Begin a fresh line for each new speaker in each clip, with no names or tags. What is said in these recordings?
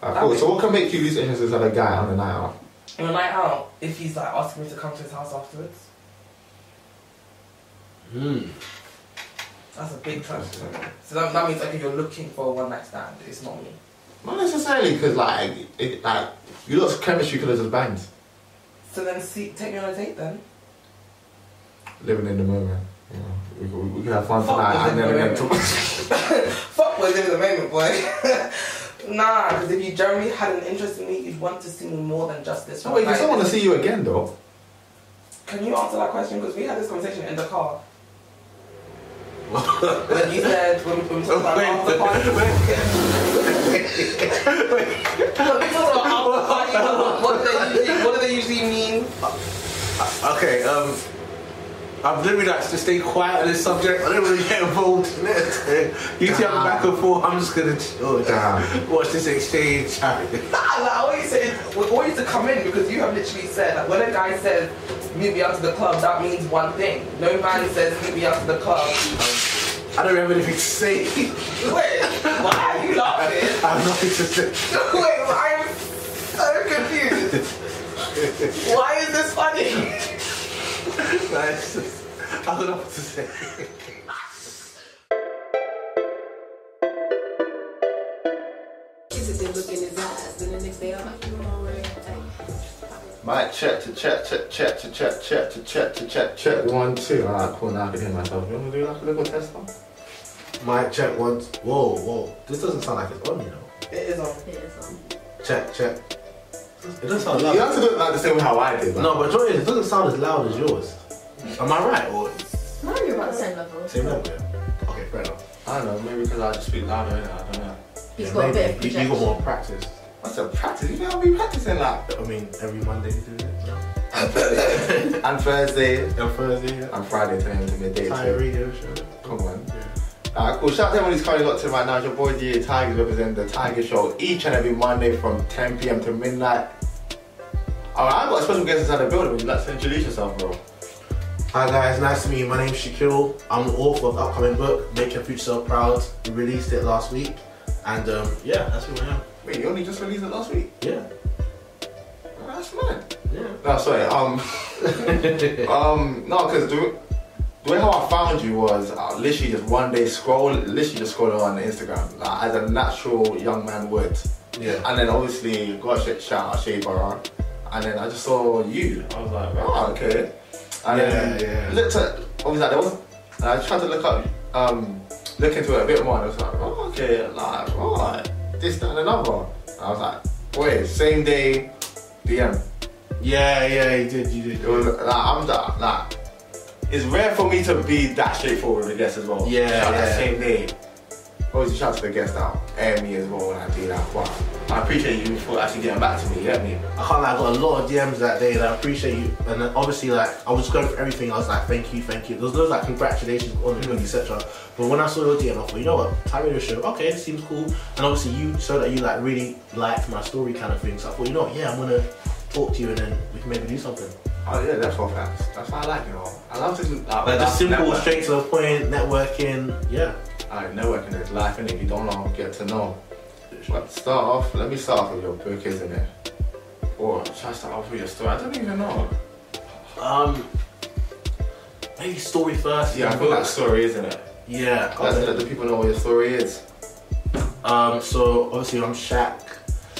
Cool. So what can make you lose interest in a guy on a night out?
On a night out, oh, if he's like asking me to come to his house afterwards,
Hmm.
that's a big touch. to me. So that, that means like if you're looking for a one night stand, it's not me.
Not necessarily, because like, it, like you lot's chemistry could have just banged.
So then see, take me on a date then.
Living in the moment. You know, we could, we could have fun
Fuck
tonight and
living
then
in the
again tomorrow.
Fuck was in the moment, boy. nah, because if you generally had an interest in me, you'd want to see me more than just this.
No,
one
wait, you
night.
still want to see you again though.
Can you answer that question? Because we had this conversation in the car. Like you said, when we, when we talked about after party. When we talked about after party, what- what, do they usually, what do they usually mean?
Okay, um, I've literally like to stay quiet on this subject. I don't really get involved in it. You two have a back and forth. I'm just gonna chill. just
Damn.
Watch this exchange.
Nah, like I always say, we always to come in because you have literally said that when a guy says meet me out to the club, that means one thing. No man says meet me out to the club.
I don't have anything to say.
Wait, why are you laughing?
I have nothing to say.
Wait, I'm so confused. Why is this funny?
Like, it's just- I don't know what to say.
She said, "Then look in his eyes." Then the next day, I'm like, "You know, Ray, like,
Mic check to check to check to check check to check to check check.
Check one, two. Alright, cool. Now I can hear myself. You want to do like a little test one?
Mic check once. Whoa, whoa. This doesn't sound like it's on, you know.
It is on.
yeah, it's on."
Check, check. It doesn't sound
You have to do it like the same way how I did. Like.
No, but Jordan, it doesn't sound as loud as yours. Am I right? Or
No, you're about the same level.
same level? yeah? Okay, fair enough.
I don't know. Maybe because I just speak louder. innit? I don't know.
He's
Yeah,
got a
maybe.
bit
You-
of projection.
You got more practice.
I said practice. You know, I'll be practicing like
I mean, every Monday you do it. No?
and Thursday
And Thursday, yeah.
and Friday 10 a.m. to midday.
Thai
too.
radio show.
Come on.
Yeah.
Alright, cool. Shout out to everyone who's currently locked in right now. It's your boy DA Tigers representing the Tiger Show each and every Monday from 10 p.m. to midnight. Alright, I've got a special guest inside the building. Would you like to introduce yourself, bro?
Hi guys, nice to meet you. My name's Shaquille. I'm the author of the upcoming book, Make Your Future Self Proud. We released it last week. And um, yeah, that's who I am.
Wait, you only just released it last week?
Yeah,
Oh, That's mad.
yeah.
No, sorry. Um, um, no, because the, the way how I found you was uh, literally just one day scroll, literally just scrolling on Instagram like, as a natural young man would.
yeah.
And then obviously got a shit shout out Shea Barra. And then I just saw you. I was like, oh, okay. And then
Yeah, yeah.
looked at obviously like, there was and I tried to look up um look into it a bit more and I was like, oh, okay, like alright, this, that and another. And I was like, wait, same day DM.
Yeah, yeah, you did, you did.
It was like I'm that like it's rare for me to be that straightforward with a guest as well.
Yeah,
Shout out
yeah.
That same day. Obviously, shout out to the guest out and me as well when I do that. Wow. I appreciate you for actually getting back to me. You get me?
I can't lie, I got a lot of DMs that day and I appreciate you. And then obviously, like, I was going for everything. I was like, thank you, thank you. There was no like, congratulations on the book, etc. But when I saw your DM, I thought, you know what, Thai Radio Show, okay, this seems cool. And obviously, you showed that you like really liked my story kind of thing. So I thought, you know what, yeah, I'm gonna talk to you and then we can maybe do something.
Oh yeah, that's what fans. That's what I like, you know. I love to do like,
Like, just simple,
network.
straight to the point, networking, yeah.
Like networking is life, and if you don't know, get to know. But start off. Let me start off with your book, isn't it? Or should I start off with your story? I don't even know.
Um, maybe story first.
Yeah, I feel that story, isn't it?
Yeah.
Let's let the people know what your story is.
Um, so obviously I'm Shaq.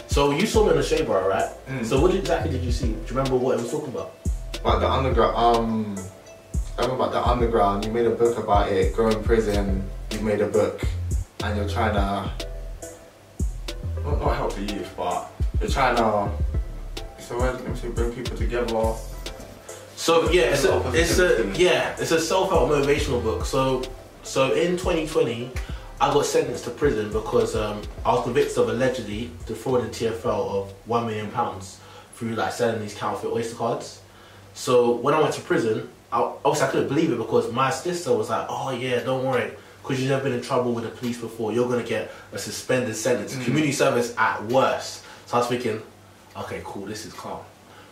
So you saw me on the Shea Bar, right?
Mm.
So what exactly did you see? Do you remember what it was talking about?
About the underground, um, I remember about the underground. You made a book about it. Go in prison. You made a book, and you're trying to not, not help the youth, but you're trying to. So let me say, bring people together.
So yeah, it's a,
Opposite
it's a
thing.
yeah, it's a self-help motivational book. So so in 2020, I got sentenced to prison because um, I was convicted of allegedly defrauding TFL of one million pounds through like selling these counterfeit Oyster cards. So when I went to prison, I, obviously I couldn't believe it because my sister was like, "Oh yeah, don't worry, because you've never been in trouble with the police before. You're gonna get a suspended sentence, community service at worst." So I was thinking, "Okay, cool, this is calm."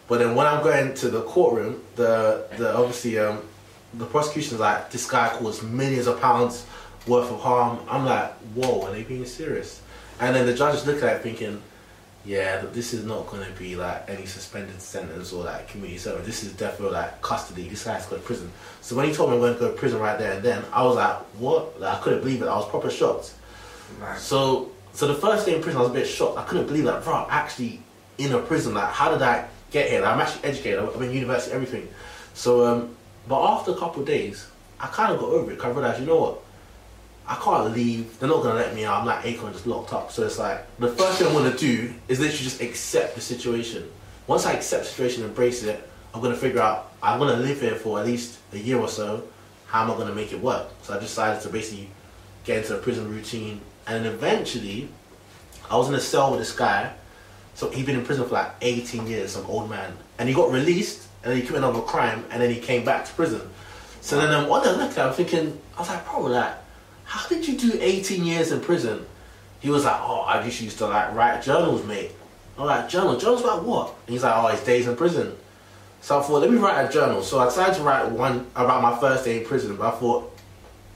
But then when I'm going to the courtroom, the the obviously um, the prosecution's like, "This guy caused millions of pounds worth of harm." I'm like, "Whoa, are they being serious?" And then the judge is looking at it thinking,
yeah, th- this is not going to be like any suspended sentence or like community service. This is definitely like custody. This guy's going to prison. So when he told me I'm going to go to prison right there and then, I was like, what? Like, I couldn't believe it. I was proper shocked. So, so the first day in prison, I was a bit shocked. I couldn't believe, like, bro, I'm actually in a prison. Like, how did I get here? Like, I'm actually educated. I'm, I'm in university, everything. So, um, but after a couple of days, I kind of got over it. 'cause I realized, you know what? I can't leave. They're not gonna let me out. I'm like Akon, just locked up. So it's like the first thing I want to do is literally just accept the situation. Once I accept the situation, embrace it, I'm gonna figure out. I'm gonna live here for at least a year or so. How am I gonna make it work? So I decided to basically get into a prison routine, and then eventually, I was in a cell with this guy. So he'd been in prison for like 18 years, some old man, and he got released, and then he committed another crime, and then he came back to prison. So then um, one day I looked at him thinking, I was like, bro, like, how did you do 18 years in prison? He was like, oh, I just used to like write journals, mate. I'm like, journal? Journals about what? And he's like, oh, his days in prison. So I thought, let me write a journal. So I decided to write one about my first day in prison, but I thought,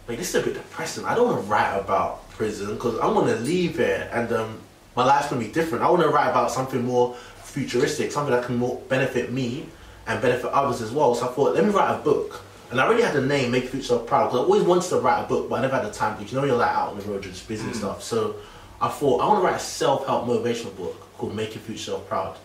wait, this is a bit depressing. I don't want to write about prison because I want to leave here and um, my life's going to be different. I want to write about something more futuristic, something that can more benefit me and benefit others as well. So I thought, let me write a book. And I already had the name Make Future Self Proud because I always wanted to write a book, but I never had the time because you know when you're like out on the road, you're just busy and stuff. So I thought, I want to write a self help motivational book called Make Your Future Self Proud.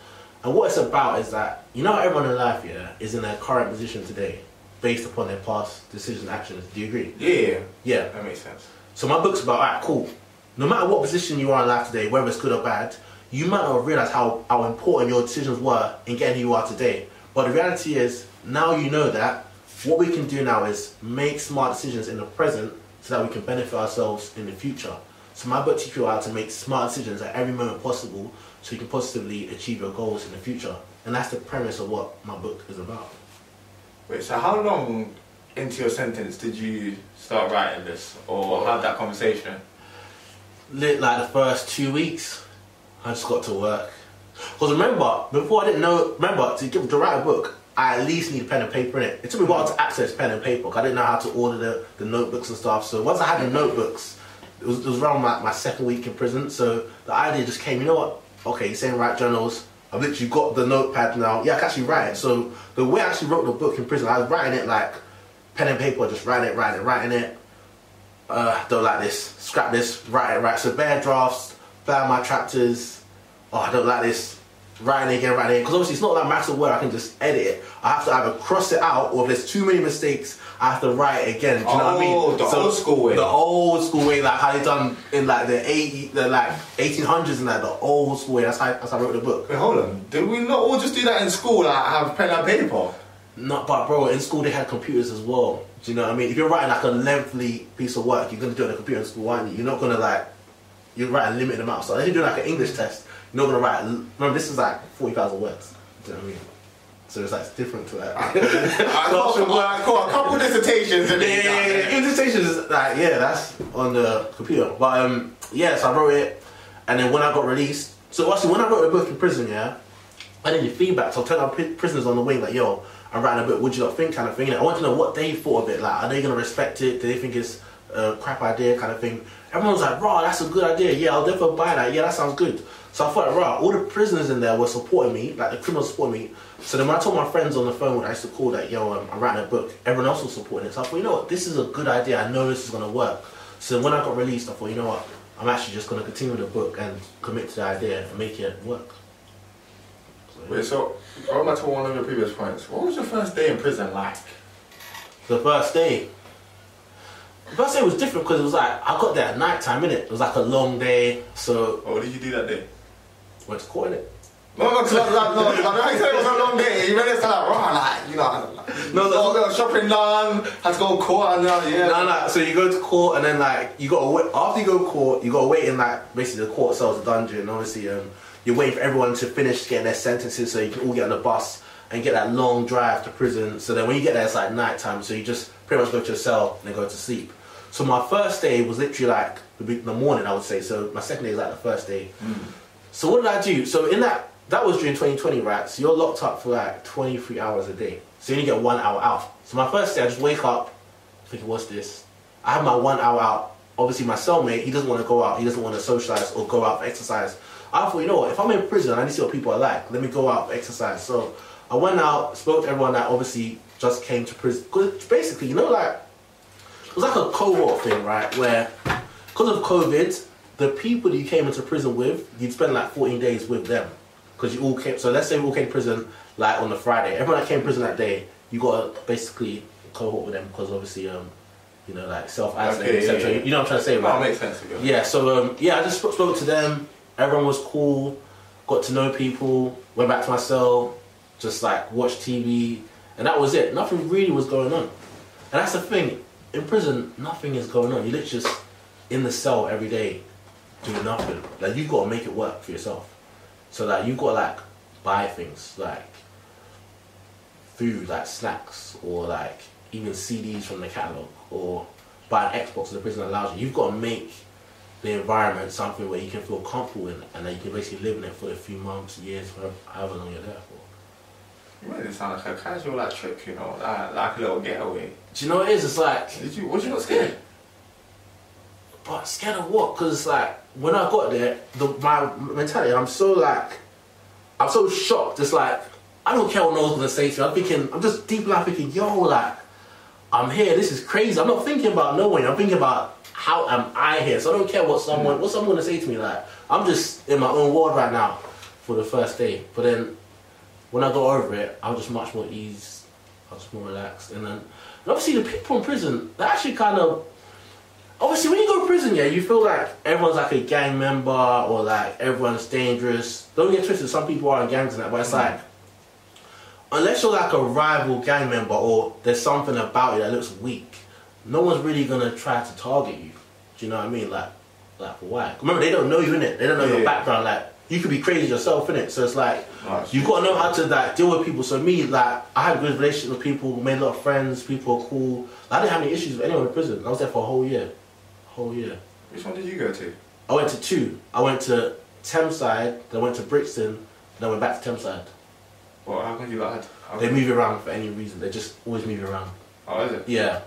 And what it's about is that, you know, everyone in life, yeah, is in their current position today based upon their past decisions and actions. Do you agree?
Yeah, yeah,
Yeah.
that makes sense.
So my book's about, alright, cool. No matter what position you are in life today, whether it's good or bad, you might not realize how, how important your decisions were in getting who you are today. But the reality is, now you know that, what we can do now is make smart decisions in the present so that we can benefit ourselves in the future. So my book teaches you how to make smart decisions at every moment possible so you can positively achieve your goals in the future. And that's the premise of what my book is about.
Wait, so how long into your sentence did you start writing this or have that conversation?
lit like the first two weeks. I just got to work. Because remember, before I didn't know, remember, to, give, to write a book, I at least need pen and paper in it. It took me a while to access pen and paper 'cause I didn't know how to order the, the notebooks and stuff. So once I had the notebooks, it was, it was around my, my second week in prison. So the idea just came, you know what? Okay, you're saying write journals. I've literally got the notepad now. Yeah, I can actually write it. So the way I actually wrote the book in prison, I was writing it like pen and paper, just writing it, writing it, writing it uh, don't like this, scrap this, write it, right. So bad drafts, ban my chapters, oh, I don't like this, writing again, writing again. Because obviously it's not that matter where I can just edit it. I have to either cross it out or if there's too many mistakes, I have to write it again. Do you know what I
Oh,
mean?
the old school way.
The old school way, like how they done in like the 80, the like 1800s and like the old school way. That's how, that's how I wrote the book.
Wait, hold on. Did we not all just do that in school? Like have pen and paper?
No, but bro, in school they had computers as well. Do you know what I mean? If you're writing like a lengthy piece of work, you're gonna do it on a computer in school, aren't you? You're not gonna like you're writing limited amounts. So if you're doing like an English test, you're not gonna write. Remember, this is like forty thousand words. Do you know what I mean? So it's like it's different to that.
I got
Well,
I got a couple dissertations and
yeah, yeah, yeah, yeah. Invitations is like yeah, that's on the computer. But um, yeah, so I wrote it, and then when I got released, so actually when I wrote the book in prison, yeah, I didn't get feedback. So I turned our pri- prisoners on the wing like, yo, I'm writing a book. Would you not think kind of thing? And I want to know what they thought of it. Like, are they gonna respect it? Do they think it's a crap idea kind of thing? Everyone was like, raw, that's a good idea. Yeah, I'll definitely buy that. Yeah, that sounds good. So I thought, raw, all the prisoners in there were supporting me, like the criminals supporting me. So then when I told my friends on the phone when I used to call that, yo, um, I'm writing a book, everyone else was supporting it. So I thought, you know what, this is a good idea. I know this is gonna work. So when I got released, I thought, you know what, I'm actually just gonna continue the book and commit to the idea and make it work.
Wait, so going back to one of your previous points, what was your first day in prison like?
The first day. The first day was different because it was like I got there at night time, innit? It was like a long day, so
Or what did you do that day?
went to court, innit?
No, no, because like, like, no, like, I said it was a long day. You made it sound like, rah, like, you know, like, no,
No, no.
no, go shopping done, had to go court and now, yeah.
No, no, so you go to court and then like you gotta wait after you go to court, you gotta wait in like basically the court cells, the dungeon, and obviously um you're waiting for everyone to finish getting their sentences so you can all get on the bus and get that long drive to prison. So then when you get there it's like night time, so you just pretty much go to your cell and then go to sleep. So my first day was literally like the, be- the morning I would say, so my second day is like the first day. So what did I do? So in that that was during 2020, right? So you're locked up for like 23 hours a day. So you only get one hour out. So my first day, I just wake up, thinking, what's this? I have my one hour out. Obviously, my cellmate, he doesn't want to go out. He doesn't want to socialize or go out for exercise. I thought, you know what, if I'm in prison, I need to see what people are like. Let me go out, exercise. So I went out, spoke to everyone that obviously just came to prison. Because basically, you know, like, it was like a cohort thing, right? Where, because of COVID, the people you came into prison with, you'd spend like 14 days with them. Because you all came, so let's say we all came to prison like on the Friday. Everyone that came to prison that day, you got to basically cohort with them because obviously, um, you know, like self isolating,
Okay, yeah,
etc.
yeah. Oh,
You know what I'm trying to say, right?
That makes sense again.
Yeah, so um, yeah, I just spoke, spoke to them. Everyone was cool. Got to know people. Went back to my cell. Just like watched TV, and that was it. Nothing really was going on. And that's the thing. In prison, nothing is going on. You literally just in the cell every day, doing nothing. Like you got to make it work for yourself. So like you got to like buy things like food, like snacks, or like even CDs from the catalog, or buy an Xbox in the prison allows you. You've got to make the environment something where you can feel comfortable in and that you can basically live in it for a few months, years, whatever- however long you're there for.
You made it sound like a casual like trip, you know, like, like a little getaway.
Do you know what it is? It's like,
Did you? Was you not scared?
but scared of what? Because like when I got there, the, my mentality, I'm so like, I'm so shocked. It's like I don't care what no one's gonna say to me. I'm thinking, I'm just deep like thinking, yo, like I'm here. This is crazy. I'm not thinking about no one. I'm thinking about how am I here. So I don't care what someone, what someone gonna say to me. Like I'm just in my own world right now for the first day. But then when I got over it, I was just much more eased. I was more relaxed. And then and obviously the people in prison, they actually kind of obviously when you go to prison, yeah, you feel like everyone's like a gang member or like everyone's dangerous. Don't get twisted, some people are in gangs and that, but it's like unless you're like a rival gang member or there's something about you that looks weak, no one's really gonna try to target you. Do you know what I mean? Like like why? Remember they don't know you in it. They don't know your
Yeah.
background, like you could be crazy yourself in it. So it's like
Right.
you gotta know how to like deal with people. So me, like I had a good relationship with people, made a lot of friends, people are cool. Like, I didn't have any issues with anyone in prison. I was there for a whole year. Whole year.
Which one did you go to?
I went to two. I went to Thameside, then I went to Brixton, then I went back to Thameside.
Well, how come you like? how
They
come-
move you around for any reason. They just always move you around.
Oh, is it?
Yeah,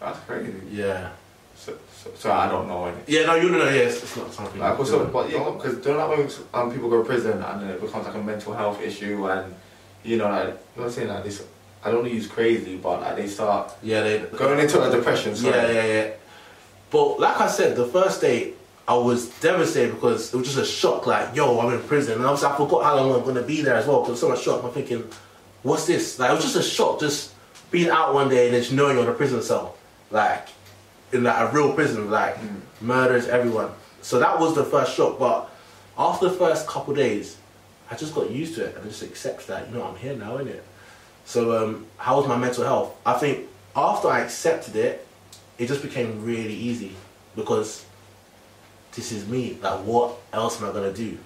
That's crazy.
yeah.
So, so, so I don't know any.
Yeah, no, you know, no, yeah, it's, it's not something.
Like,
you
also,
do.
but yeah, because don't like when um, people go to prison and then it becomes like a mental health issue, and you know, like, you know what I'm saying? Like, this, I don't want to use crazy, but like, they start
yeah, they
going into a depression. Sorry.
Yeah, yeah, yeah. But like I said, the first day I was devastated because it was just a shock. Like, yo, I'm in prison, and obviously I forgot how long I'm gonna be there as well because so much shock. I'm thinking, what's this? Like, it was just a shock, just being out one day and just knowing you're in a prison cell, like in like a real prison, like murders everyone. So that was the first shock. But after the first couple days, I just got used to it and I just accept that you know I'm here now, innit? So um, how was my mental health? I think after I accepted it, it just became really easy because this is me. Like, what else am I gonna do?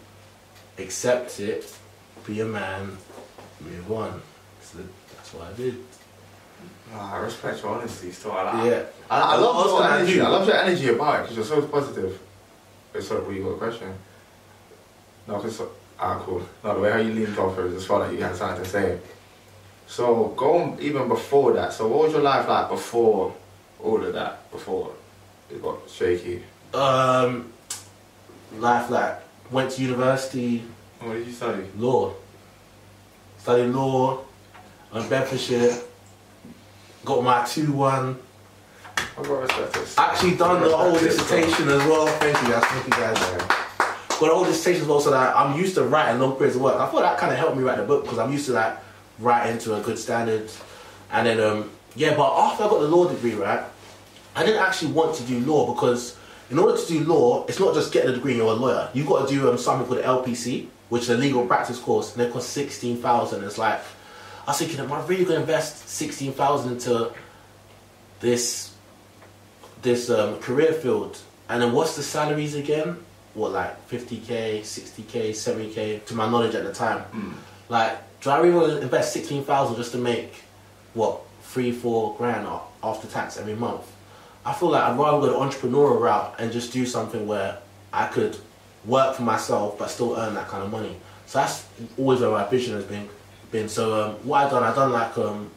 Accept it, be a man, move on. So that's what I did.
Nah, Ah, I respect your honesty. Still, I like.
Yeah.
I, I love
What else
your
can I
energy.
do?
I, love your energy about it because you're so positive. Wait, sorry, what you got a question? No, because ah, cool. No, the way how you leaned off it just felt like you had something to say. So going even before that. So what was your life like before all of that? Before it got shaky.
Um, life like went to university,
What did you study?
law. Studied law, in Bedfordshire. Got my two one.
I got respect this.
Actually done the whole
Respect this,
dissertation as well. Thank you guys. Thank you guys.
bro.
got all this taste as well, so that I'm used to writing long periods of work. I thought that kind of helped me write the book because I'm used to like writing to a good standard. And then, um, yeah, but after I got the law degree, right, I didn't actually want to do law because in order to do law, it's not just getting a degree and you're a lawyer. You've got to do um, something called the LPC, which is a legal practice course, and it costs 16000 It's like, I was thinking, am I really going to invest 16000 into this this um, career field, and then what's the salaries again? What like 50k, 60k, 70k? To my knowledge at the time, like do I really want to invest 16,000 just to make what three, four grand a- after tax every month? I feel like I'd rather go the entrepreneurial route and just do something where I could work for myself but still earn that kind of money. So that's always where my vision has been. Been so um, what I done, I done like um,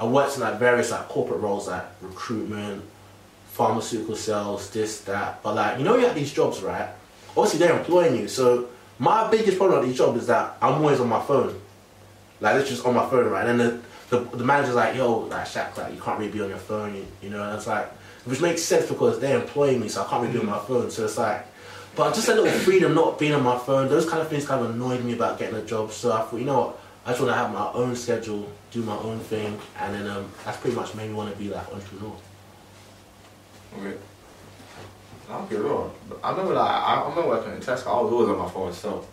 I worked in like various like corporate roles like recruitment, pharmaceutical sales, this, that. But like, you know, you have these jobs, right? obviously they're employing you. So my biggest problem at this job is that I'm always on my phone. Like literally just on my phone, right? And then the, the, the manager's like, yo, like Shaq, like you can't really be on your phone, you, you know, and it's like which makes sense because they're employing me, so I can't really be on my phone. So it's like but just a little freedom not being on my phone, those kind of things kind of annoyed me about getting a job. So I thought, you know what, I just want to have my own schedule, do my own thing, and then um, that's pretty much made me want to be like entrepreneur.
Okay. I'll be real. I remember like I I remember working in Tesco. I was always on my phone still.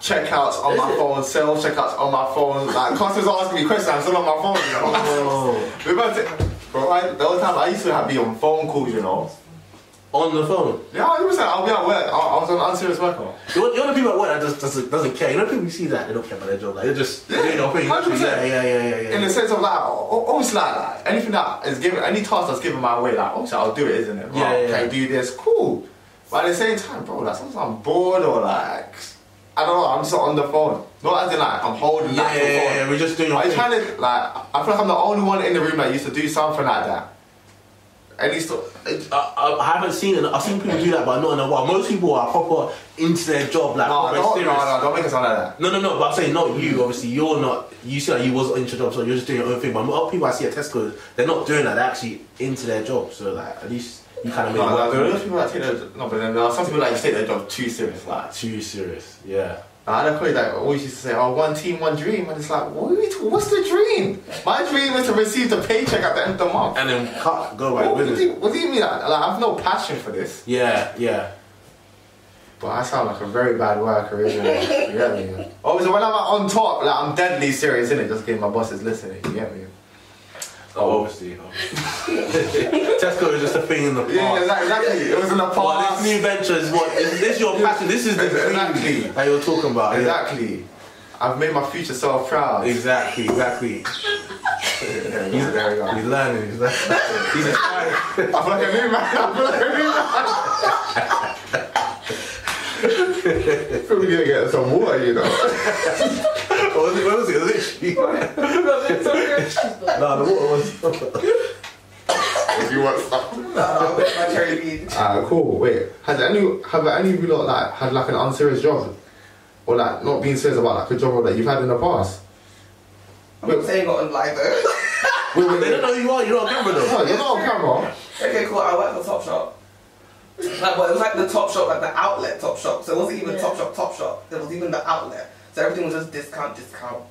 Checkouts on my phone, sales checkouts on my phone. Like customers asking me questions, I'm still on my phone. You know.
Oh,
Remember, t- bro, I, the whole time I used to have be on phone calls. You know.
on the phone.
Yeah, I was like, I'll be at work. I, I was on unserious work. call.
You're, you're the people at work that just doesn't, doesn't care. You know, people you see that they don't care about their job. Like they're just
Yeah,
doing their thing.
100%.
Yeah, yeah, yeah, yeah. yeah.
In the sense of like, o- obviously like, like anything that is given, any task that's given my way, like obviously I'll do it, isn't it? Right?
Yeah, yeah,
Can
yeah.
I do this? Cool. But at the same time, bro, like sometimes I'm bored or like, I don't know, I'm just on the phone. Not as in like I'm holding
yeah,
that
yeah,
phone.
yeah, yeah, We're just doing our
I
thing.
kind of like. I feel like I'm the only one in the room that used to do something like that. At least, uh,
I, I haven't seen it. I've seen people do that, but not in a while. Most people are proper into their job, like
no,
proper
don't, no,
serious.
no, don't make it sound like that.
No, no, no. But I'm saying not you. Obviously, you're not. You said that you was into job, so you're just doing your own thing. But other people I see at Tesco, they're not doing that. They're actually into their job. So like, at least you kind of made
No, no, there are
it
those
work.
people that take their no, but then there are some people that just take their job too serious. Like,
Too serious. Yeah.
I had a colleague Ah, that always used to say, "Oh, one team, one dream," and it's like, what are we t- what's the dream? My dream is to receive the paycheck at the end of the month.
And then cut. Go right
What,
with
what do you,
it.
what do you mean? Like, like, I have no passion for this.
Yeah, yeah.
But I sound like a very bad worker, isn't it? You get me? Oh, so when I'm on top, like I'm deadly serious, innit? Just kidding, my boss is listening. You get me?
Oh, obviously. obviously. Tesco is just a thing in the past.
Yeah, exactly. exactly. It was in the
But this
past.
new venture is what is this your passion? This is the
Exactly.
dream that you're talking about. yeah.
Exactly. I've made my future self proud.
Exactly, exactly.
There we go, there we go.
He's learning. He's learning. He's inspired.
I feel like a new man. I feel like a new man. Probably gonna get some water, you know.
What was it? What was it? Was it? no, the water was.
if you want some.
No, with my cherry bean.
Ah, cool. Wait, has any have any of you lot like had like an unserious job, or like not being serious about like a job that you've had in the past?
I'm not saying not on live though.
Wait, wait,
they
wait.
don't know who you are. You don't remember them.
No, you're not on camera.
Okay, cool. I worked for Top Shop. Like, but it was like the Top Shop, like the outlet Top Shop. So it wasn't even
Yeah.
Top Shop, Top Shop. It was even the outlet. So everything was just discount, discount.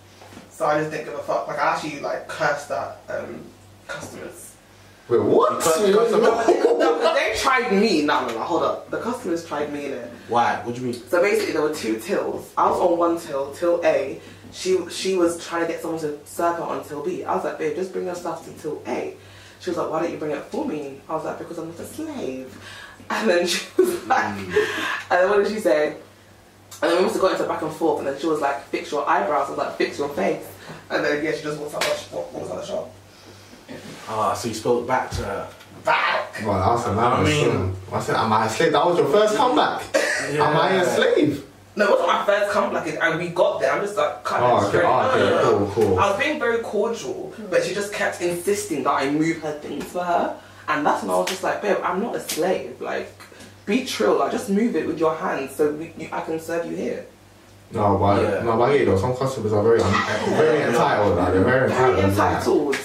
So I just didn't give a fuck. Like I actually like cursed at um, customers.
Wait, what?
You can't- you can't-
No, but they tried me. No, no, no. Hold up. The customers tried me in it.
Why? What do you mean?
So basically, there were two tills. I was on one till, till A. She she was trying to get someone to serve her on till B. I was like, babe, just bring your stuff to till A. She was like, why don't you bring it for me? I was like, because I'm not a slave. And then she was like, and then what did she say? And then we must have got into back and forth. And then she was like, fix your eyebrows. I was like, fix your face. And then yeah, she just walked out the shop. Walked out the shop.
Ah, so you spoke back to her.
Back.
Well, that's a
I
I
mean-
mean, I said, am I a slave? That was your first comeback. Am I a slave?
No, it wasn't my first comeback. it- And we got there. I'm just like cutting
Oh, okay,
straight. No, no, no,
okay,
no.
cool, cool.
I was being very cordial, but she just kept insisting that I move her things for her. And that's when I was just like, babe, I'm not a slave. Like, be trill. Like, just move it with your hands so we, you, I can serve you here.
No, but
Yeah.
no, but you know, some customers are very un- very entitled. Like, they're very
Very
entitled.
entitled.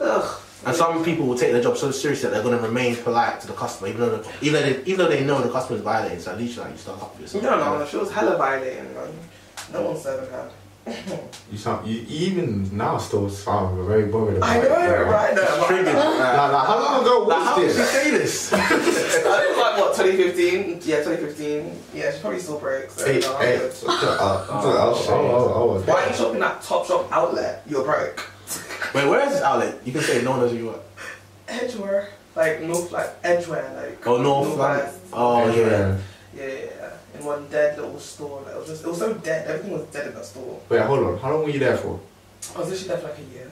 Ugh.
And some people will take their job so seriously that they're going to remain polite to the customer, even though the, even though they, even though they know the customer's violating. So at least like you start up for
No,
yourself.
no, no. She was hella violating. Man. No one's serving her.
You sound you even now still sound very bothered about
I know,
it. yeah.
right? No,
Triggered.
but-
Like, like, how long ago
Like,
was
how did she
this?
say this?
I think like, what, 2015? Yeah, 2015. Yeah, she probably still breaks. So,
Hey,
no, I'm
hey,
good.
shut up. Oh, oh, oh, oh,
Why are you shopping at Topshop Outlet? You're broke.
Wait, where is this outlet? You can say no one knows who you are.
Edgeware. Like North, like Edgeware, like.
Oh, North.
Northwest.
Oh,
oh.
yeah.
Yeah, yeah, yeah. In one dead little store. Like, it was just, it was so dead. Everything was dead in that store.
Wait, hold on. How long were you there for?
I was literally there for like a year.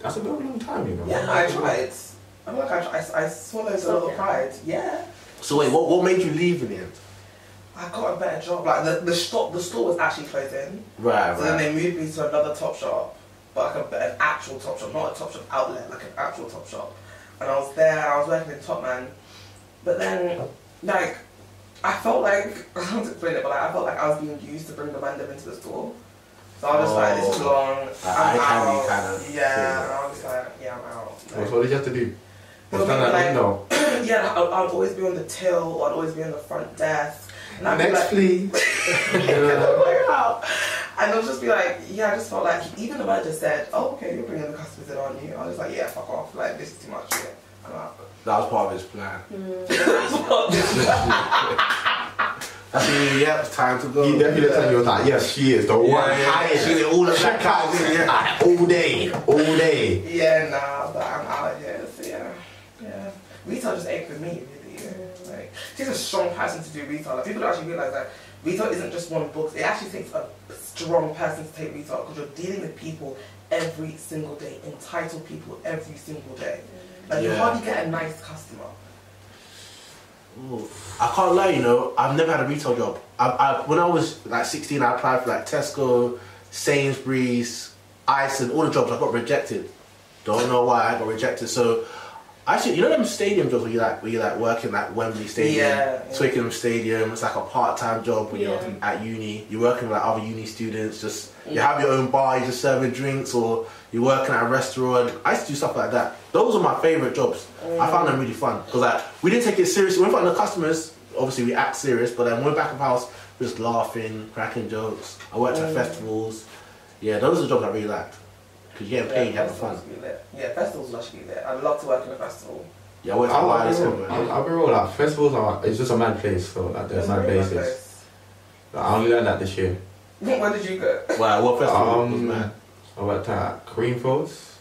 That's a very long time, you know.
Yeah, I tried. I'm like, I, tried- I, I swallowed a lot of pride. Yeah.
So wait, what, what made you leave in the end?
I got a better job. Like, the, the, shop, the store was actually closing.
Right,
So then they moved me to another top shop, but like a, an actual top shop, not a top shop outlet, like an actual top shop. And I was there, I was working in Topman, but then like I felt like I don't explain it, but like, I felt like I was being used to bring the random into the store. So I was just like, it's too
Oh.
long.
I-
I'm
I can be
out.
kind of-
yeah.
yeah.
I was just like, yeah, I'm out.
What,
Like,
what did you have to do? Was
It'll
that
be
that
like-
window?
yeah, I, I would always be on the till, or I'd always be on the front desk, and I'd be
Next,
like,
please.
Oh
Yeah.
my God. And it was just be like, yeah, I just felt like, even the manager said, oh, okay, you're bringing the customers in, aren't you? I was just like, yeah, fuck off. Like, this is too much. Yeah, I'm out.
That was part of his plan. That's when you, yep, it's time to go.
He definitely looked at me and was like, yes, she is the one.
yeah, yeah.
highest.
She did all of
Check
that kind of
out.
thing, yeah.
Ah, All day, all day.
Yeah, nah, but I'm out here. So yeah, yeah. Retail just ain't for me, really. Yeah. Like, she's a strong person to do retail. Like, people don't actually realize that retail isn't just one book. It actually takes a strong person to take retail because you're dealing with people every single day, entitled people every single day. Like, you
Yeah.
hardly get a nice customer.
Ooh. I can't lie, you know, I've never had a retail job. I, I, when I was like 16, I applied for like Tesco, Sainsbury's, Ice, and all the jobs. I got rejected. Don't know why I got rejected. So, actually, you know them stadium jobs where you like where you like working like Wembley Stadium,
Yeah, yeah.
Twickenham Stadium. It's like a part-time job when
Yeah.
you're at uni. You're working with like other uni students. Just you have your own bar. You're just serving drinks, or you're working at a restaurant. I used to do stuff like that. Those are my favorite jobs. I found them really fun because like we didn't take it seriously. We're in front of the customers. Obviously, we act serious, but then when we're back of house, we're just laughing, cracking jokes. I worked at festivals. Yeah, those are the jobs I really liked because you're getting paid,
yeah,
having fun.
festivals be lit. Yeah, festivals would actually be lit. I'd love to work in a festival.
Yeah, I worked at
I'll, I'll,
Wireless
be real. I'll, I'll be real, like, festivals are, it's just a mad place, so like, there's mad
Really nice
places.
place.
Like, I only learned that this year.
Where did you go?
Wow, what festival was
Um,
man?
I worked at Greenfields.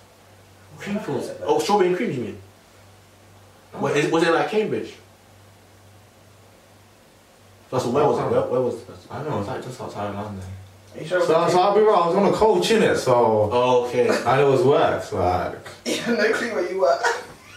Creamfields. Oh, strawberry and cream, you mean? Wait, is, was it like Cambridge? First of all, where was it? Where, where was it?
I don't know, it's like just outside of London.
Are you sure?
So, so I'll be real, I was on a coach in it, so.
Oh, okay.
And it was worse, like.
yeah, no clue where you were.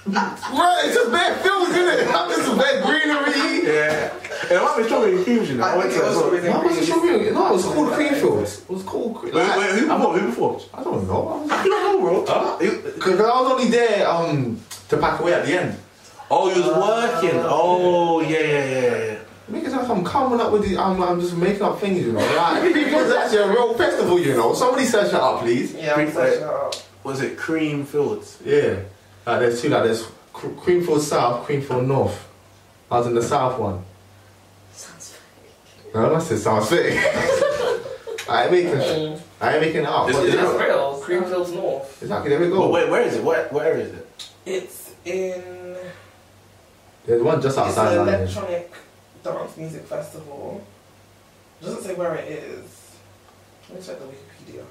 Right, it's just bare fields, innit? it? I'm just bare greenery.
yeah. It might be strawberry and cream, you know.
I
went
think it
to
was
that
strawberry
one.
and
No, it wasn't Shrewsbury. No, it was called Greenfields. It was called Green-
Wait, wait, who
I
performed? Who performed?
I don't know.
You don't know, bro. You-
Because I was only there um, to pack away at the end.
oh, you was working. Oh, yeah, yeah, yeah, yeah.
Make it like I'm coming up with these, I'm, I'm just making up things, you know. Like, Greenfields is actually a real festival, you know. Somebody search it up, please.
Yeah, I'm
Creep
searching
it.
her up.
Was it Creamfields?
Yeah. Like there's two. Like there's Cre- Creamfield South, Creamfield North. I was in the South one.
Sounds fake.
No, that's the South thing. I ain't making. sh- I ain't making it up.
Is
What
it-
is
is
that?
it-
real. Creamfields North.
Exactly. There we
Oh,
go.
wait, where is it? Where, where is it?
It's in.
There's one just
It's an
outside London.
electronic dance music festival. Doesn't say where it is. Let me check the Wikipedia.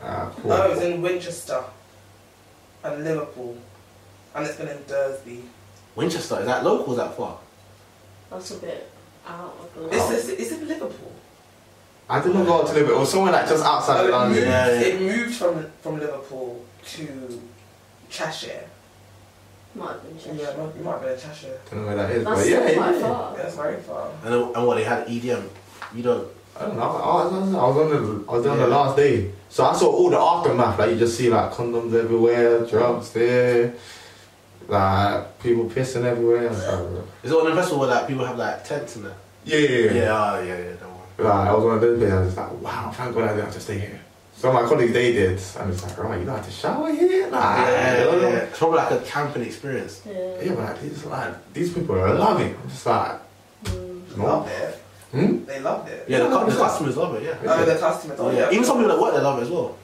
Ah, cool.
Oh, it's in Winchester and Liverpool, and it's been in Thursby.
Winchester. Is that local? Is that far?
That's a bit out of the
Is this is it Liverpool?
I didn't go out to live it. Or somewhere like just outside
Oh,
of
it, moved,
London.
yeah.
it moved from from Liverpool to Cheshire.
Might have been
Yeah,
Cheshire.
you might, you might have been in Cheshire.
I don't know where that is,
That's
but yeah,
still quite
yeah.
Yeah,
far.
that's very far.
And, and what they had EDM. You don't.
I don't know. I was, I was- I was on the I was on the
Yeah.
last day, so I saw all the aftermath. Like you just see like condoms everywhere, drugs there, like people pissing everywhere. I was like,
Is it on the festival where like people have like tents in there?
yeah, yeah, yeah.
Yeah, ah, yeah, yeah, don't worry.
Like, I was one of those days. I was just like, wow, thank God I didn't have to stay here. So my colleagues they did, and it's like, right, you don't have to shower here, nah.
Yeah,
you know?
yeah. It's probably like a camping experience.
Yeah.
Yeah, but like, these like these people are loving. I'm just like,
Mm.
They
no.
loved it.
Hmm?
They loved it.
Oh. Yeah, the, cu- the
Yeah.
customers love it, yeah.
Oh, the customers. Oh, yeah.
yeah. Even some people that work there love it as well.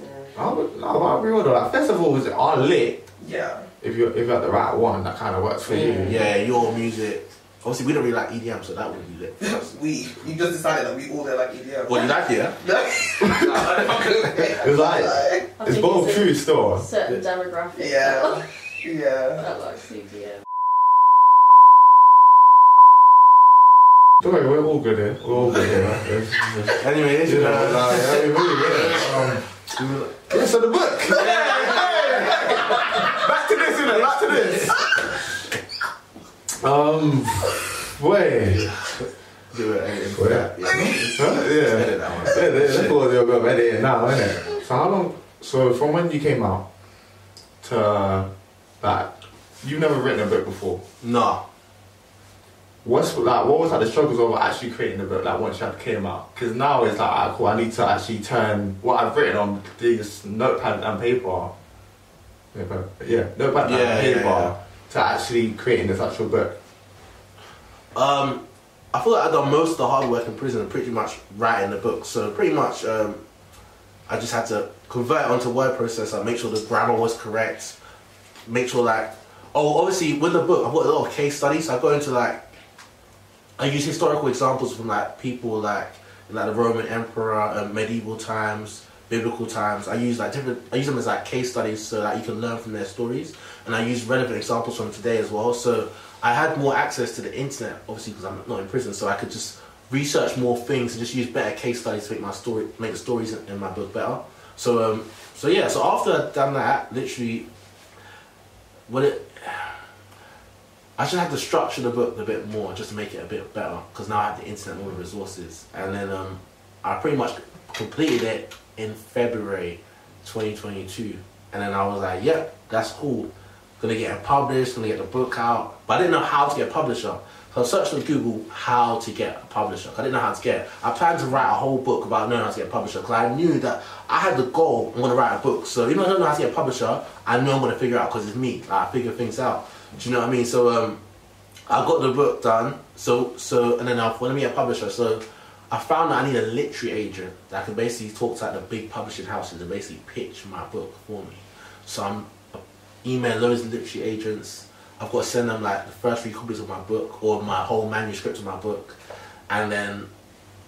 Mm,
I would, no, I'll be real though. Like festivals are lit
Yeah.
if you if you're at the right one that kind of works for you.
Mm.
Yeah, your music. Obviously, we don't really like EDM, so that would be lit. for us.
We. You just decided that we all there like E EDM.
What, you like it, yeah?
It was like.
Like,
I
It's
think
both
a
true still.
Certain demographic.
yeah. Yeah.
That likes CDM.
Don't worry, we're all good here. We're all good here. It's- it's-
Anyway, this
you
is
know,
uh,
like, yeah, we're really good. Um, yes, so the book. Back to this, innit? Back to this. Um, wait.
do it anyway.
Well,
Yeah, yeah.
Huh? Yeah.
that one.
Yeah, they- That's what they're going to edit now, innit? So how long? So from when you came out to uh, like, you've never written a book before.
No.
What's like what was like the struggles of actually creating the book? Like once you had came out, because now it's like ah, cool. I need to actually turn what I've written on these notepad and paper. Yeah, but- yeah, notepad
Yeah,
and
yeah,
paper
yeah.
to actually creating this actual book.
Um, I feel like I've done most of the hard work in prison, pretty much writing the book. So pretty much, um, I just had to convert it onto word processor, make sure the grammar was correct, make sure like, oh, obviously with the book, I've got a lot of case studies. I go into like, I use historical examples from like people like like the Roman emperor, um, medieval times, biblical times. I use like different. I use them as like case studies so that you can learn from their stories, and I use relevant examples from today as well. So I had more access to the internet, obviously because I'm not in prison, so I could just research more things and just use better case studies to make my story, make the stories in, in my book better. So um, so yeah. So after I'd done that, literally, what it I should have to structure the book a bit more just to make it a bit better because now I have the internet and all the resources. And then um, I pretty much completed it in February 2022. And then I was like, yep, that's cool. Gonna get it published, gonna get the book out. But I didn't know how to get a publisher. So I searched on Google how to get a publisher. 'cause I didn't know how to get it. I planned to write a whole book about knowing how to get a publisher because I knew that I had the goal, I'm gonna write a book. So even though I don't know how to get a publisher, I know I'm gonna figure it out because it's me. Like, I figure things out. Do you know what I mean? So um, I got the book done. So so and then I wanted to be a publisher. So I found that I need a literary agent that can basically talk to like the big publishing houses and basically pitch my book for me. So I'm email loads of literary agents. I've got to send them like the first three copies of my book or my whole manuscript of my book, and then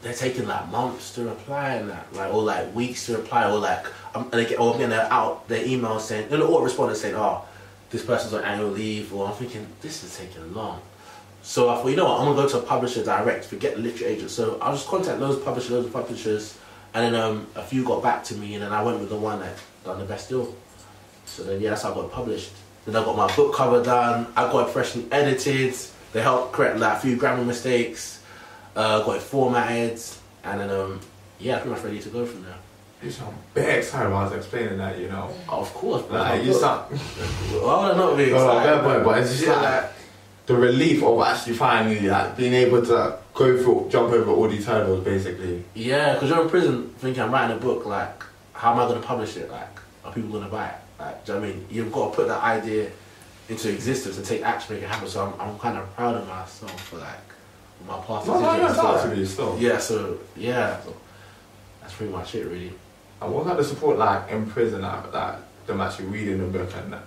they're taking like months to reply and that, like or like weeks to reply, or like I'm, and they get, or I'm getting their out their email saying, and the auto responder saying, oh, this person's on annual leave, or I'm thinking this is taking long. So I thought, you know what, I'm gonna go to a publisher direct, forget the literary agent. So I'll just contact loads of publishers, loads of publishers, and then um, a few got back to me, and then I went with the one that done the best deal. So then, yeah, that's how I got published. Then I got my book cover done. I got it freshly edited. They helped correct like a few grammar mistakes. Uh, got it formatted, and then um, yeah, pretty much ready to go from there.
You sound big time I was explaining that, you know.
Of course, bro.
Like you sound. Oh,
Why would I not be
No, no, fair
excited?
point, but it's just
Yeah,
like the relief of actually finally like being able to go through, jump over all these hurdles, basically.
Yeah, because you're in prison thinking I'm writing a book, like, how am I going to publish it? Like, are people going to buy it? Like, do you know what I mean? You've got to put that idea into existence and take action, make it happen. So I'm, I'm kind of proud of myself for, like, my past
No, no, no,
decisions.
it's hard to be still.
Yeah, so, yeah. So that's pretty much it, really.
And what was like the support like in prison, like, like them actually reading the book and that?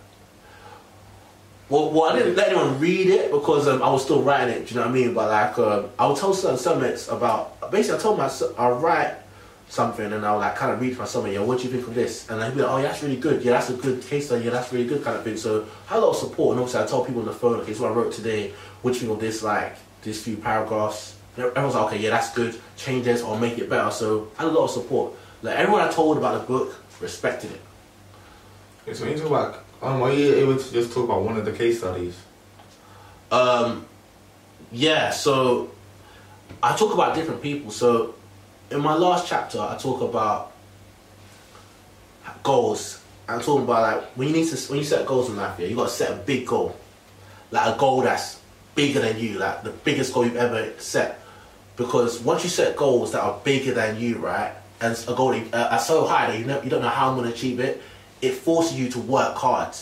Well, well, I didn't let anyone read it because um, I was still writing it. Do you know what I mean? But like, um, I would tell certain summits about. Basically, I told myself I write something and I'll like kind of read my summit. Yeah, what do you think of this? And they'd be like, oh, yeah, that's really good. Yeah, that's a good case study. Yeah, that's really good kind of thing. So I had a lot of support, and also I told people on the phone, okay, this is what I wrote today. What do you think of this? Like these few paragraphs. Everyone's like, okay, yeah, that's good. Change this or make it better. So I had a lot of support. Like everyone I told about the book respected it.
Yeah, So when you talk about, um, are you able to just talk about one of the case studies?
Um, yeah, so I talk about different people. So in my last chapter, I talk about goals. I'm talking about like when you need to when you set goals in life, yeah, you got to set a big goal, like a goal that's bigger than you, like the biggest goal you've ever set. Because once you set goals that are bigger than you, right, and a goal that, uh, are so high that you know, you don't know how I'm going to achieve it, it forces you to work hard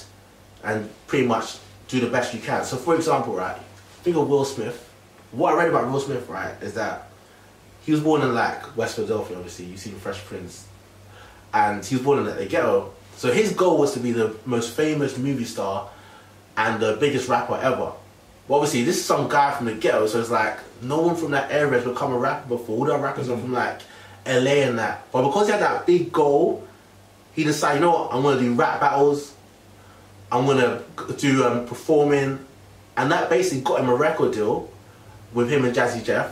and pretty much do the best you can. So, for example, right, think of Will Smith. What I read about Will Smith, right, is that he was born in like West Philadelphia, obviously. You've seen Fresh Prince, and he was born in the ghetto. So his goal was to be the most famous movie star and the biggest rapper ever. But obviously, this is some guy from the ghetto, so it's like no one from that area has become a rapper before. All the rappers are from like LA and that. But because he had that big goal, he decided, you know what, I'm gonna do rap battles. I'm gonna do um, performing, and that basically got him a record deal with him and Jazzy Jeff.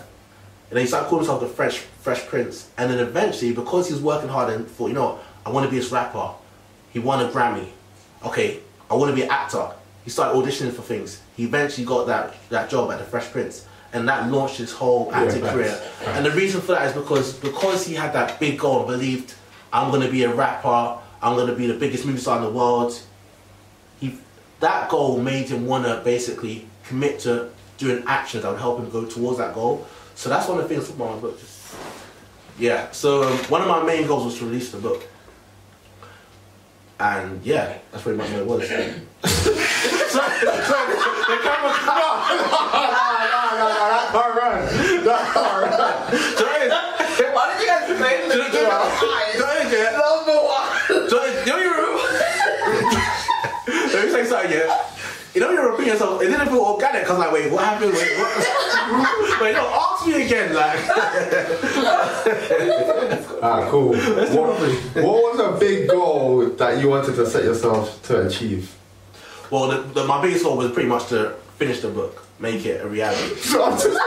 And then he started calling himself the Fresh Fresh Prince. And then eventually, because he was working hard and thought, you know, what, I want to be this rapper. He won a Grammy. Okay, I want to be an actor. He started auditioning for things. He eventually got that that job at the Fresh Prince, and that launched his whole acting
thanks.
career. And the reason for that is because because he had that big goal and believed, I'm gonna be a rapper. I'm gonna be the biggest movie star in the world he that goal made him want to basically commit to doing actions that would help him go towards that goal. So that's one of the things from my book. Just, yeah. So um, one of my main goals was to release the book. And yeah, that's pretty much what it was. Sorry, sorry, the camera's
That can't run. That can't run.
Sorry.
Why did you guys explain
Do you know Let me say something, yeah. You know, you're repeating yourself. It didn't feel organic. Cause like, wait, what happened? Wait, what? wait, no, ask me again. Like,
Ah, cool. What, what was a big goal that you wanted to set yourself to achieve?
well, the, the, my biggest goal was pretty much to finish the book, make it a reality.
I'm just looking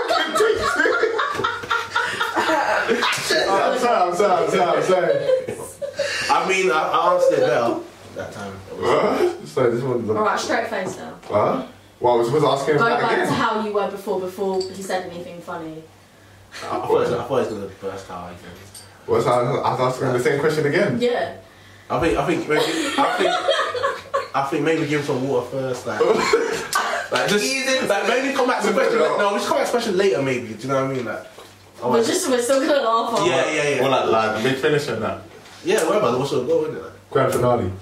I'm sorry, I'm sorry, I'm sorry, I'm sorry.
I mean, I, I answered it well that time.
Huh? Sorry, this one's a...
Alright, straight face now.
Huh? Well, I was supposed to ask him
Go
that
back to
again.
how you were before, before he said anything funny.
I, I thought, it was- I thought it was gonna burst out again.
What's that? I was asking him the same question again.
Yeah.
I think, I think, maybe, I think, I think maybe give him some water first, like. Like just, like maybe come back to the question. No, we should come back to the question later, maybe. Do you know what I mean? Like, oh,
We're just we're still gonna laugh on
yeah, yeah, yeah.
Well, like, like, big finish on that.
Yeah, whatever. What's your goal, isn't it? Like,
Grand finale.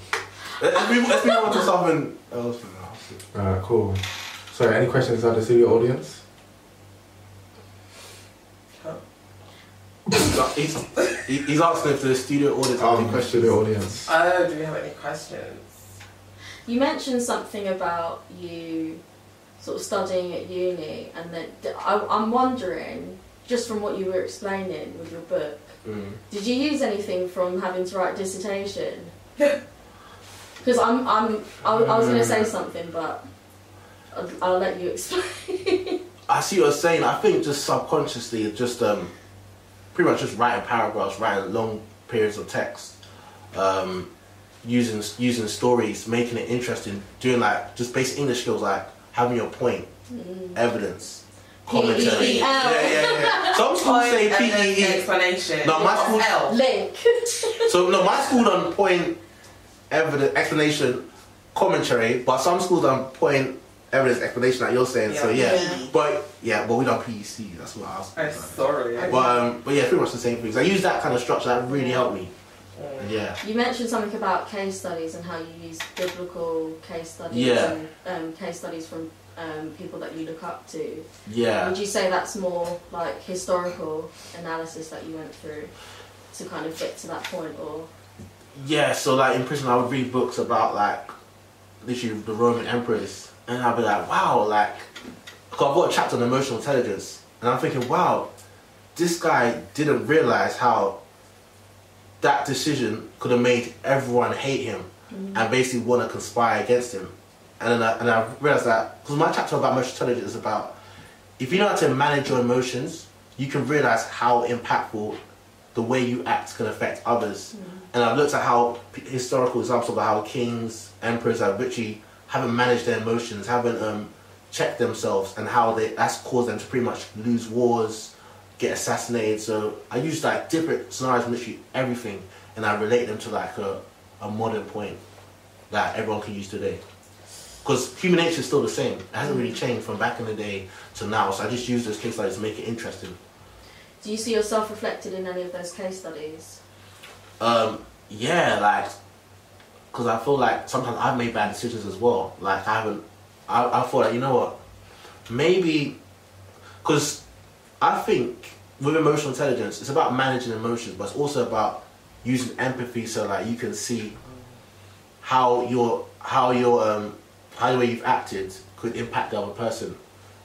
let- let's move, let's move on to something else. for now.
Ah, cool. So, any questions out of the studio audience?
He's, he- he's asking if the studio audience have any
Um,
questions.
studio audience.
Oh, do we have any questions?
You mentioned something about you sort of studying at uni, and that I, I'm wondering, just from what you were explaining with your book,
Mm.
did you use anything from having to write dissertation? Because I'm, I'm, I, I was going to say something, but I'll, I'll let you explain.
I see what you're saying. I think just subconsciously, just um, pretty much just writing paragraphs, writing long periods of text, um, using using stories, making it interesting, doing like just basic English skills like having your point,
Mm.
evidence, commentary.
PEL.
Yeah, yeah, yeah. Some schools
Point
say
and then the
PEE.
explanation.
No, my
What's
school-
L?
Link.
E So no, my school done point evidence explanation commentary, but some schools done point evidence explanation like you're saying. So
Yeah. E
yeah,
Yeah.
but yeah, but we done PEC. That's what I was.
I'm sorry. I-
But um, but yeah, pretty much the same things. I use that kind of structure. That really helped me. Yeah.
You mentioned something about case studies and how you use biblical case studies
Yeah.
and um, case studies from um, people that you look up to.
Yeah.
Would you say that's more like historical analysis that you went through to kind of get to that point, or
Yeah, so like in prison, I would read books about like literally the Roman emperors, and I'd be like, wow, like, cause I've got a chapter on emotional intelligence, and I'm thinking, wow, this guy didn't realize how that decision could have made everyone hate him and basically want to conspire against him. And then I, and I realized that because my chapter about emotional intelligence is about if you know how to manage your emotions, you can realize how impactful the way you act can affect others. And I've looked at how p- historical examples of how kings, emperors have literally haven't managed their emotions, haven't um, checked themselves, and how they that's caused them to pretty much lose wars, get assassinated. So I use like different scenarios, from literally everything, and I relate them to like a, a modern point that everyone can use today. Because human nature is still the same. It hasn't really changed from back in the day to now. So I just use those case studies to make it interesting.
do you see yourself reflected in any of those case studies?
Um, yeah, like, because I feel like sometimes I've made bad decisions as well. Like, I haven't, I, I thought, like, you know what, maybe, because I think with emotional intelligence, it's about managing emotions, but it's also about using empathy so, like, you can see how your, how your, um, how the way you've acted could impact the other person.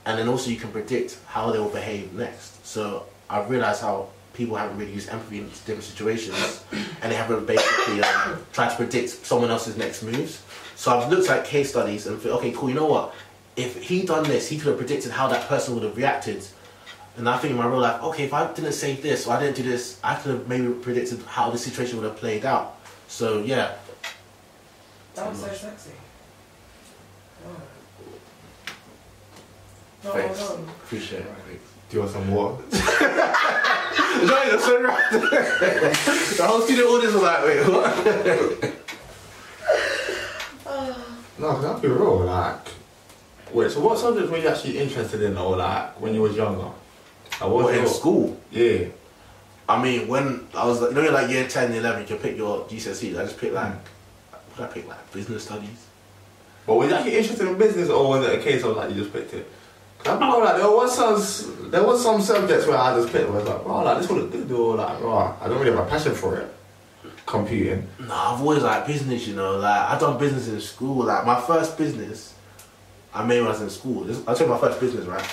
And then also you can predict how they will behave next. So I've realised how people haven't really used empathy in different situations and they haven't basically um, tried to predict someone else's next moves. So I've looked at case studies and thought, okay, cool, you know what? If he done this, he could have predicted how that person would have reacted. And I think in my real life, okay, if I didn't say this or I didn't do this, I could have maybe predicted how the situation would have played out. So yeah,
That was so sexy. Oh. No,
Thanks.
hold on.
appreciate it.
Do you want some water?
Johnny, the sun right The whole studio audience was like, wait, what?
No, can I be real? Like, Wait, so what subjects were you actually interested in or like when you was younger? Like, what was
Well, in
your-
school.
Yeah.
I mean, when I was, like, you know, like year 10, 11, you can pick your GCSEs. E. I just picked like, what did I pick? Like business studies.
But were you actually interested in business or was it a case of like you just picked it? 'Cause I remember like there was some there was some subjects where I just picked where I was like, oh like this would good or like oh I don't really have a passion for it. Computing.
No, I've always liked business, you know. Like, I've done business in school. Like, my first business I made when I was in school. This, I'll tell you my first business, right?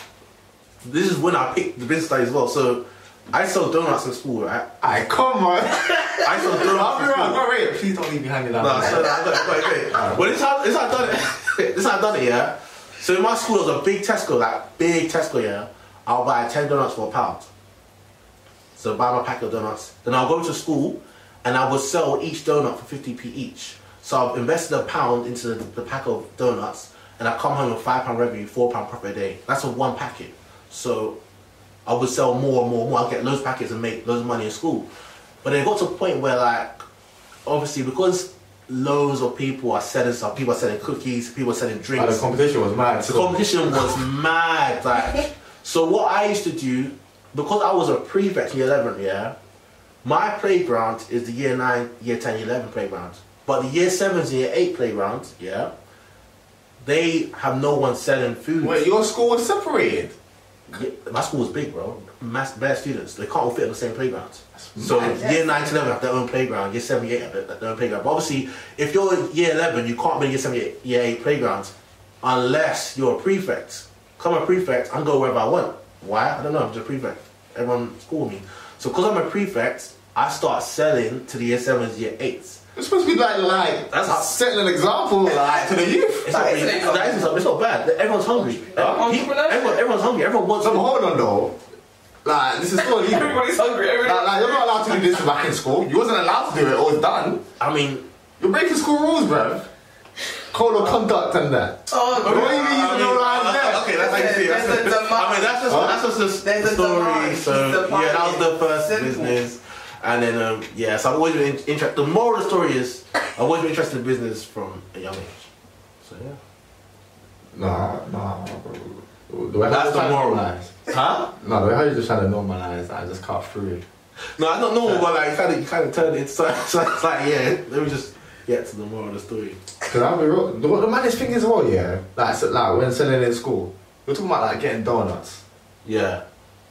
This is when I picked the business studies as well. So, I sold donuts in school, right?
I come on.
I sold
I'll
donuts
be
in school.
right, wait, please don't leave me hanging out.
No, so that, wait, wait, wait. Well, this how this how I done it. this how I done it, yeah. So in my school, there was a big Tesco, like big Tesco, yeah. I'll buy ten donuts for a pound. So buy my pack of donuts. Then I'll go to school, and I would sell each donut for fifty p each. So I've invested a pound into the, the pack of donuts, and I come home with five pound revenue, four pound profit a day. That's a one packet. So I would sell more and more and more. I'd get loads of packets and make loads of money in school. But it got to a point where, like, obviously, because loads of people are selling stuff, people are selling cookies, people are selling
Like,
drinks.
the competition was mad.
The
So
competition was mad. Like, so what I used to do, because I was a prefect in year 11, yeah, my playground is the year 9, year 10, year 11 playground. But the year 7s and year 8 playground, yeah, they have no one selling food.
Wait, your school was separated.
Yeah, my school was big, bro. Mass, bad students. They can't all fit on the same playground. So year 9 to 11 have their own playground. Year 7, year 8 have their own playground. But obviously, if you're in year 11, you can't be in year 7, year- year 8 playground unless you're a prefect. Come a prefect, I can go wherever I want. Why? I don't know. I'm just a prefect. Everyone school me. So because I'm a prefect, I start selling to the year 7s, year 8s.
It's supposed to be like like
That's-
like, setting an example like to the youth.
It's not,
That
really,
isn't it?
that isn't something. It's not bad. Everyone's hungry.
Entrepreneurship.
Everyone, everyone's hungry. Everyone wants.
So hold on though. Like this is still illegal. like,
Everybody's hungry. Everybody.
like, you're not allowed to do this back in school. You wasn't allowed to do it or it's done.
I mean,
You're breaking school rules, bruv. Code of conduct and that.
Oh,
What do you mean you don't know
Uh,
how to do that?
Okay, that's how you see it.
There's a demand.
I mean, that's just
Huh?
that's just a
There's a
story.
demand.
So
Supply
yeah, that was the first
Simple.
business, and then um, yeah. So I've always been interested. The moral of the story is I've always been interested in business from a young age. So yeah,
Nah, nah. The way
That's
how you
the
trying to
moral.
normalise-
huh?
Nah, the way how you just trying to normalize, I just cut through it.
No, I don't know, but like you kind of you kind of turned it. So, so it's like yeah, let me just get to the moral of the story.
Cause I'll be real. The, the maddest thing is, well, yeah. Like, so- like when selling in school, we're talking about like getting donuts.
Yeah.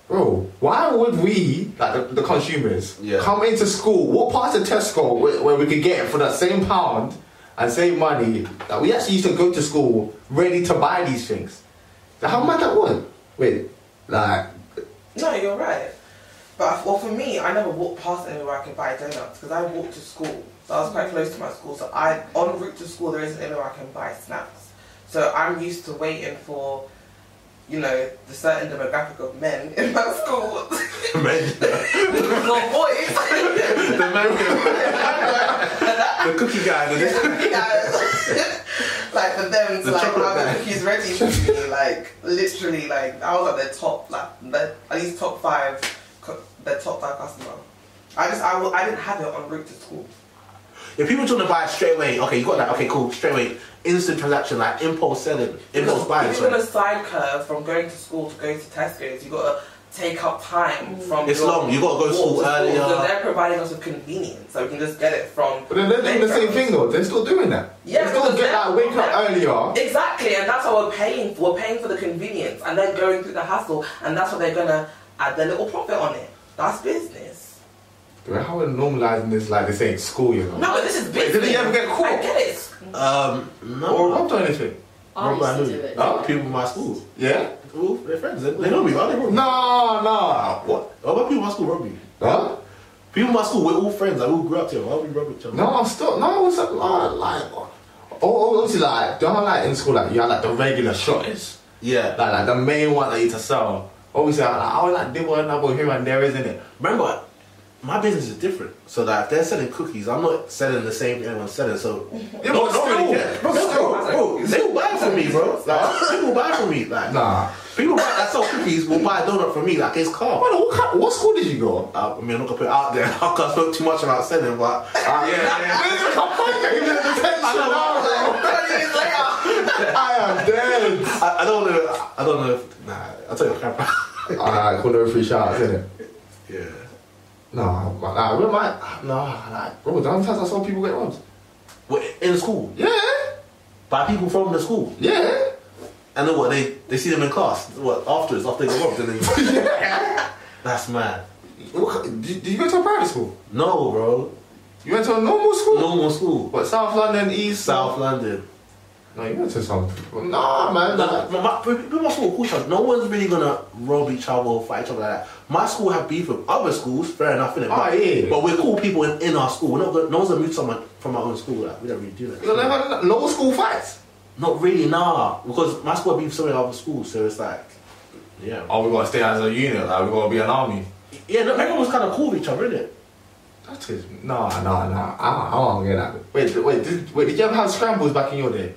Bro, why would we, like the, the consumers,
Yeah.
come into school, walk past a Tesco where, where we could get it for that same pound and save money? Like, we actually used to go to school ready to buy these things. Like, how mad that was? Wait, like,
No, you're right. But well, for me, I never walked past anywhere I could buy donuts because I walked to school, so I was quite close to my school. So I, en route to school, there isn't anywhere I can buy snacks. So I'm used to waiting for, you know, the certain demographic of men in my school,
Men-
not boys.
the men- the cookie guy, the,
Yeah. like for them to
The
like
chocolate
have
man.
the cookies ready for me, like literally, like I was at their top, like the, at least top five, cu- their top five customer. I just I, w- I didn't have it on route to school.
If people trying to buy it straight away, okay, you got that. Okay, cool. Straight away, instant transaction, like impulse selling, impulse buying.
Because even
Sorry.
a side curve from going to school to going to Tesco's, you gotta take up time from.
It's
your
long, you gotta go to
walk
school earlier.
So they're providing us with convenience, so we can just get it from.
but then they're doing the same
playgrounds.
thing though. They're still doing that.
Yeah,
they still
because
get
they're-
that wake up earlier.
Exactly, and that's what we're paying for. We're paying for the convenience and then going through the hassle, and that's what they're gonna add their little profit on it. That's business.
Bro, how are we normalizing this like this ain't school, you know?
No, but this is business.
Wait, did he ever get caught?
I get it.
Um,
Or
no.
robbed or anything?
I
Robbed by
used to
who?
do it.
Huh?
People in my school.
Yeah?
Ooh, they're friends. They, they know me. Right? They know me.
No, no. What?
All my people in my school rob me.
Huh?
People in my school, we're all friends. Like we all grew up together. Why would we rob each other?
No, I'm still no. What's up? Like, like oh, oh, obviously, like, don't like in school, like you had like the regular shots,
Yeah.
like like the main one that you to sell. Obviously, I, I would like do one double here and there, isn't it?
remember, my business is different. So that if they're selling cookies, I'm not selling the same thing everyone's selling. So
Yeah, but
don't
still,
really care.
but still,
bro, they will buy from me, bro. Like people buy from me. Like
Nah.
people buy, that sell cookies will buy a donut from me. Like it's calm.
What, kind, what school did you go? on?
I mean, I'm not gonna put it out there. I spoke too much about selling, but uh, yeah,
I am dead.
I, I don't know. I don't know. If, nah, I'll tell you off camera.
Alright, cool, no free shout outs, innit?
yeah.
Nah, man, nah, where am I? Nah, like, bro, downstairs I saw people get robbed.
Well, in school
Yeah,
by people from the school.
yeah.
And then what they they see them in class. What afterwards after they go off, then they. That's mad.
What ki- Did, did you go to a private school?
No, bro.
You went to a normal school?
Normal school.
What, South London, East?
South London.
No, you went to South. Nah, man.
No,
Nah.
no, my, people my school, cool stuff. no one's really gonna rob each other or fight each other like that. My school have beef with other schools, fair enough, innit?
Oh,
but,
yeah.
but we're cool people in, in our school. We're not gonna, no one's gonna move someone from our own school. Like, we don't really do that.
You never had local school fights?
Not really, nah. Because my school have beef with so many other schools, so it's like, yeah.
Oh, we gotta stay as a unit, like, we gotta be an army.
Yeah, no, everyone was kind of cool with each other, innit?
That is. Nah, nah, nah. I, I don't get that. Wait, th- wait, did, wait, did you ever have scrambles back in your day?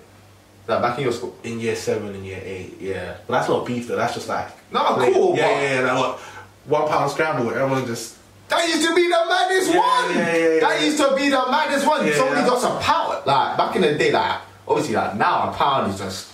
Like, back in your school?
In year seven and year eight, yeah. But that's not beef though. That's just like
Nah,
like,
cool,
Yeah,
but-
yeah, yeah. Like what? One pound scramble. Everyone just
That used to be the maddest
Yeah,
one.
yeah, yeah, yeah.
that used to be the maddest one.
Yeah,
Somebody
yeah.
got some power. Like back in the day, like obviously, like now a pound is just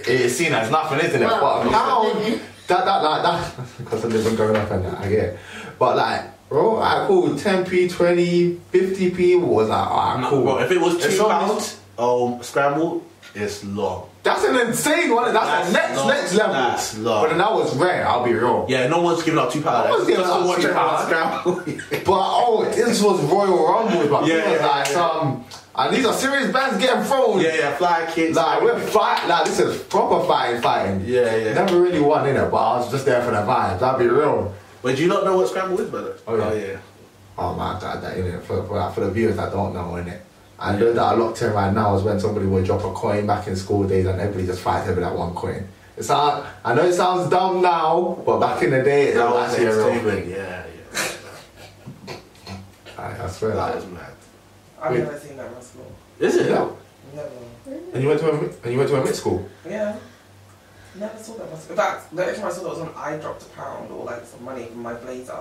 it's seen as nothing, isn't it?
Well,
but a
cost of
pound,
living.
that that like that because of living going up and that, I get. It. But like, bro, I cool. Ten p, 20, 50 p was like, alright, cool.
Bro, if it was
If
two
someone-
pounds, um, scramble, it's long.
that's an insane one. That's, the
That's
next
long.
next level.
That's long.
But then that was rare. I'll be real.
Yeah, no one's giving out two pounds.
No one's giving
Just
out
to watch
two
everyone scramble.
But oh, this was Royal Rumble, but
Yeah,
people was
yeah,
like
yeah.
um, and these are serious bands getting thrown.
yeah, yeah, fly kicks.
Like we're fight, like this is proper fighting, fighting.
Yeah, yeah.
Never really won in it, but I was just there for the vibes. I'll be real.
but do you not know what scramble is, brother?
Oh, yeah.
yeah.
Oh man, that, that in it for, for, for the viewers that don't know in it. I know that I locked in right now is when somebody would drop a coin back in school days and everybody just fights over that one coin. It sound, I know it sounds dumb now, but back in the day, it
That
was
was
actually a real
entertainment.
thing.
Yeah, yeah.
I, I swear,
That
like,
is mad.
I've
Wait.
never seen that in my school.
Is it?
yeah.
Never.
And you went to a, mi- and you went to a mid school.
Yeah. Never saw that in my school. In fact, the only time I saw that was when I dropped a pound or like some money from my blazer.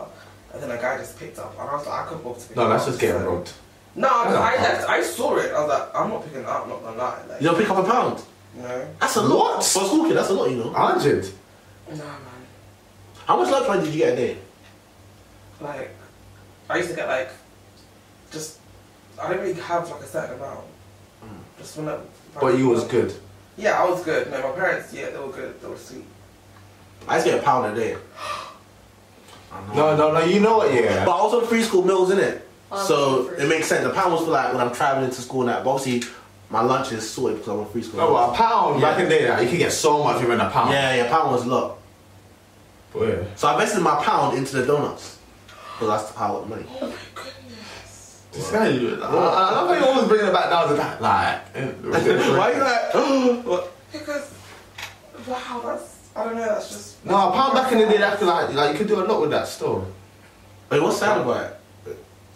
And then a guy just picked up, and I was like, I couldn't bother to pick
No,
it
that's
up,
just getting
so-
robbed.
No, 'cause
That's
I
not
left. I saw it. I was like, I'm not picking it up. Not gonna lie. Like,
You don't pick up a pound.
No.
That's a lot.
What?
For a school kid, that's a lot, you know.
Hundred.
No, man.
How much lunch money did you get a day?
Like, I used to get like, just I didn't really have like a certain amount. Just when I,
Mm. But you was good.
Yeah, I was good. No, my parents. Yeah, they were good. They were sweet.
I just get a pound a day. I know.
No, no, no. You know what? Yeah.
But also free school meals, innit?
Oh,
so
free.
it makes sense. The pound was for like when I'm traveling to school and that. But obviously, my lunch is sorted because I'm on free school.
No, but a pound
Yeah.
back in the day, like, you could get so much if you win a pound.
yeah, yeah, pound was a lot.
But yeah.
So I invested my pound into the donuts because that's the power of money.
This guy, you- I, I love how you always bringing it back down to that. Like, eh,
Why you like? what?
Because, wow, that's I don't know. That's just
No, a pound back in the day, that's like, like you could do a lot with that still.
Wait, what's sad about it?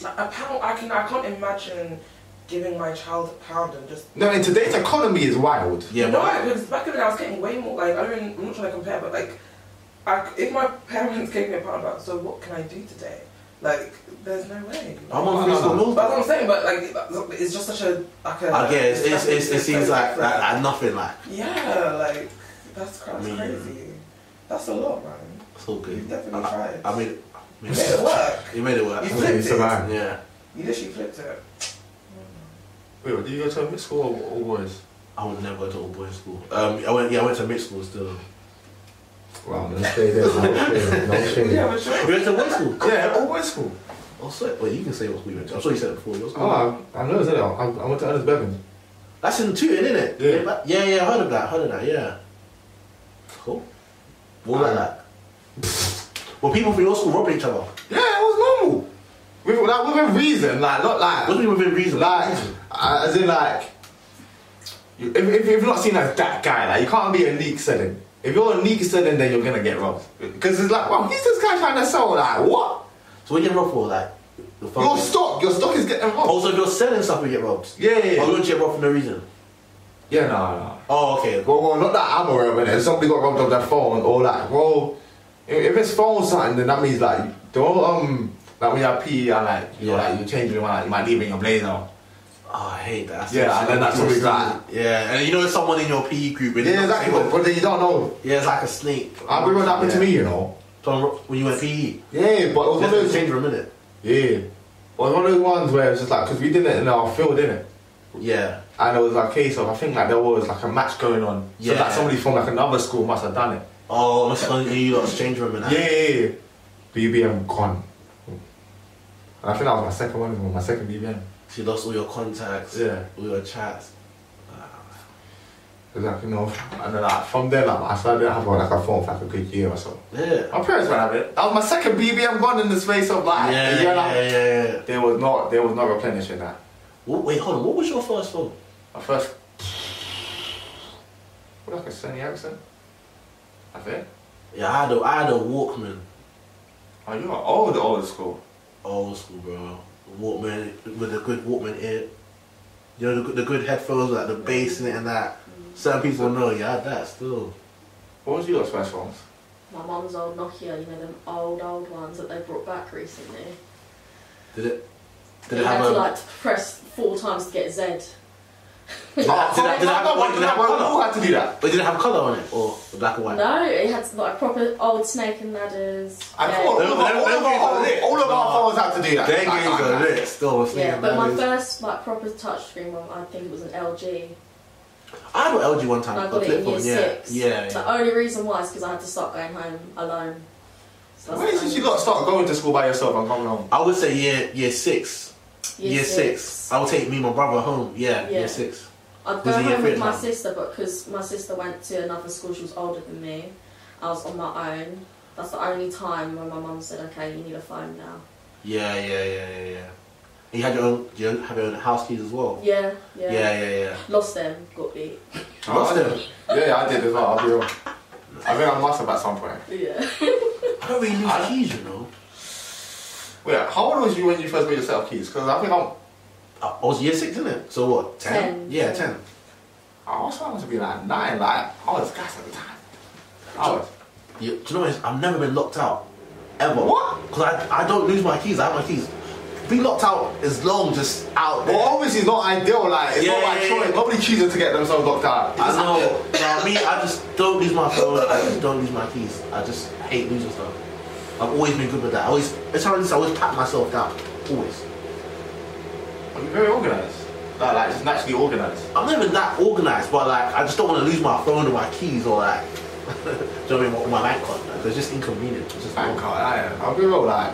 like, a pound. I can I can't imagine giving my child a pound and just.
No, in today's economy is wild.
Yeah,
no,
but
because back in the day I was getting way more. Like I don't. Even, I'm not trying to compare, but like, I, if my parents gave me a pound, like, so what can I do today? Like, there's no way.
I'm on free school meals.
But that's what I'm saying, but like, it's just such a like a.
I guess it's, it's, it seems like, like,
that.
like nothing. Like
Yeah, like that's, cra- that's
Me.
crazy. That's a lot, man.
it's all good.
You definitely
I,
tried.
I made it. Made
You made it work.
You made it work.
You
That's how you
flipped it.
survive.
Yeah.
You literally flipped it.
Wait, did you go to a mixed school or, or boys?
I would never go to all boys school. Um, I went. Yeah, I went to mixed school still.
Wow, no shade there, no shade, no shade.
Yeah, but sure.
You went to boys school.
Yeah, all boys school.
Oh, swear. Wait, you can say what school you went to. I'm sure you said it before. Your school.
Oh, I, I know, isn't it? I, I went to Ernest Bevan.
That's in Tooting, isn't it?
Yeah.
but- yeah, yeah, I heard of that, heard of that, yeah. Cool. What about
Um,
that? Well, people from your school robbing each other.
Yeah, it was normal. With, like, with a reason, like, not like.
What do you mean within reason?
Like, uh, as in, like, you- if, if you've not seen as that guy, like, you can't be a leak selling. If you're a leak selling, then you're gonna get robbed. Because it's like, wow, he's this guy trying to sell, like, what?
So what you get robbed for? Like the phone.
Your stock, your stock is getting robbed.
Also, if you're selling stuff, you get robbed.
Yeah, yeah,
Or you
yeah.
don't get robbed for no reason.
Yeah, nah, nah.
Oh, okay.
Well, well, not that I'm aware of it. If somebody got robbed of their phone or like, well, if, if it's phone something, then that means like, don't um, like when you're PE and like, you know,
Yeah.
like you change your mind, like, you might leave in your blazer.
Oh, I hate that. That's
Yeah, and then that's always like-
Yeah, and you know, there's someone in your PE group. And
Yeah, exactly. But, but then you don't know.
Yeah, it's like a snake.
I remember what happened
Yeah.
to me, you know.
Someone ro- when you went E, PE.
Yeah, but it was one of
Let's
those
change for a minute.
Yeah. Well, it was one of those ones where it was just like, because we did it in our field, didn't it?
Yeah.
And it was like a case of, I think like there was like a match going on. So
Yeah.
like somebody from like another school must have done it.
Oh, let's go to you lot's change room and that.
Yeah, yeah, yeah. BBM gone. And I think that was my second one, of them, my second BBM.
So you lost all your contacts.
Yeah.
All your chats.
It was like, you know, and then like from there, like, I started to have like a phone for like a good year or so.
Yeah.
My parents were having it. That was my second BBM gone in the space of like
Yeah,
a year and a
yeah,
half.
yeah, yeah.
There was not, there was not replenishing that.
Wha- Wait, hold on. What was your first phone?
My first. What, like a Sony Ericsson? I think.
Yeah, I had a, I had a Walkman.
Oh, you are old, old school.
Old school, bro. Walkman with a good Walkman ear. You know the, good- the good headphones, like the bass in it and that. Some people know. Yeah, I had that still.
What was your first phones?
My mum's old Nokia, you know them old old ones that they brought back recently.
Did it? Did
you
it
had
have
to
a?
like press four times to get Z.
did it, did it, did it have,
no,
wait, did it have
Who
color?
had to do that?
But did it have color on it or black and white?
No, it had like proper old snake and ladders.
I
yeah.
thought all of
Them-
our-
them-
all of
them games are lit.
our- all of
Nah.
our phones had to do that.
Their
I-
games
I-
are
I-
lit still. I
Yeah, but my
remember.
first like proper touchscreen one, I think it was an LG.
I had an LG one time.
And I
a
got it in
flip
year
phone, yeah.
six.
Yeah, yeah.
The only reason why is because I had to start going home alone. So that's
When
the
did you
only-
got to start going to school by yourself and coming home?
I would say year year six. Year, six. Uh, I would take me and my brother home. Yeah,
Yeah.
year six.
I'd go
Does he get
home with
fit
my
now?
sister, but because my sister went to another school, she was older than me. I was on my own. That's the only time when my mum said, "Okay, you need a phone now."
Yeah, yeah, yeah, yeah, yeah. And you had your own. You have your own house keys as well.
Yeah, yeah.
Yeah, yeah, yeah.
Lost them, got beat.
Lost
I
them.
did. Yeah, yeah, I did as well. I'll be real. I think I must have at some point.
Yeah.
I don't really lose
I-
keys, you know.
Wait, how old was you when you first made yourself keys? Because I think I'm.
I I was Uh, oh, year six, didn't it? So what?
Ten.
Yeah,
Yeah.
ten.
I was trying to be like nine. Like I was gassed at the time. I was.
You, do you know what? it is? I've never been locked out, ever.
What?
Because I, I don't lose my keys. I have my keys. Being locked out is long, just out there.
Well, obviously it's not ideal. Like it's
Yeah,
not like
yeah,
choice.
yeah.
Nobody chooses to get themselves locked out.
I know. but I mean, I just don't lose my phone. I just don't lose my keys. I just hate losing stuff. I've always been good with that. I always, it's hard I always pat myself down. Always.
Are you very organised? Like, like just naturally organised.
I'm not even that organized, but like, I just don't want to lose my phone or my keys or like, do you know what I mean? Or my bank card. Like, it's just inconvenient. It's just
Bank card, I am. I'll be real. Like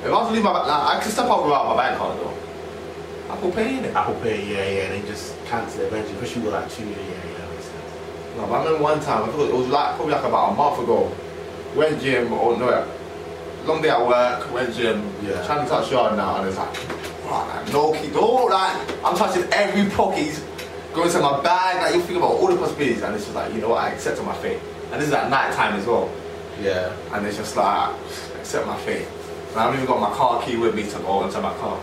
if I was to leave my ba- like I could step out without my bank card though. Apple Pay in it.
Apple Pay, yeah, yeah, and they just cancel it eventually, especially with like two, yeah, yeah, that makes sense.
No, but I remember one time, I thought it was like probably like about a month ago. Went gym or no, long day at work. Went gym.
Yeah.
Trying to touch yard now, and it's like, right, like, no key, no, like I'm touching every pocket, going to my bag. Like you think about all the possibilities, and it's just like you know what, I accept my fate. And this is at night time as well,
Yeah.
and it's just like accept my fate. And I haven't even got my car key with me to go into my car,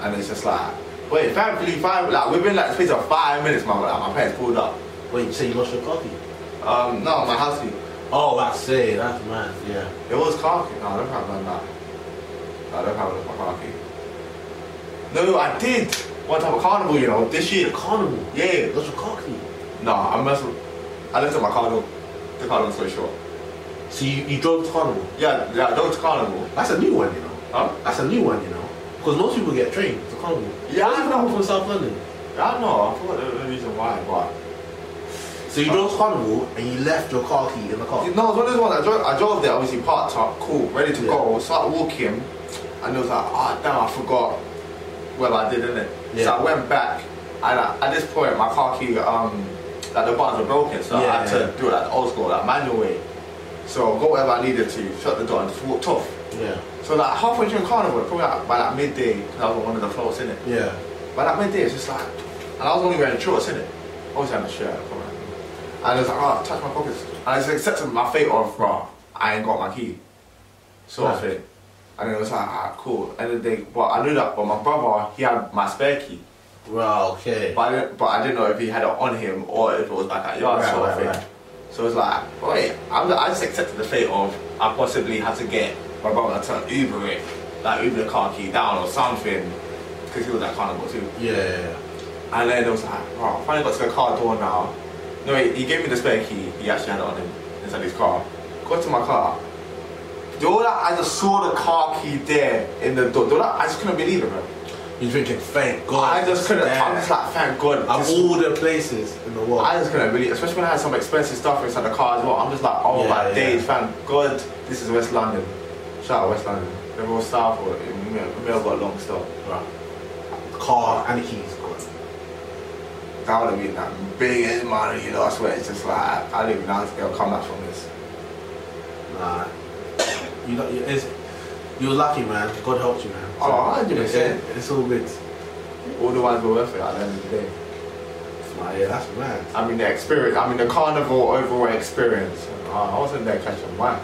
and it's just like, wait, thankfully five, like within like the space of five minutes, my like, my parents pulled up.
Wait, you say you lost your coffee?
Um, no, my house key.
Oh, that's it, that's mad, yeah.
It was cocky. No, I don't have none now. No, I don't have enough cocky. No, I did. One time a carnival, you know, this year.
The carnival.
Yeah.
You lost your coffee.
No, I messed with. I left at my carnival. The carnival's so short.
So you, you drove to carnival.
Yeah, yeah, that was carnival.
That's a new one, you know.
Huh?
That's a new one, you know. Because most people get trained to Carnival.
Yeah,
most
I
people
know.
from South London.
I don't know. I forgot the, the reason why, but.
So you drove to Carnival and you left your car key in the car.
No, it was one of those ones. I drove, I drove there, obviously, parked up, cool, ready to
Yeah.
go. Start walking, and it was like, ah, damn, I forgot what I did, innit? it. So
Yeah.
I went back, and I, at this point, my car key, um, like the buttons were broken, so I
Yeah,
had to
yeah.
do it like the old school, like manual way. So I got whatever I needed to, shut the door, and just walked off.
Yeah.
So like halfway through carnival, probably like by like midday, 'cause I was on one of the floats, innit?
Yeah.
By that midday, it's just like, and I was only wearing shorts, innit? I was wearing a shirt, come on. And it's like, oh, touch my pockets. And I just accepted my fate of, bro, I ain't got my key. Sort of
Right.
thing. And then I was like, ah, cool. And then they, well, I knew that, but my brother, he had my spare key.
Right, okay.
But I didn't, but I didn't know if he had it on him or if it was like at yard
Right,
sort of
right,
thing.
right.
So it was like, wait, I'm, I just accepted the fate of I possibly had to get my brother to Uber it, like Uber the car key down or something, because he was at carnival too.
Yeah, yeah,
And then it was like, oh, I finally got to the car door now. No, he, he gave me the spare key. He actually had it on him inside his car. Got to my car. Do all that, I just saw the car key there in the door. Do all that, I just couldn't believe it, man.
yeah. You're thinking, thank God.
I just
it's
couldn't.
there.
I'm just like, thank God.
Of
this-
all the places in the world.
I just couldn't really, especially when I had some expensive stuff inside the car as well. I'm just like, oh
Yeah,
my
yeah.
days, thank God, this is West London. Shout out West London. If it was South, or it may, it may have got long still.
Right. Car and the keys gone.
That would have been that biggest money, you know. I swear, it's just like I don't even know how to get a comeback from this.
Nah. You know, you- it's, you're lucky, man. God helped you, man.
Oh, 100%.
It's, it's all good.
All the ones were worth it at the end of the day.
Nah, yeah, that's mad.
I mean, the experience. I mean, the carnival overall experience. I wasn't there catching whack,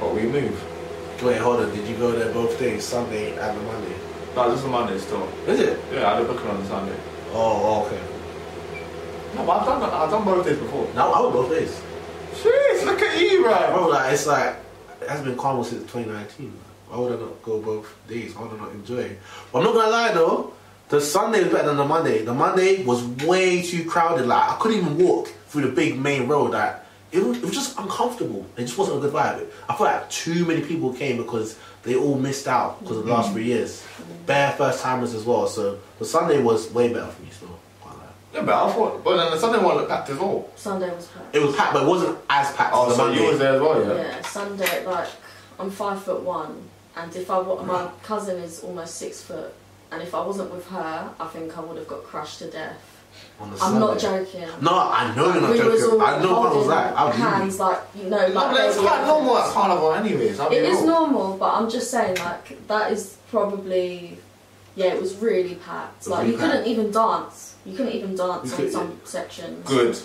but we moved.
Wait, hold on. Did you go there both days, Sunday and the Monday?
No, just on Monday still.
Is it?
Yeah, I had a booking on Sunday.
Oh, okay.
No, but I've done I've done both days before.
No, I went both days.
Jeez, look at you,
Like,
bro.
bro, like it's like it has been carnival since 2019. man. Why would I not go both days? Why would I not enjoy it? But I'm not gonna lie though, the Sunday was better than the Monday. The Monday was way too crowded. Like I couldn't even walk through the big main road. Like it was, it was just uncomfortable. It just wasn't a good vibe. I feel like too many people came because they all missed out because of the last three years. Bare first timers as well. So the Sunday was way better for me still. Can't lie.
Yeah, but I thought, but then the Sunday one looked packed as well.
Sunday was packed.
It was packed, but it wasn't as packed
Oh,
as the
so
Monday.
you was there as well, yeah?
Yeah, Sunday, like, I'm five foot one, and if I wa- my cousin is almost six foot, and if I wasn't with her, I think I would have got crushed to death.
on the
I'm not
Sunday.
joking.
No, I know you're not
we was
joking.
all
I know what I was
holding
like. I was
hands, like you know,
No,
like
but it's
baby
quite normal at
elephants.
carnival, anyways. I mean,
It is normal, but I'm just saying, like that is probably, yeah, it was really packed.
It was
Like
really
you
packed.
couldn't even dance. You couldn't even dance
You
in
could-
some sections.
good.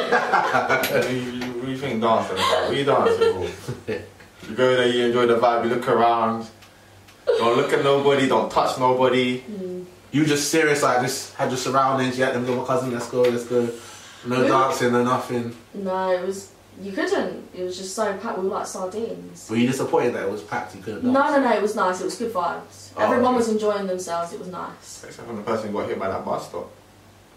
you, you, what do you think dancing about? What you dancing for? you go there, you enjoy the vibe, you look around. Don't look at nobody, don't touch nobody.
You were just serious, like just had your surroundings. You had them little cousin. Let's go. Let's go. No
Really?
dancing, no nothing.
No, it was you couldn't. It was just so packed. We were like sardines.
Were you disappointed that it was packed? You couldn't.
No,
Dance?
no, no. It was nice. It was good vibes.
Oh,
Everyone
okay.
was enjoying themselves. It was nice.
Except for the person who got hit by that bus stop.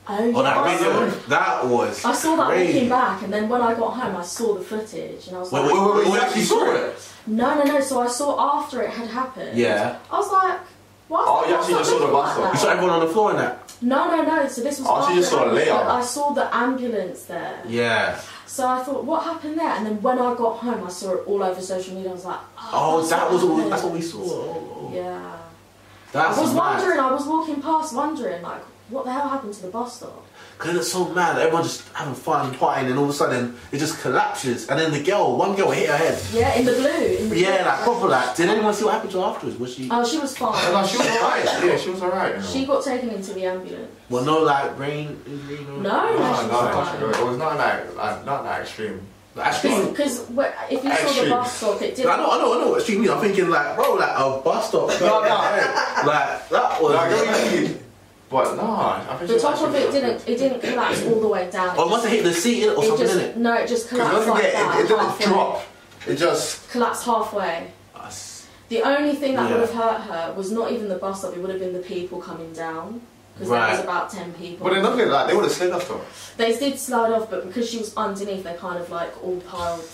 Oh,
Oh, that
yeah.
video. That was.
I saw that
crazy.
walking back, and then when I got home, I saw the footage, and I was
Wait,
like,
wait,
Oh,
wait, wait, you actually saw it?
No, no, no. So I saw after it had happened.
Yeah.
I was like, why?
Oh, you actually just saw the bus
You saw everyone on the floor in that.
No, no, no. So this was.
Oh, so you
after
just saw it
happened,
later.
but I saw the ambulance there.
Yeah.
So I thought, what happened there? And then when I got home, I saw it all over social media. I was like, oh,
Oh,
that's
that was. All,
happened.
that's what we saw. Oh, oh.
Yeah.
That's
I was
mad.
wondering. I was walking past, wondering like, what the hell happened to the bus stop?
Cause it's so mad, everyone just having fun, partying, and all of a sudden it just collapses. And then the girl, one girl hit her head.
Yeah, in the blue. In the
Yeah,
blue.
like proper. Like, did anyone see what happened to her afterwards? Was she?
Oh, she was
No,
fine.
no, she was alright. Yeah, she was alright. You know.
She got taken into the ambulance.
Well, no, like brain injury.
Oh
No, no,
No,
she was
no,
fine.
it was not that, like, not that extreme.
Actually,
Because if you saw the
Actually-
bus stop, it
I
didn't.
know, I know, I know what she means. I'm thinking like, bro, like a bus stop.
No, no.
like that was.
Like, what do you mean? But no, I think
The
she
top
actually
of
was
it
good.
didn't. It didn't collapse all the way down.
or it must have hit the seat or something
just,
in it.
No, it just
Because
collapsed
don't
like
forget,
that.
it, it didn't
halfway.
drop. It just
Collapsed halfway.
Us.
The only thing that
Yeah.
would have hurt her was not even the bus stop. It would have been the people coming down because there was
Right.
about ten people.
But then look at that, they would have slid off though.
they did slide off, but because she was underneath, they kind of like all piled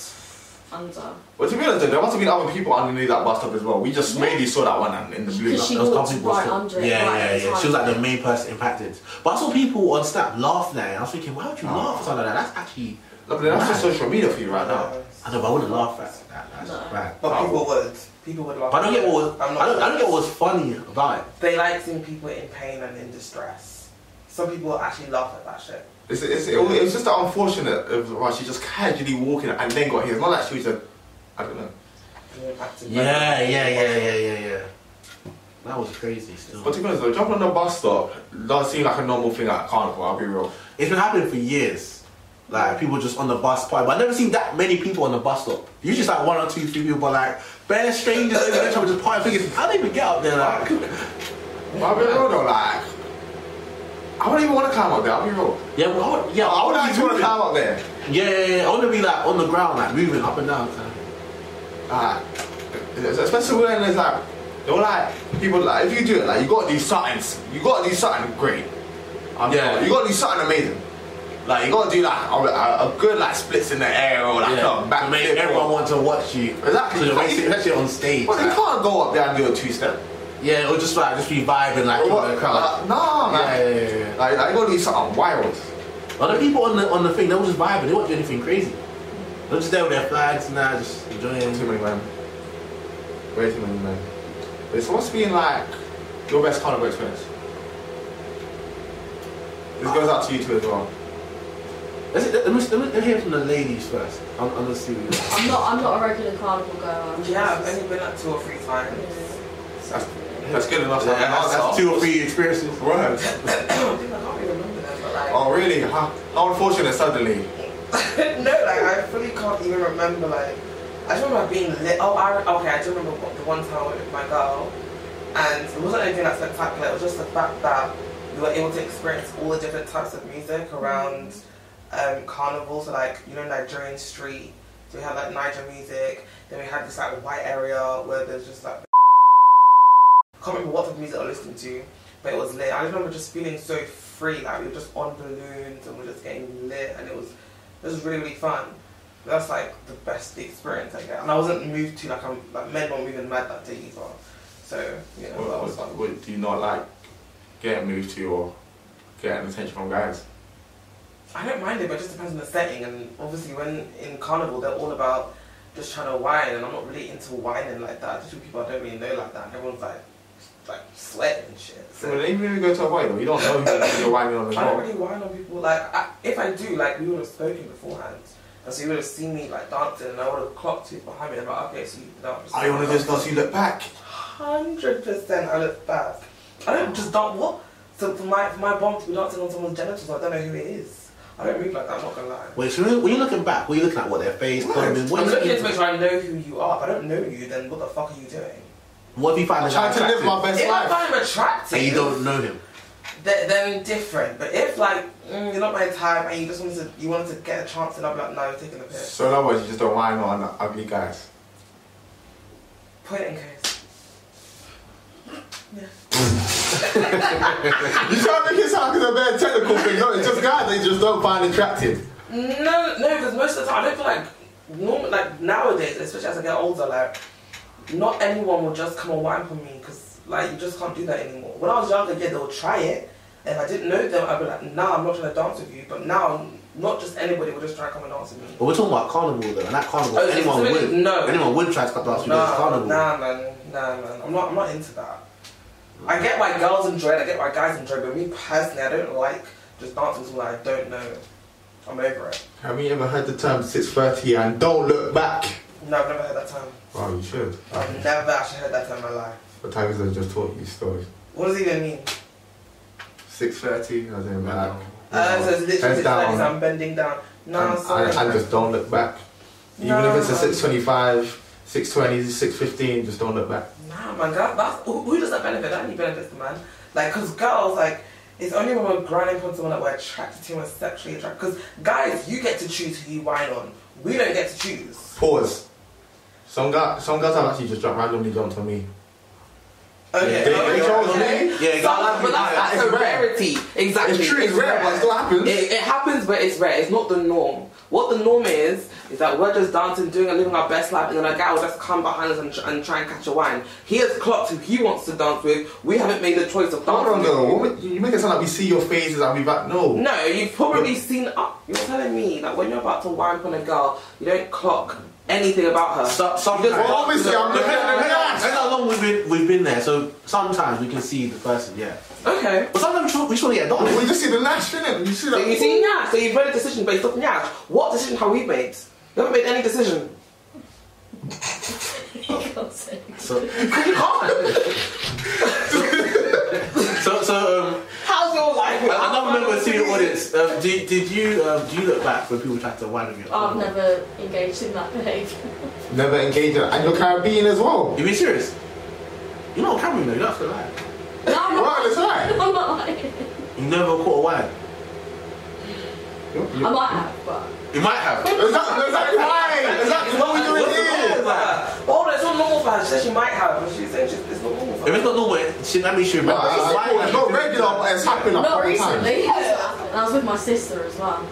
under.
But to be honest, there must have been other people underneath that bus stop as well. We just mainly saw that one and in the blue.
Because she
There was a
walked
couple people
right
still-
under it.
Yeah,
right at
yeah,
the
yeah.
time.
She was like the main person impacted. But I saw people on Snap laughing at it. I was thinking, why would you laugh at something like that? That's actually.
No, but that's just social media for you right now.
I know, but I wouldn't laugh at that. That's
No.
bad.
Oh.
But people would. People would laugh.
But I don't get what
I'm
was. I
not
don't, I don't get what was funny about it.
They like seeing people in pain and in distress. Some people actually laugh at that shit.
It's, it's, it, was- it was just the unfortunate of why she just casually walking and then got hit. It's not like she was a, I don't know.
Being active.
Yeah, yeah, yeah, yeah, yeah, yeah. That was crazy. Still.
But to be honest, though, jumping on the bus stop does seem like a normal thing at carnival. I'll be real.
It's been happening for years. Like people just on the bus party, but I've never seen that many people on the bus stop. Usually it's like one or two, three people, but like bare strangers in the just party. Thinking, I don't even get up there. Like,
But I'll be real though, like, I wouldn't even want to climb up there, I'll be real.
yeah, well, I would- yeah,
I
I
wouldn't
would
actually want to
moving.
climb up there.
Yeah, yeah, yeah. I want to be like on the ground, like moving up and down. Kind of.
Like, Ah, especially when there's like, they're like, people like, if you do it, like, you gotta do something, you gotta do something great. I'm
Yeah.
You gotta do something amazing. Like, you gotta do like a, a, a good like splits in the air or like
yeah.
a back
to make
flip or-
everyone want to watch you.
Exactly.
So you're basically- Especially on stage.
Well, you
like-
can't go up there and do a two step.
yeah, or just like just be vibing like in the crowd.
Like, nah,
yeah,
man.
yeah, yeah, yeah.
Like, like, you gotta do something wild.
But the people on the on the thing, they were just vibing. They weren't doing anything crazy. They were just there with their flags and that, just
Too
enjoying.
many men. Way too many men. But it's supposed to be in like your best carnival experience. This goes out to you two as well.
Let's, let me, let me, let me hear from the ladies first. I'm, I'm gonna see. what-
I'm not. I'm not a regular carnival goer.
Yeah, I've only been like two or three times.
That's, that's good enough.
Yeah, that's, that's two or
three
three experiences.
words.
I can't really remember them, but like,
Oh really? How, how unfortunate suddenly.
no, like I fully can't even remember. Like I just remember being lit. Oh, I okay. I do remember what, the one time I went with my girl, and it wasn't anything that spectacular. It was just the fact that we were able to experience all the different types of music around um, carnival. So like you know Nigerian street. So we had like Niger music. Then we had this like white area where there's just like can't remember what type of music I listened to, but it was lit. I just remember just feeling so free. Like we were just on balloons and we were just getting lit, and it was it was really, really fun. That's like the best experience I get. And I wasn't moved to like I'm like men weren't moving mad that day either. So, you know, that was fun.
What do you not like getting moved to or getting attention from guys?
I don't mind it, but it just depends on the setting and obviously when in carnival they're all about just trying to whine and I'm not really into whining like that. Just with people I don't really know like that and everyone's like like sweating and shit. So
Well, even if you go to a party, though, you don't know who you're whining on the
I don't
top.
really whine on people. Like, I, if I do, like, we would have spoken beforehand. And so you would have seen me, like, dancing, and I would have clocked you behind me. And I'm like, okay, so you dance.
I want to just not see you look back.
100% I look back. I don't just dance, what? So for my, for my bomb to be dancing on someone's genitals, I don't know who it is. I don't move like that, I'm not gonna lie.
Wait, so when you're looking back, what are you looking at? What their face, clothing? What,
I'm
are you
looking to
looking
make sure I know who you are. If I don't know you, then what the fuck are you doing?
what if you find
I'm
a
trying
guy
to live my
attractive
best
If I
life.
find him attractive,
and you don't know him?
th- then different. But if like mm, you're not my type and you just wanted to, you wanted to get a chance, and I'm like, no, you're taking the piss.
So in other words, you just don't whine on ugly guys.
Point in case.
You trying to make it sound like a bad technical thing. No, it's just guys they just don't find attractive.
No, no, because most of the time I don't feel like normal, like nowadays, especially as I get older, like not anyone will just come and whine for me because like you just can't do that anymore. When I was younger, yeah, they'll try it. And if I didn't know them, I'd be like, nah, I'm not trying to dance with you. But now, not just anybody will just try and come and dance with me.
But we're talking about carnival though, and that carnival,
Oh, so
anyone
it's
would,
really- no.
anyone would try to cut off you
nah,
because it's carnival.
Nah, man, nah, man. I'm not, I'm not into that. I get why girls enjoy it, I get why guys enjoy it, but me personally, I don't like just dancing to someone I don't know. I'm over it.
Have you ever heard the term 630 and don't look back?
No, I've never heard that term.
Oh, you should.
I've never actually heard that term in my life.
The tigers have just taught you stories.
What does it even mean?
630, I don't know.
Wow.
Uh, so it's literally
Heads
just like
down.
this, I'm bending down. No,
and,
sorry.
and- and just don't look back. Even
No.
if it's a 625, 620, 615, just don't look back.
nah, man, girl, that's, who, who does that benefit? That only benefits the man. Like, because girls, like, it's only when we're grinding upon someone that we're attracted to and sexually attracted. Because guys, you get to choose who you whine on. We don't get to choose.
Pause. Some guys, some guys have actually just jumped, randomly jumped on me.
Okay.
They-
okay,
they chose
okay.
me.
Yeah,
So-
guys-
but that's, that's
It's
a
rare.
rarity. Exactly.
It's true, it's rare, but it still happens.
It, it happens, but it's rare. It's not the norm. What the norm is, is that we're just dancing, doing and living our best life, and then a guy will just come behind us and, tr- and try and catch a wine. He has clocked who he wants to dance with. We haven't made the choice of
Hold on
dancing.
though, woman, you make it sound like we see your faces and we back. No.
No, you've probably seen. Uh, you're telling me that when you're about to wine on a girl, you don't clock anything about her.
So- sometimes-
You just-
Well, obviously, I'm looking at the
That's
guys.
how long we've been, we've been there, so sometimes we can see the person, yeah.
Okay.
But sometimes we just want to get done.
We just see the lash, innit? You see that?
So you see Nyash, so you've made a decision based off Nyash. What decision have we made? We haven't made any decision.
So,
You can't.
so, so um,
How's your life
I- Another member of the senior audience, um, did, did you um, do you look back when people tried to wag you?
I've never engaged in that behaviour.
Never engage in And you're Caribbean as well.
You be serious? You're not Cameroon though. You don't have to lie.
No, I'm not.
Well, it's
I'm
right.
not. lying.
You never caught a wag.
I might have, but
You might have.
Is that, is that why? Is that what we're doing here?
Oh, that's not normal for her. She said she might have. but She said she- it's not normal for
If
her.
it's not normal, she, that means
No,
she remembers.
it's
Why
cool.
have
It's
you
not
been-
regular, but it's happened a
not
couple times.
recently. And I was with my sister as well.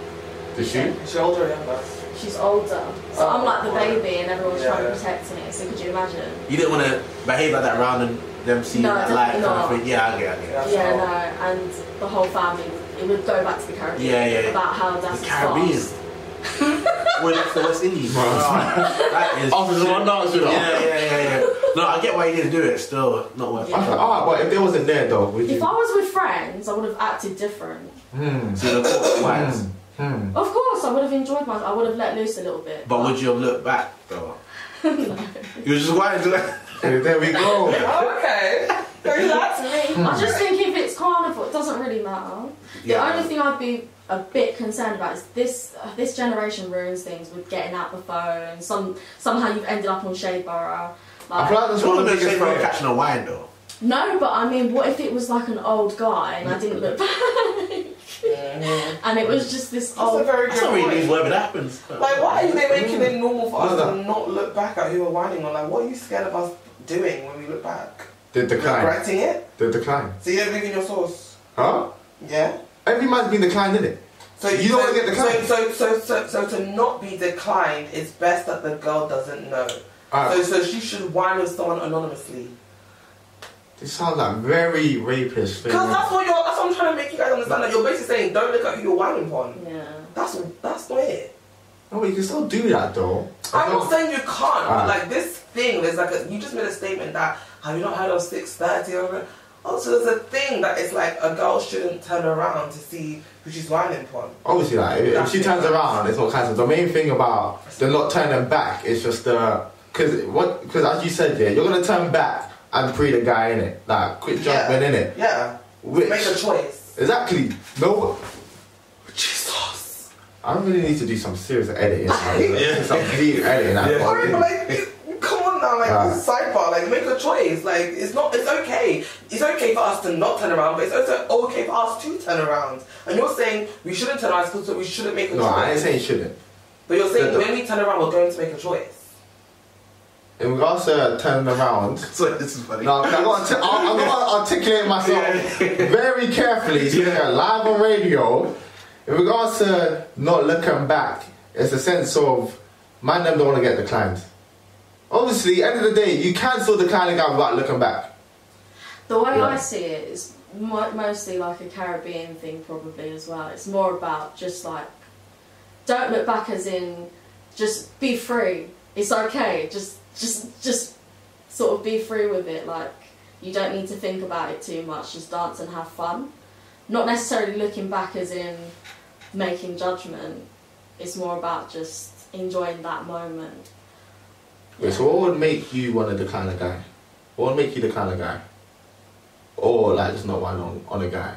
Did she?
She older than us.
She's older, so
Oh,
I'm like the
right.
baby, and everyone's
Yeah.
trying to protect me. So could you imagine?
You didn't want to behave like that round and them seeing
No,
that light kind of
definitely
thing. Yeah, I get, I get.
That's
yeah,
all.
no, and the whole family. It would go back to the Caribbean.
Yeah, yeah, yeah.
About how that's
The Caribbean. We're next to West Indies.
Bro.
that is.
After the one dance, you know.
Yeah, yeah, yeah, yeah. No, I get why you didn't do it. Still, not worth
I
Yeah.
it.
thought, ah, but if they wasn't there though, would
If
you?
I was with friends, I would have acted different.
Hmm.
So the court wise.
Hmm. Hmm.
Of course, I would have enjoyed myself. I would have let loose a little bit.
But would you have looked back though?
No.
You was just wild. like-
Okay, There we go.
Oh, okay. Very nice.
I just think if it's carnival, it doesn't really matter. The only thing I'd be a bit concerned about is this uh, this generation ruins things with getting out the phone. Some somehow you've ended up on Shade Borough.
I feel like
I
that's
just
one of the
make
biggest
sure you're
problems.
catching a wine though.
No, but I mean, what if it was like an old guy and I didn't look back? and it was just this
That's a
old.
very
That's not
good
really
point.
where it happens.
Like, why is they making it normal for us
No,
to not look back at who we're whining on? Like, what are you scared of us doing when we look back?
The decline.
Regretting it?
The decline.
So you don't believe in your source?
Huh?
Yeah?
Every man's been declined, innit?
So
You don't
so,
wanna get declined.
So, so, so, so, so to not be declined, it's best that the girl doesn't know.
Alright.
So, so she should whine with someone anonymously.
This sounds like very rapist. thing.
Because that's what you're. That's what I'm trying to make you guys understand. That you're basically saying, don't look at who you're whining on.
Yeah.
That's that's not it.
No, but you can still do that though.
I'm not
Don't-
saying you can't. but
Alright.
Like this thing, there's like a, you just made a statement that have you not heard of six thirty or whatever? Also, there's a thing that it's like a girl shouldn't turn around to see who she's whining upon.
Obviously, like if, if she
That's-
turns around, it's not cancelled. The main thing about the not turning back is just the because what because as you said, yeah, you're gonna turn back and pre the guy in it, like quit
Yeah.
jumping in it.
Yeah,
Which
make a choice.
exactly no.
Jesus.
I really need to do some serious editing. Like,
Yeah.
Some deep editing. Like,
Yeah.
Sorry, but like, you- come on now, like
Alright.
this is sidebar, like make a choice. Like it's not, it's okay. It's okay for us to not turn around, but it's also okay for us to turn around. And you're saying we shouldn't turn around, so we shouldn't make a
no, I ain't
choice.
saying you shouldn't.
But you're saying
No, no.
when we turn around, we're going to make a choice.
In regards to turning around,
So this is funny.
No, 'cause I gotta, t- I, I gotta articulate myself very carefully. So yeah. live on radio, in regards to not looking back, it's a sense of man them don't want to get declined. Obviously, end of the day, you can still decline a guy without looking back.
The way I
Yeah.
see it is mo- mostly like a Caribbean thing, probably as well. It's more about just like, don't look back, as in, just be free. It's okay. Just, just, just sort of be free with it. Like you don't need to think about it too much. Just dance and have fun. Not necessarily looking back, as in making judgment. It's more about just enjoying that moment.
Yeah, so what would make you want to decline a guy? What would make you decline a guy? Or like just not one on, on a guy?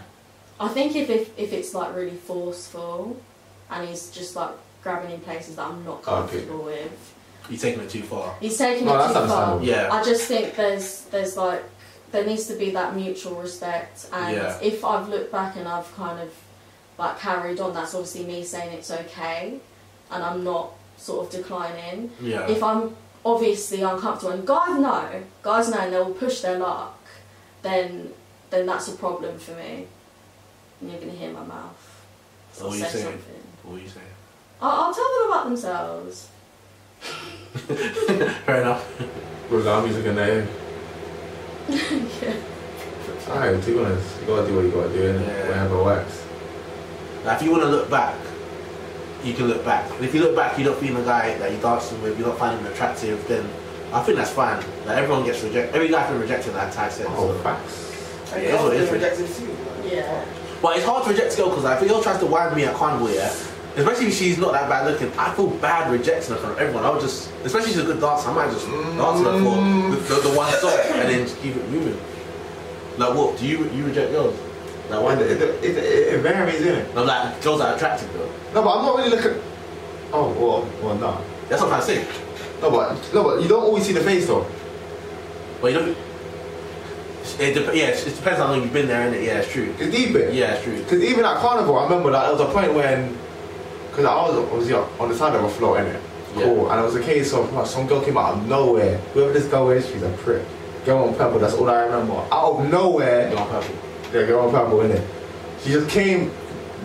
I think if, if if it's like really forceful, and he's just like grabbing in places that I'm not
Okay.
comfortable with,
You're taking it too far.
he's taking
No,
it
that's
too far.
understandable.
Yeah.
I just think there's there's like there needs to be that mutual respect, and
Yeah.
if I've looked back and I've kind of like carried on, that's obviously me saying it's okay, and I'm not sort of declining
Yeah.
if I'm obviously uncomfortable and guys know, guys know and they'll push their luck, then then that's a problem for me. And you're gonna hear my mouth.
What
I'll
are you
say
saying?
something.
What are you saying?
I'll, I'll tell them about themselves.
Fair enough.
With the army's looking at him. Alright, to be honest, you gotta do what you gotta do, innit?
Yeah.
Whatever works.
Like, if you want to look back, you can look back. And if you look back, you're not feeling the guy that you're dancing with, you're not finding him attractive, then I think that's fine. Like, everyone gets rejected. Every guy can reject it, like Ty said.
Oh,
so.
facts.
And
Yeah, it's what it
girls
is,
get
really.
rejected too.
Yeah.
But it's hard to reject a girl because like, if a girl tries to wind me at carnival, yeah, especially if she's not that bad looking, I feel bad rejecting her from everyone. I would just, especially if she's a good dancer, I might just dance her for with the, the one song and then just keep it moving. Like, what? Do you you reject girls? That
It,
one.
it, it, it, it varies, innit?
And I'm like, girls are attractive though.
No, but I'm not really looking. Oh, well, well, no.
That's what I'm trying to say.
No, but no, but you don't always see the face though.
But you don't. It dep- yeah, it depends how long you've been there, innit? Yeah, it's true.
It's deep it.
Yeah, it's true.
Because even at carnival, I remember that there was a point when, because I was obviously on the side of a float, innit?
Yeah.
Cool. And it was a case of like, some girl came out of nowhere. Whoever this girl is, she's a prick. Girl on purple. That's all I remember. Out of nowhere,
You're on purple.
yeah, girl on purple, innit? She just came.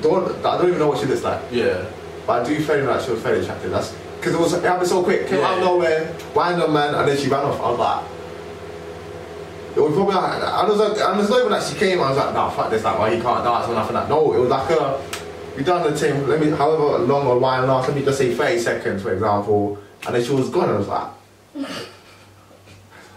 Don't I don't even know what she looks like,
Yeah.
but I do feel like she was fairly attractive. That's because it was it happened so quick. Came
Yeah,
out of
yeah.
nowhere, wind up man, and then she ran off. I was like. It was probably like, I was like, and it's not even like she came, I was like, nah, fuck this, like, why you can't dance or nothing like No, it was like a, we done the thing, let me, however long or wine lasts, let me just say 30 seconds, for example, and then she was gone, and I was like,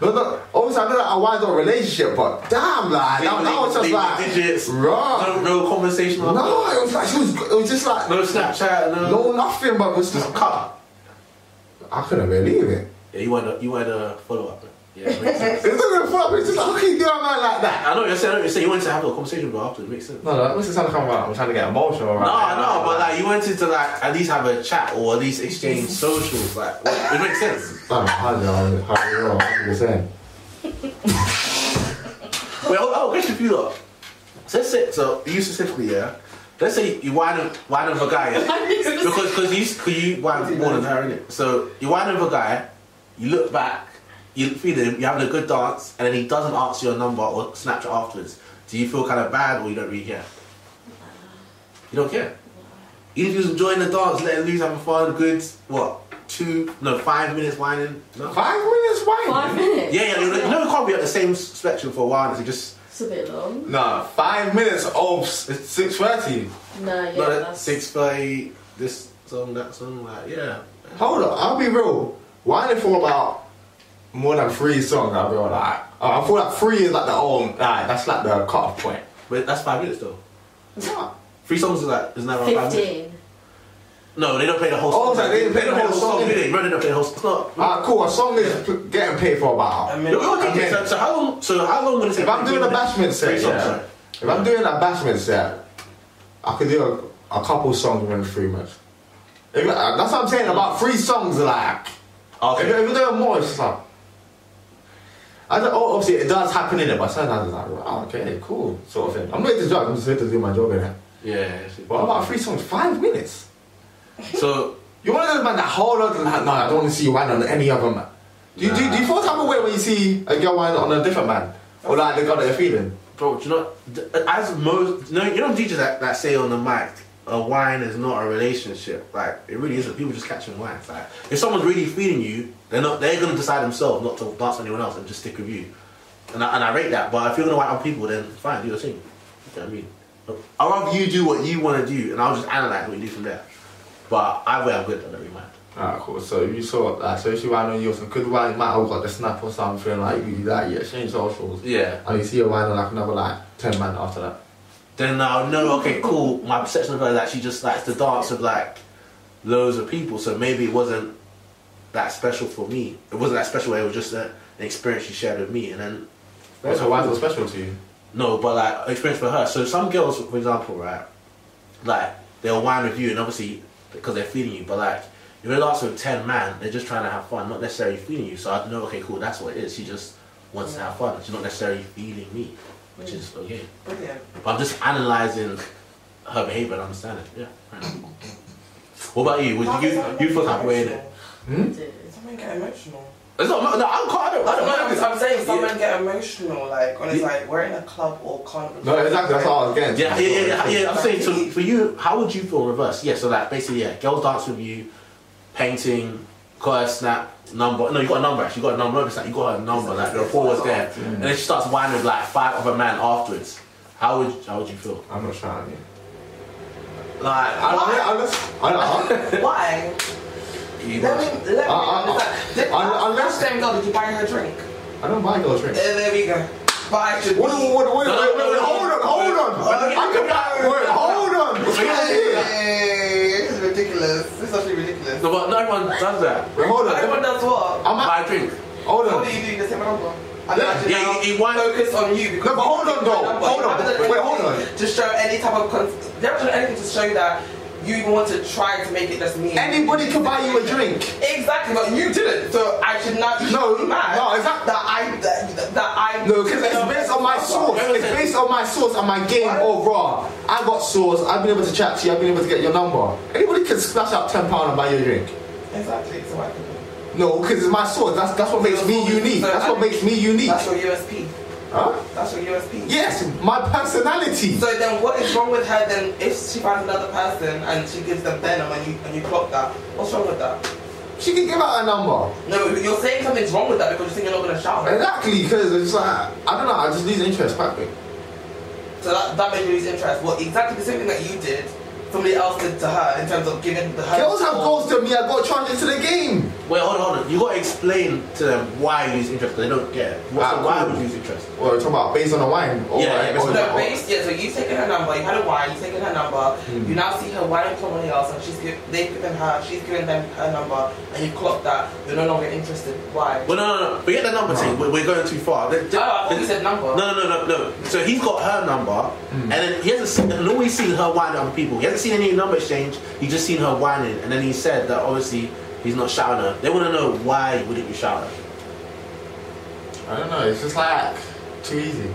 no, no, obviously I know that I wind up a relationship, but damn, like, that, that was just
Leave the
like,
digits. No,
raw.
no conversation. like
No, it was like, she was, it was just like,
that. No Snapchat. No.
no, nothing, but it was just,
Cut.
I couldn't believe it.
Yeah, you want a you want a follow up. Yeah. it makes sense.
It's not even funny, it's just like, how can you do a man like that?
I know what you're saying. I know what you're saying. You wanted to have a conversation, but after it makes sense.
No, no, what's the sound coming out? I'm trying to get emotional, right?
No, no, but like you wanted to like at least have a chat or at least exchange socials. Like well, it makes sense.
Damn, how do you know? How do you know? What you saying?
Wait, oh, oh question for you lot. So let's say so you specifically, yeah. Let's say you wind up wind up a guy yeah? because because you because you wind up more than her in it. So you wind up a guy, you look back, you feel him, you're having a good dance, and then he doesn't answer your number or Snapchat afterwards. Do you feel kind of bad or you don't really care? You don't care. Even if you was enjoying the dance, letting loose, having fun, good, what, two, no, five minutes whining? No.
Five minutes, why?
Five minutes.
Yeah, yeah, you know, you can't be at the same spectrum for a while, so just,
It's a bit long.
Nah, five minutes of six thirty.
No, yeah,
no,
that's
six by this song, that song, like, yeah.
Hold up, I'll be real. Why did for about more than three songs? I'll be all like, oh, I feel like three is like the old, like that's like the cutoff point.
But that's five minutes though.
Nah.
Three songs is like, isn't that around five minutes?
fifteen.
No, they don't play the whole song.
Oh, so they didn't play the whole song.
do they? No, they don't play the whole song. It's not-
Alright, cool. A song is p- getting paid for about.
I
No, no,
mean,
okay,
mean-
so, so how long? So how long would it take?
If I'm doing a bashment set,
Three songs,
yeah.
sorry.
If I'm doing a bashment set, I could do a, a couple songs within three months. If, uh, that's what I'm saying. About three songs, like. If,
Okay.
if you're doing more, it's just like. I don't, oh, obviously, it does happen in it, but sometimes it's like, oh, okay, cool, sort of thing. I'm not here to judge, I'm just here to do my job in it.
Yeah. yeah.
But about three songs, five minutes.
So
You want to know about that whole other, like, no, I don't want to see you whine on any other man. Do you, do, do you feel some way when you see a girl whine on a different man? Or like the girl that you're feeling?
Bro, do you know, uh, as most, no, you know, DJs that, that say on the mic, a wine is not a relationship. Like, it really isn't. People just catching wines. Like, if someone's really feeling you, they're not, they're gonna decide themselves not to dance with anyone else and just stick with you. And I, and I rate that, but if you're gonna wine on people, then fine, do your thing. You know what I mean? I'd rather you do what you wanna do, and I'll just analyze what you do from there. But I way I'm good, I don't really mind.
Alright, cool. Ah, So you saw like, so if she whine on you or some good whine, might have got the snap or something, like, you do that, you exchange socials.
Yeah.
And you see her whine on like another, like, 10 man after that.
Then I'll know, okay, cool, my perception of her is that she just likes to dance with like loads of people, so maybe it wasn't that special for me. It wasn't that special. It was just a, an experience she shared with me, and then
So why is it special to you?
no, but like experience for her. So some girls, for example, right, like they'll whine with you, and obviously because they're feeling you, but like if they're dancing with ten man, they're just trying to have fun, not necessarily feeling you. So I know, okay, cool, that's what it is. She just wants to have fun. She's not necessarily feeling me, which is okay.
Brilliant.
But I'm just analysing her behaviour and understanding. Yeah. fair enough. What about you? Would you you feel that way in it?
Dude.
Some men get emotional.
It's not. No, I'm quite. I don't. I
No,
don't
no,
mind
because
this.
I'm saying some
Yeah.
men get emotional, like when it's
Yeah.
like we're in a club or carnival.
No, exactly, that's all I was getting to.
Yeah, yeah, yeah, yeah, yeah. I'm saying so for you, how would you feel in reverse? Yeah, so like basically, yeah, girls dance with you, painting, got a snap number. No, you got a number. Actually, you got a number. It's like you got a number. Like the rapport was there, and then she starts whining with like five other men afterwards. How would how would you feel?
I'm not trying to.
Like,
I, I, I, just- I, I,
Why?
you
Let
must-
me, let me.
I- I-
understand. Did-
I- I-
Last time, girl, did you buy her a drink?
I don't buy girls drinks.
Eh, there we go. But I should.
Wait, wait, wait, wait, wait,
No, no,
wait,
no,
hold on, hold on. I can buy, wait, hold on. What's going on?
Hey, this is ridiculous. This is actually ridiculous.
no, but no one does that.
Wait, hold
Everyone
on.
does what?
I'm
Buy
at,
a drink.
hold
What
on.
do you do? You just hit my number. imagine
Yeah,
now
he- he won-
focus on you.
No,
because
but hold on, though.
number,
Hold
you
on.
haven't done
Wait,
anything
hold on.
To show any type of con- they haven't done anything to show that you even want to try to make it just me. and you.
Anybody can buy you a drink.
Exactly, but you didn't, so I should not. you
No,
should be mad
no, exact-
That I that, that I
No, because it's based on my source. It's based on my source and my game overall. I got source. I've been able to chat to you. I've been able to get your number. Anybody can splash out ten pound and buy you a drink.
Exactly. So I
No, because it's my source. That's that's what makes me unique. That's what makes me unique.
That's your USP.
Huh?
That's your USP.
Yes, my personality.
So then, what is wrong with her? Then, if she finds another person and she gives them venom and you and you clock that, what's wrong with that?
She can give out a number.
No, you're saying something's wrong with that because you think you're not gonna shout. Right?
Exactly, because it's like I don't know. I just lose interest, practically.
So that that made you lose interest. What exactly the same thing that you did, somebody else did to her in terms of giving the her.
Girls have goals to me. I got charged into the game.
Wait, hold on, hold on. You gotta explain to them why you lose interest. 'cause They don't get it. What's
Ah,
the- why
cool.
would you lose interest?
Well, we're talking about based on the wine. All
Yeah,
right,
yeah,
all
based on
right,
No,
all right.
based, yeah, so you've taken her number, you had a wine, you've taken her number, you now see her wine with somebody else and she's give, they've given her, she's given them her number and you've clocked that, you're no longer interested. Why?
Well, no, no, no. Forget the number thing. We're, we're going too far. The- the-
Oh, I thought you said number.
No, no, no, no, no. So he's got her number, and then he hasn't seen, and all he's seen is her whining at other people. He hasn't seen any number exchange. He's just seen her whining, and then he said that obviously he's not shouting her. They want to know why wouldn't you shout her?
I don't know. It's just like too easy.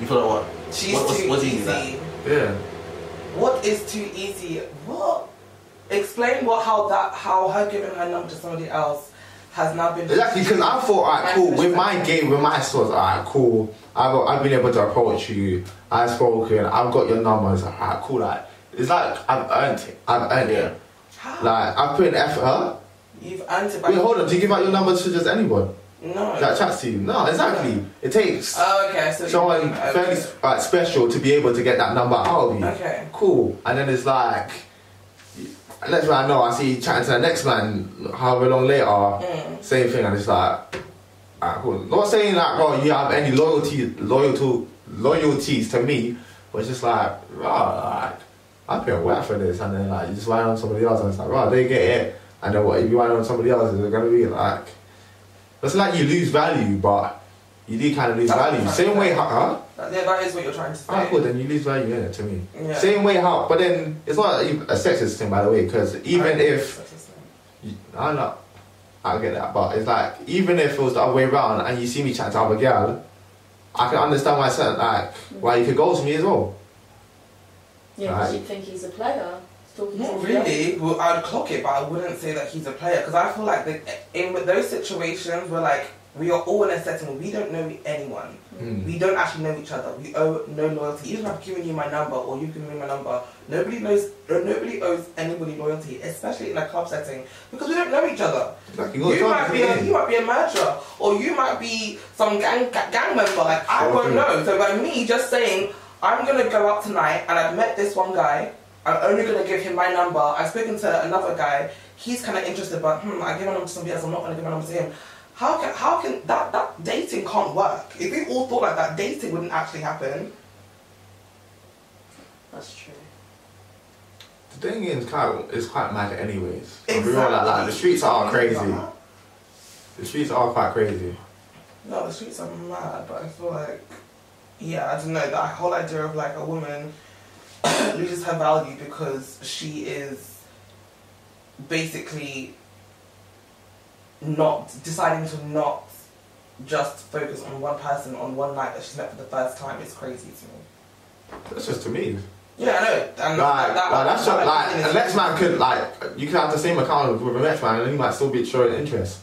You feel like what?
She's
what, what's-
too
what's
easy.
there?
Yeah.
What is too easy? What? Explain what how that how her giving her number to somebody else has now been
Exactly, because I thought, alright, cool. With my game, with my source, alright, cool. I've I've been able to approach you. I've spoken. I've got your numbers. Alright, cool. Like it's like I've earned it. I've earned it.
How?
Like I've put an effort. Huh?
You've answered by
Wait, hold on. Do you give out your number to just anyone
No.
that chats to you? No, exactly. It takes
Oh, okay, so you-
someone
okay.
fairly like, special to be able to get that number out of you.
Okay.
Cool. And then it's like, next man I know, I see you chatting to the next man however long later,
Mm.
same thing, and it's like, alright, cool. Uh, Not saying like, oh, you have any loyalty, loyalty, loyalties to me, but it's just like, right, like, I've been waiting for this, and then like, you just ride on somebody else, and it's like, right, they get it, and then what, if you ride on somebody else, it's gonna be like, it's like you lose value, but you do kind of lose
That's
value.
fine.
Same way, huh? huh?
That- yeah, that is what you're trying to say.
Ah, cool, then you lose value in it to me.
Yeah.
Same way how, but then it's not a sexist thing, by the way, because even
I-
if you- I don't know, I get that, but it's like even if it was the other way around and you see me chatting to other girl, I can understand why certain like why you could go to me as well.
Yeah, because
Hmm? Right.
you think he's a player. Talking
Not
to the girl.
really. Well, I'd clock it, but I wouldn't say that he's a player because I feel like the, in with those situations where like we are all in a setting, we don't know anyone. We don't actually know each other. We owe no loyalty. Even if I've given you my number or you've given me my number, nobody knows. Nobody owes anybody loyalty, especially in a club setting, because we don't know each other.
Like
You,
got
might
charges
be a,
in.
you might be a murderer, or you might be some gang ga- gang member. Like I
Sure
won't
thing.
know. So by me just saying I'm gonna go out tonight, and I've met this one guy. I'm only gonna give him my number. I've spoken to another guy. He's kind of interested, but hmm, I give my number to somebody else. I'm not gonna give my number to him. How can how can that that dating can't work? If we all thought like that, dating wouldn't actually happen.
That's true.
The thing is, quite it's quite mad, anyways. I'll be real, like, like, the streets are crazy. The streets are quite crazy.
No, the streets are mad, but I feel like, yeah, I don't know, that whole idea of like a woman loses her value because she is basically not deciding to not just focus on one person on one night that she's met for the first time is crazy to me.
That's just to me.
Yeah, I know. And
Like,
that-
like, that's just,
that
like
feeling
a
is-
next man could like you could have the same account with a next man and he might still be showing interest.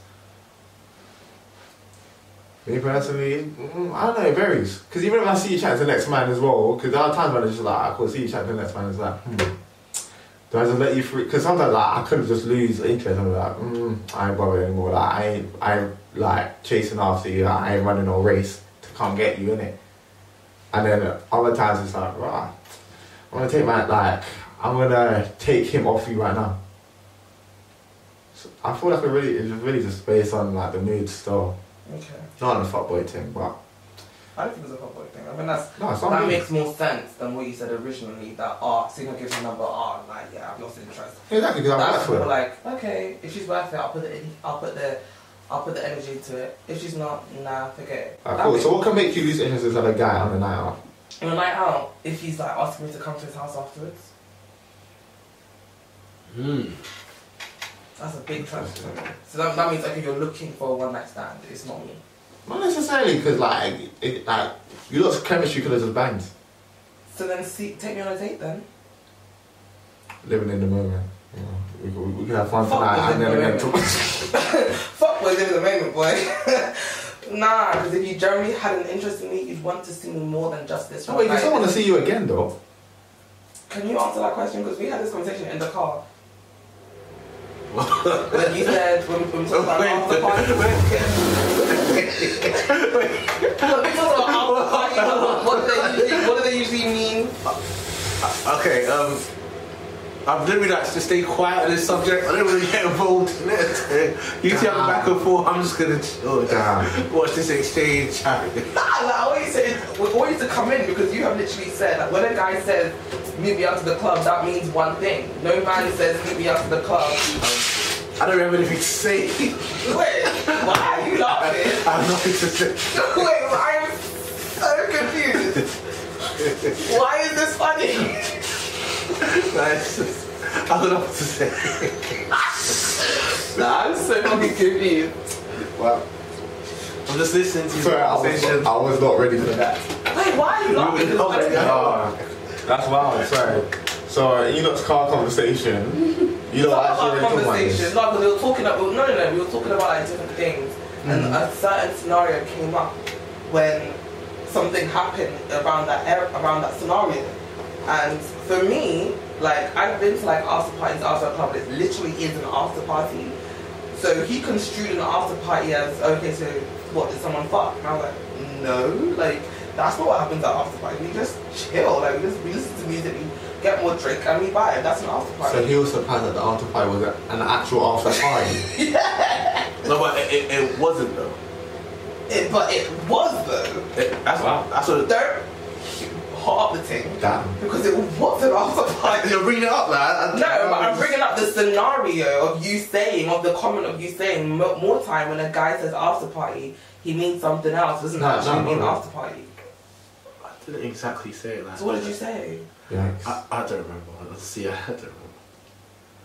Me personally, mm, I don't know. It varies because even if I see you chat to the next man as well, because there are times when it's just like I could see you chat to the next man. It's like, hmm, do I just let you through? Because sometimes like I could just lose interest. I'm like, mm, I ain't bothered anymore. Like I ain't, I ain't like chasing after you. Like, I ain't running no race to come get you in it. And then other times it's like, right, I'm gonna take my like I'm gonna take him off you right now. So I feel like it really it's really just based on like the mood still.
Okay.
Not on the fuckboy thing, but
I don't think it's a fuckboy thing. I mean, that's
no, it's
that
not me.
makes more sense than what you said originally. That ah, oh, Cena gives a number. Ah, oh, like yeah, I've lost interest.
Exactly because I'm
That's
worth for
people
it.
like okay, if she's worth it, I'll put it. In, I'll put the. I'll put the energy into it. If she's not, nah, forget it.
Alright, cool. So what can make you lose interest in a guy on a night out?
On a night out, if he's like asking me to come to his house afterwards,
Hmm.
that's a big transition. So that, that means, okay, you're looking for a one night stand. It's not me.
Not necessarily, because like, it, like you lot's chemistry could have just banged.
So then see, take me on a date then.
Living in the moment. You know, we, could- we, could have fun
Fuck
tonight and
living
then
in the
again tomorrow.
Fuck was in the moment, boy. nah, because if you generally had an interest in me, you'd want to see me more than just this.
No,
one
wait, you still
night.
want to see you again though.
Can you answer that question? Because we had this conversation in the car. When you said when, when we talked about after party. When we talked about after party, what do they usually, what do they usually mean?
Okay, um, I'm literally like to stay quiet on this subject. I don't really get involved in it. You two have a back and forth. I'm just gonna chill.
Damn.
watch this exchange happen.
Nah, like I always say, we always to come in because you have literally said like, when a guy says meet me out to the club, that means one thing. No man says meet me out to the club.
I don't have anything to say.
Wait, why are you laughing?
I have nothing to say.
Wait, I'm so confused. Why is this funny?
That's just, I have nothing to say.
Nah, I'm so fucking confused.
Well,
I'm just listening to
sorry,
your
I was,
conversation.
I was not ready for that.
Wait, why are you laughing?
You would laugh.
Oh, that's wild. Sorry. So Enoch's car conversation. You know,
Not
actually talking
about
about
conversation.
this.
No, because we were talking about no, no, no. We were talking about like different things, and
Mm.
a certain scenario came up when something happened around that era, around that scenario. And for me, like I've been to like after parties, after a club. It literally is an after party. So he construed an after party as okay. So what did someone fuck? And I was like, no, like that's not what happens at after party. We just chill. Like we just we listen to music. We get more drink and we vibe. That's an after party.
So he was surprised that the after party was a- an actual after party.
No, but it, it, it wasn't though.
It, but it was though.
It, that's wow. That's what.
Don't heart the thing
Damn.
because it was an after party.
You're bringing it up, man. I- I-
No, but I'm bringing up the scenario of you saying, of the comment of you saying, mo- more time when a guy says after party, he means something else. Doesn't
No,
actually
no,
mean
no.
after party.
I didn't exactly say it. Like
So what did
that.
you say?
Yikes.
I, I don't remember. Let's see. I don't remember.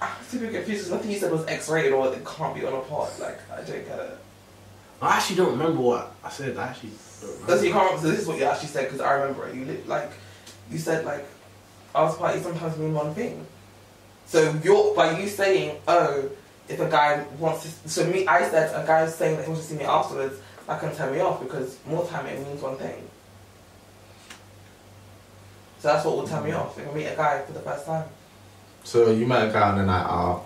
I'm super confused. 'cause Nothing you said was X-rated or it can't be on a pod. Like I don't get it.
I actually don't remember what I said. I actually don't remember.
That's you can't. So this is what you actually said because I remember it. You li- like, you said like, after party sometimes mean one thing. So you're by you saying oh, if a guy wants to. So me, I said a guy's saying that he wants to see me afterwards. That can turn me off because more time it means one thing. So that's what will turn me off. If I meet a guy for the first time,
So you met a guy on the night out.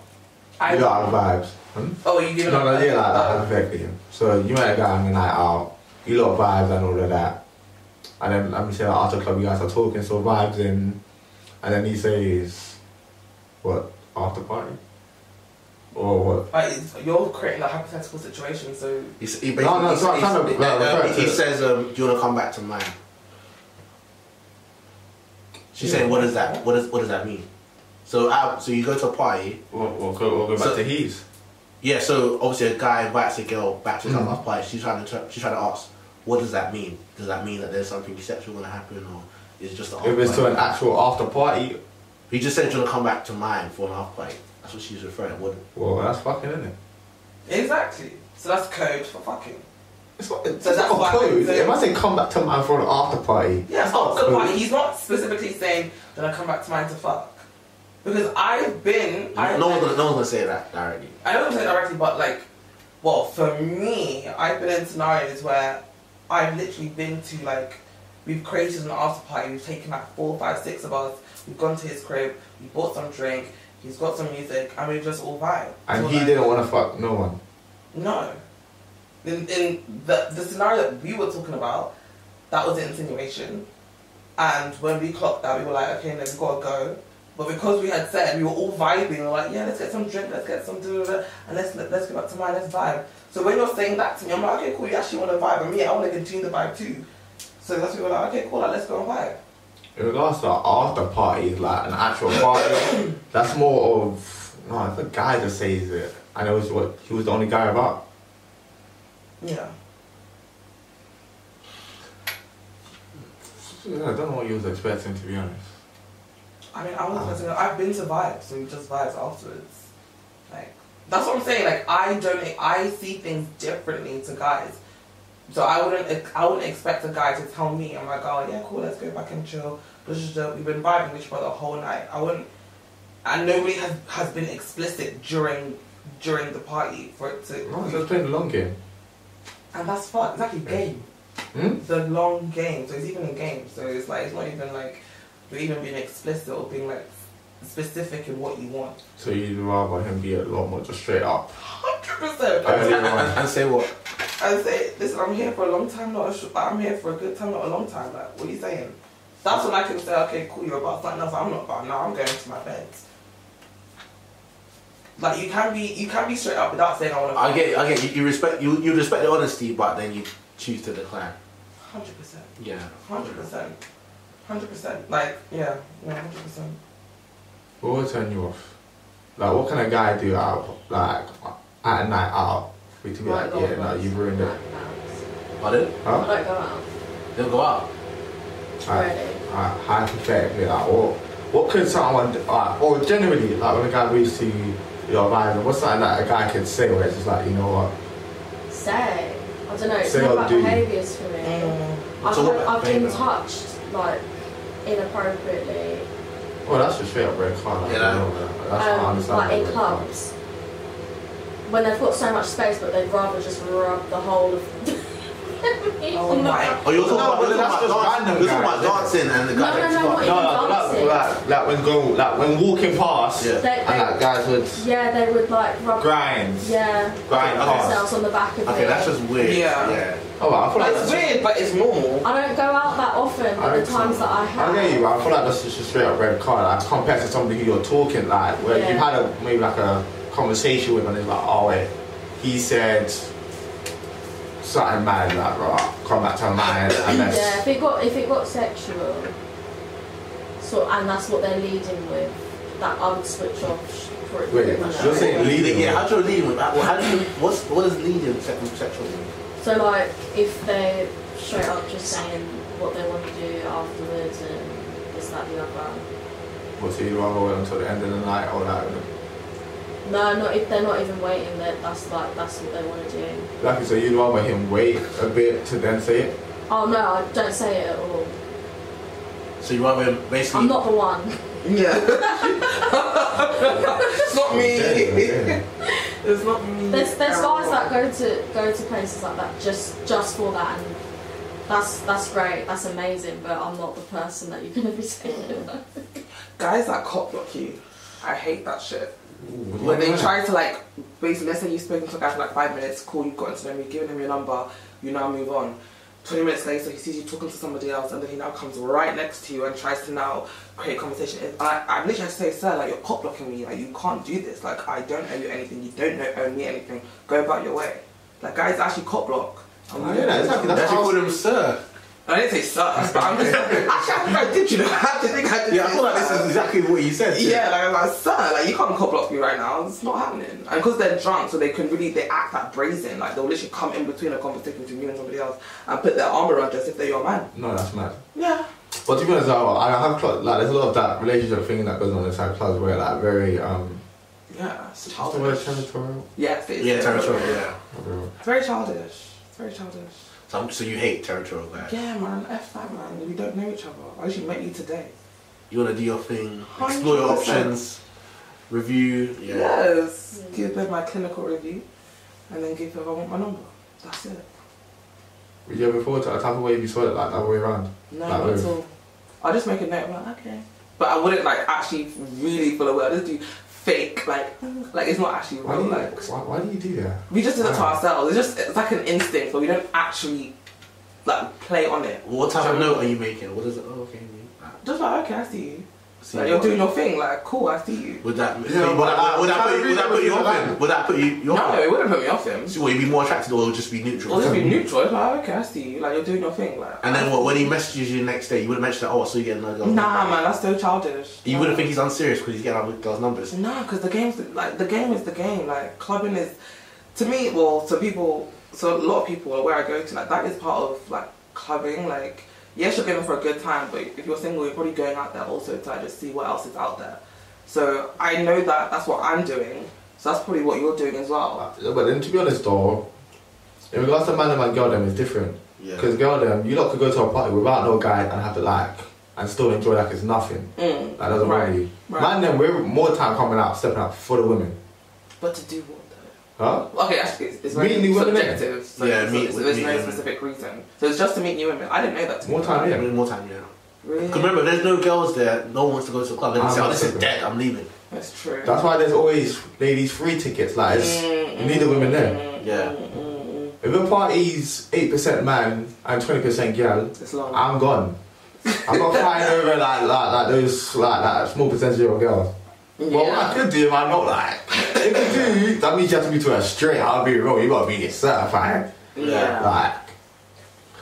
I
You got our vibes. Hmm?
oh you give
No,
it
no,
up.
yeah, like that
Oh.
affected him. So you met a guy on the night out, you lot of vibes and all of that. And then let me say that after club you guys are talking, so vibes in and then he says what, after party? Or what?
Like, it's- you're creating a hypothetical situation, so
He, s- he basically,
No, no,
he,
so I'm
he-
trying to-
he-
no,
no,
refer
he-
to
he
it.
says, um, "Do you want to come back to mine?" She's saying, "What does that? What does what does that mean?" So, uh, so you go to a party.
We'll, we'll go, we'll go
So-
his.
Yeah. So obviously, a guy invites a girl back to his house party. She's trying to tr- she's trying to ask, "What does that mean? Does that mean that there's something sexual going to happen, or is it just a
If it's to an
party?"
actual after party,
He just said, "Do you want to come back to mine for an half party?" That's what she's referring. What?
well that's fucking isn't it?
exactly. So that's code for fucking.
It's not it's
So that's
not
why I
closed.
said-
It must say come back to man for an after party.
Yeah, it's not good party. He's not specifically saying that I come back to mine to fuck. Because I've been I
no one's gonna, no one's gonna say that directly.
I don't say directly but like well for me, I've been in scenarios where I've literally been to like we've created an after party, we've taken like four, five, six of us, we've gone to his crib, we bought some drink, he's got some music and we've just all vibe.
And
So,
he
like,
didn't want to fuck no one.
No. In, in the, the scenario that we were talking about, that was the insinuation. And when we clocked that, we were like, okay, then we gotta go. But because we had said, we were all vibing, we were like, yeah, let's get some drink, let's get some da da da, and let's, let, let's go back to mine, let's vibe. So when you're saying that to me, I'm like, okay, cool, you actually wanna vibe, and me, I wanna continue the vibe too. So that's what we were like, okay, cool, like, let's go and vibe.
In regards to after parties, like an actual party, that's more of no, if a guy just says it, and it was what he was the only guy about.
Yeah.
Yeah, I don't know what you was expecting to be honest.
I mean, I was expecting. I've been to vibes, so just vibes afterwards. Like that's what I'm saying. Like I don't. I see things differently to guys. So I wouldn't. I wouldn't expect a guy to tell me. I'm like, oh yeah, cool. Let's go back and chill. This is the- We've been vibing with each other the whole night. I wouldn't. And nobody has has been explicit during during the party for it to.
No, he's just playing the long game.
And that's fun. It's like a game.
Hmm?
The long game. So it's even a game. So it's like it's not even like you're even being explicit or being like specific in what you want.
So you'd rather him be a lot more just straight up.
Hundred percent.
I
I
really want.
And say what?
say, listen, I'm here for a long time, not a sh- I'm here for a good time, not a long time. Like, what are you saying? That's when I can say, okay, cool, you're about something else. I'm not about now. I'm going to my bed. Like you can be, you can be straight up without saying I want to.
I get, it, I get. it. You, you respect, you, you respect the honesty, but then you choose to decline.
Hundred percent.
Yeah.
Hundred percent. Hundred percent. Like, yeah, yeah, hundred percent.
What will turn you off? Like, what can a guy do out, like, at a night out? For you to be
Right,
like,
go
yeah,
out.
no, you've ruined it.
Pardon?
I
Huh?
don't go out.
They'll go out.
Like,
Really?
like, hypothetically, like, what, what could someone, do, like, or generally, like, when a guy reads to you, your vibe, what's something that a guy could say where it's just like, you know what?
Say. I don't know, it's
Say
not
or
about
do. Mm.
behaviours for me. I've,
all about
I've been
behaviour.
touched, like, inappropriately.
Well, oh, that's just straight up red card. Like,
Yeah,
you know, that's what I
um,
understand.
like in
red card.
clubs. When they've got so much space, but they'd rather just rub the whole of me
Oh
on the
my
Oh, you're talking
No,
about,
but
you're
that's
talking
just
about
random
dancing. You're talking
guys,
about dancing and the
No,
guy
no,
next
no,
door.
not
No, like,
even dancing.
like, like when going, like when walking past,
Yeah.
They-
and like guys would
Yeah, they would like rub
grind,
yeah
grind
Okay,
past.
themselves on the back of
Okay,
me.
that's just weird.
Yeah.
Oh, well, I feel like
But
that's-
it's weird, but it's normal.
I don't go out that often,
I
but the
don't-
times that I have,
I get you, but I feel like that's just a straight up red card. Like compared to somebody who you're talking like, where
Yeah.
you've had a maybe like a conversation with, and it's like, oh wait, he said something mad, like right, come back to mine, and that's
yeah, if it got if it got sexual, so and that's what they're leading with, that I would switch off. For it
Wait,
pretty much.
you're saying lead-
Leading, yeah. How do you lead with? How how do you? What's what is leading sexual sexual? mean?
So like if they straight up just saying what they want to do afterwards and this that the other.
what so you'd rather wait until the end of the night or like,
No, not if they're not even waiting. That that's like that's what they want to do.
like you said, you'd rather him wait a bit to then say it.
Oh no, I don't say it at all.
So you rather basically.
I'm not the one.
Yeah. it's not me.
Yeah,
It's not me.
There's there's
at all.
guys that go to go to places like that just just for that, and that's that's great. That's amazing. But I'm not the person that you're gonna be saying it. about.
Guys that cock block you. I hate that shit.
yeah.
When they try to like basically let's say you've spoken to a guy for like five minutes, cool, you've gotten to know me, given him your number, you now move on. Twenty minutes later he sees you talking to somebody else and then he now comes right next to you and tries to now create conversation. If I I'm literally have to say, sir, like you're cock blocking me, like you can't do this, like I don't owe you anything, you don't know owe me anything. Go about your way. Like guys actually cock block. And we
Yeah,
don't-
exactly.
That's
That's
you
how
call them sir.
I didn't say sucks, but I'm just actually I think I did you know I did think I did.
Yeah, I
say
feel like this
sucks.
is exactly what you said.
Yeah, like I was like, sir, like you can't cop block me right now. It's not happening. And because they're drunk, so they can really they act like brazen. Like they'll literally come in between a conversation between you and somebody else and put their arm around you as if they're your man.
No, that's mad.
Yeah.
But to be honest, I, I have cl- like there's a lot of that relationship thing that goes on inside clubs where like very um.
Yeah. It's
What's the word
childish.
territorial?
Yes, it is.
Yeah, territorial. Yeah.
It's very childish. It's very childish.
So, I'm- so you hate territorial guys.
Yeah, man. F that, man. We don't know each other. I actually met you today.
You wanna do your thing, explore your
100%.
options, review. Yeah.
Yes. Give them my clinical review, and then give them I want my number. That's it.
Would you ever thought to a type of way if you saw it like that way around?
No,
Like,
not at
really?
all. I just make a note. I'm like, okay. But I wouldn't like actually really follow it. I just do fake, like, like it's not actually
Why do
real.
you
Like
why, why do you do that?
we just do that to
Wow.
ourselves. It's just it's like an instinct, but we don't actually like play on it.
What type of note are you making? What is it? Oh, okay. me. Ah,
Just like okay, I see you.
see
Like you're
what-
doing your thing. Like cool, I see you.
Would that?
Yeah,
would, that
but-
would that put you? Would that put you off?
Like-
him? Would that put you? you off
No,
him?
it wouldn't put me off him.
So would you be more attracted, or would you just be neutral?
I'll just be neutral. It's like okay, I see you. Like you're doing your thing. Like
And then what? When he messages you the next day, you wouldn't mention that. Oh, so you get another girl.
Nah, man, that's so childish.
You wouldn't think he's unserious because he's getting other girls' numbers.
No, because the game's like the game is the game. Like clubbing is, to me, well, to people so a lot of people where I go to, like that is part of like clubbing. Like yes, you're going for a good time, but if you're single, you're probably going out there also to like, just see what else is out there. So I know that that's what I'm doing. So that's probably what you're doing as well.
Uh, But then to be honest though, in regards to man and man girl them it's different. Because girl them, you lot could go to a party without no guy and have it like and still enjoy like it's nothing.
Mm.
That doesn't
Right,
worry you.
right.
Man them we're more time coming out, stepping out for the women.
But to do what though?
Huh?
Okay, actually, it's, it's
Meet
very
new women,
subjective. So,
Yeah,
so
meet-
it's- there's
meet
no
women.
specific reason. So it's just to meet new women. I didn't know that. To
More time,
I
Mm.
yeah.
mean, more time, yeah.
Really?
'Cause remember, there's no girls there. No one wants to go to the club. They just say, "Oh, this is dead. I'm leaving."
That's true.
That's why there's always ladies free tickets, like it's,
Mm,
you need the women there.
Yeah.
If a party's eight percent man and twenty percent girl,
It's long.
I'm gone. I'm not fighting over like like like those like that small percentage of girls. Well, what I
yeah.
could do, man, not like if you do, that means you have to be to a straight. I'll be real. You gotta be this certified.
Yeah.
Like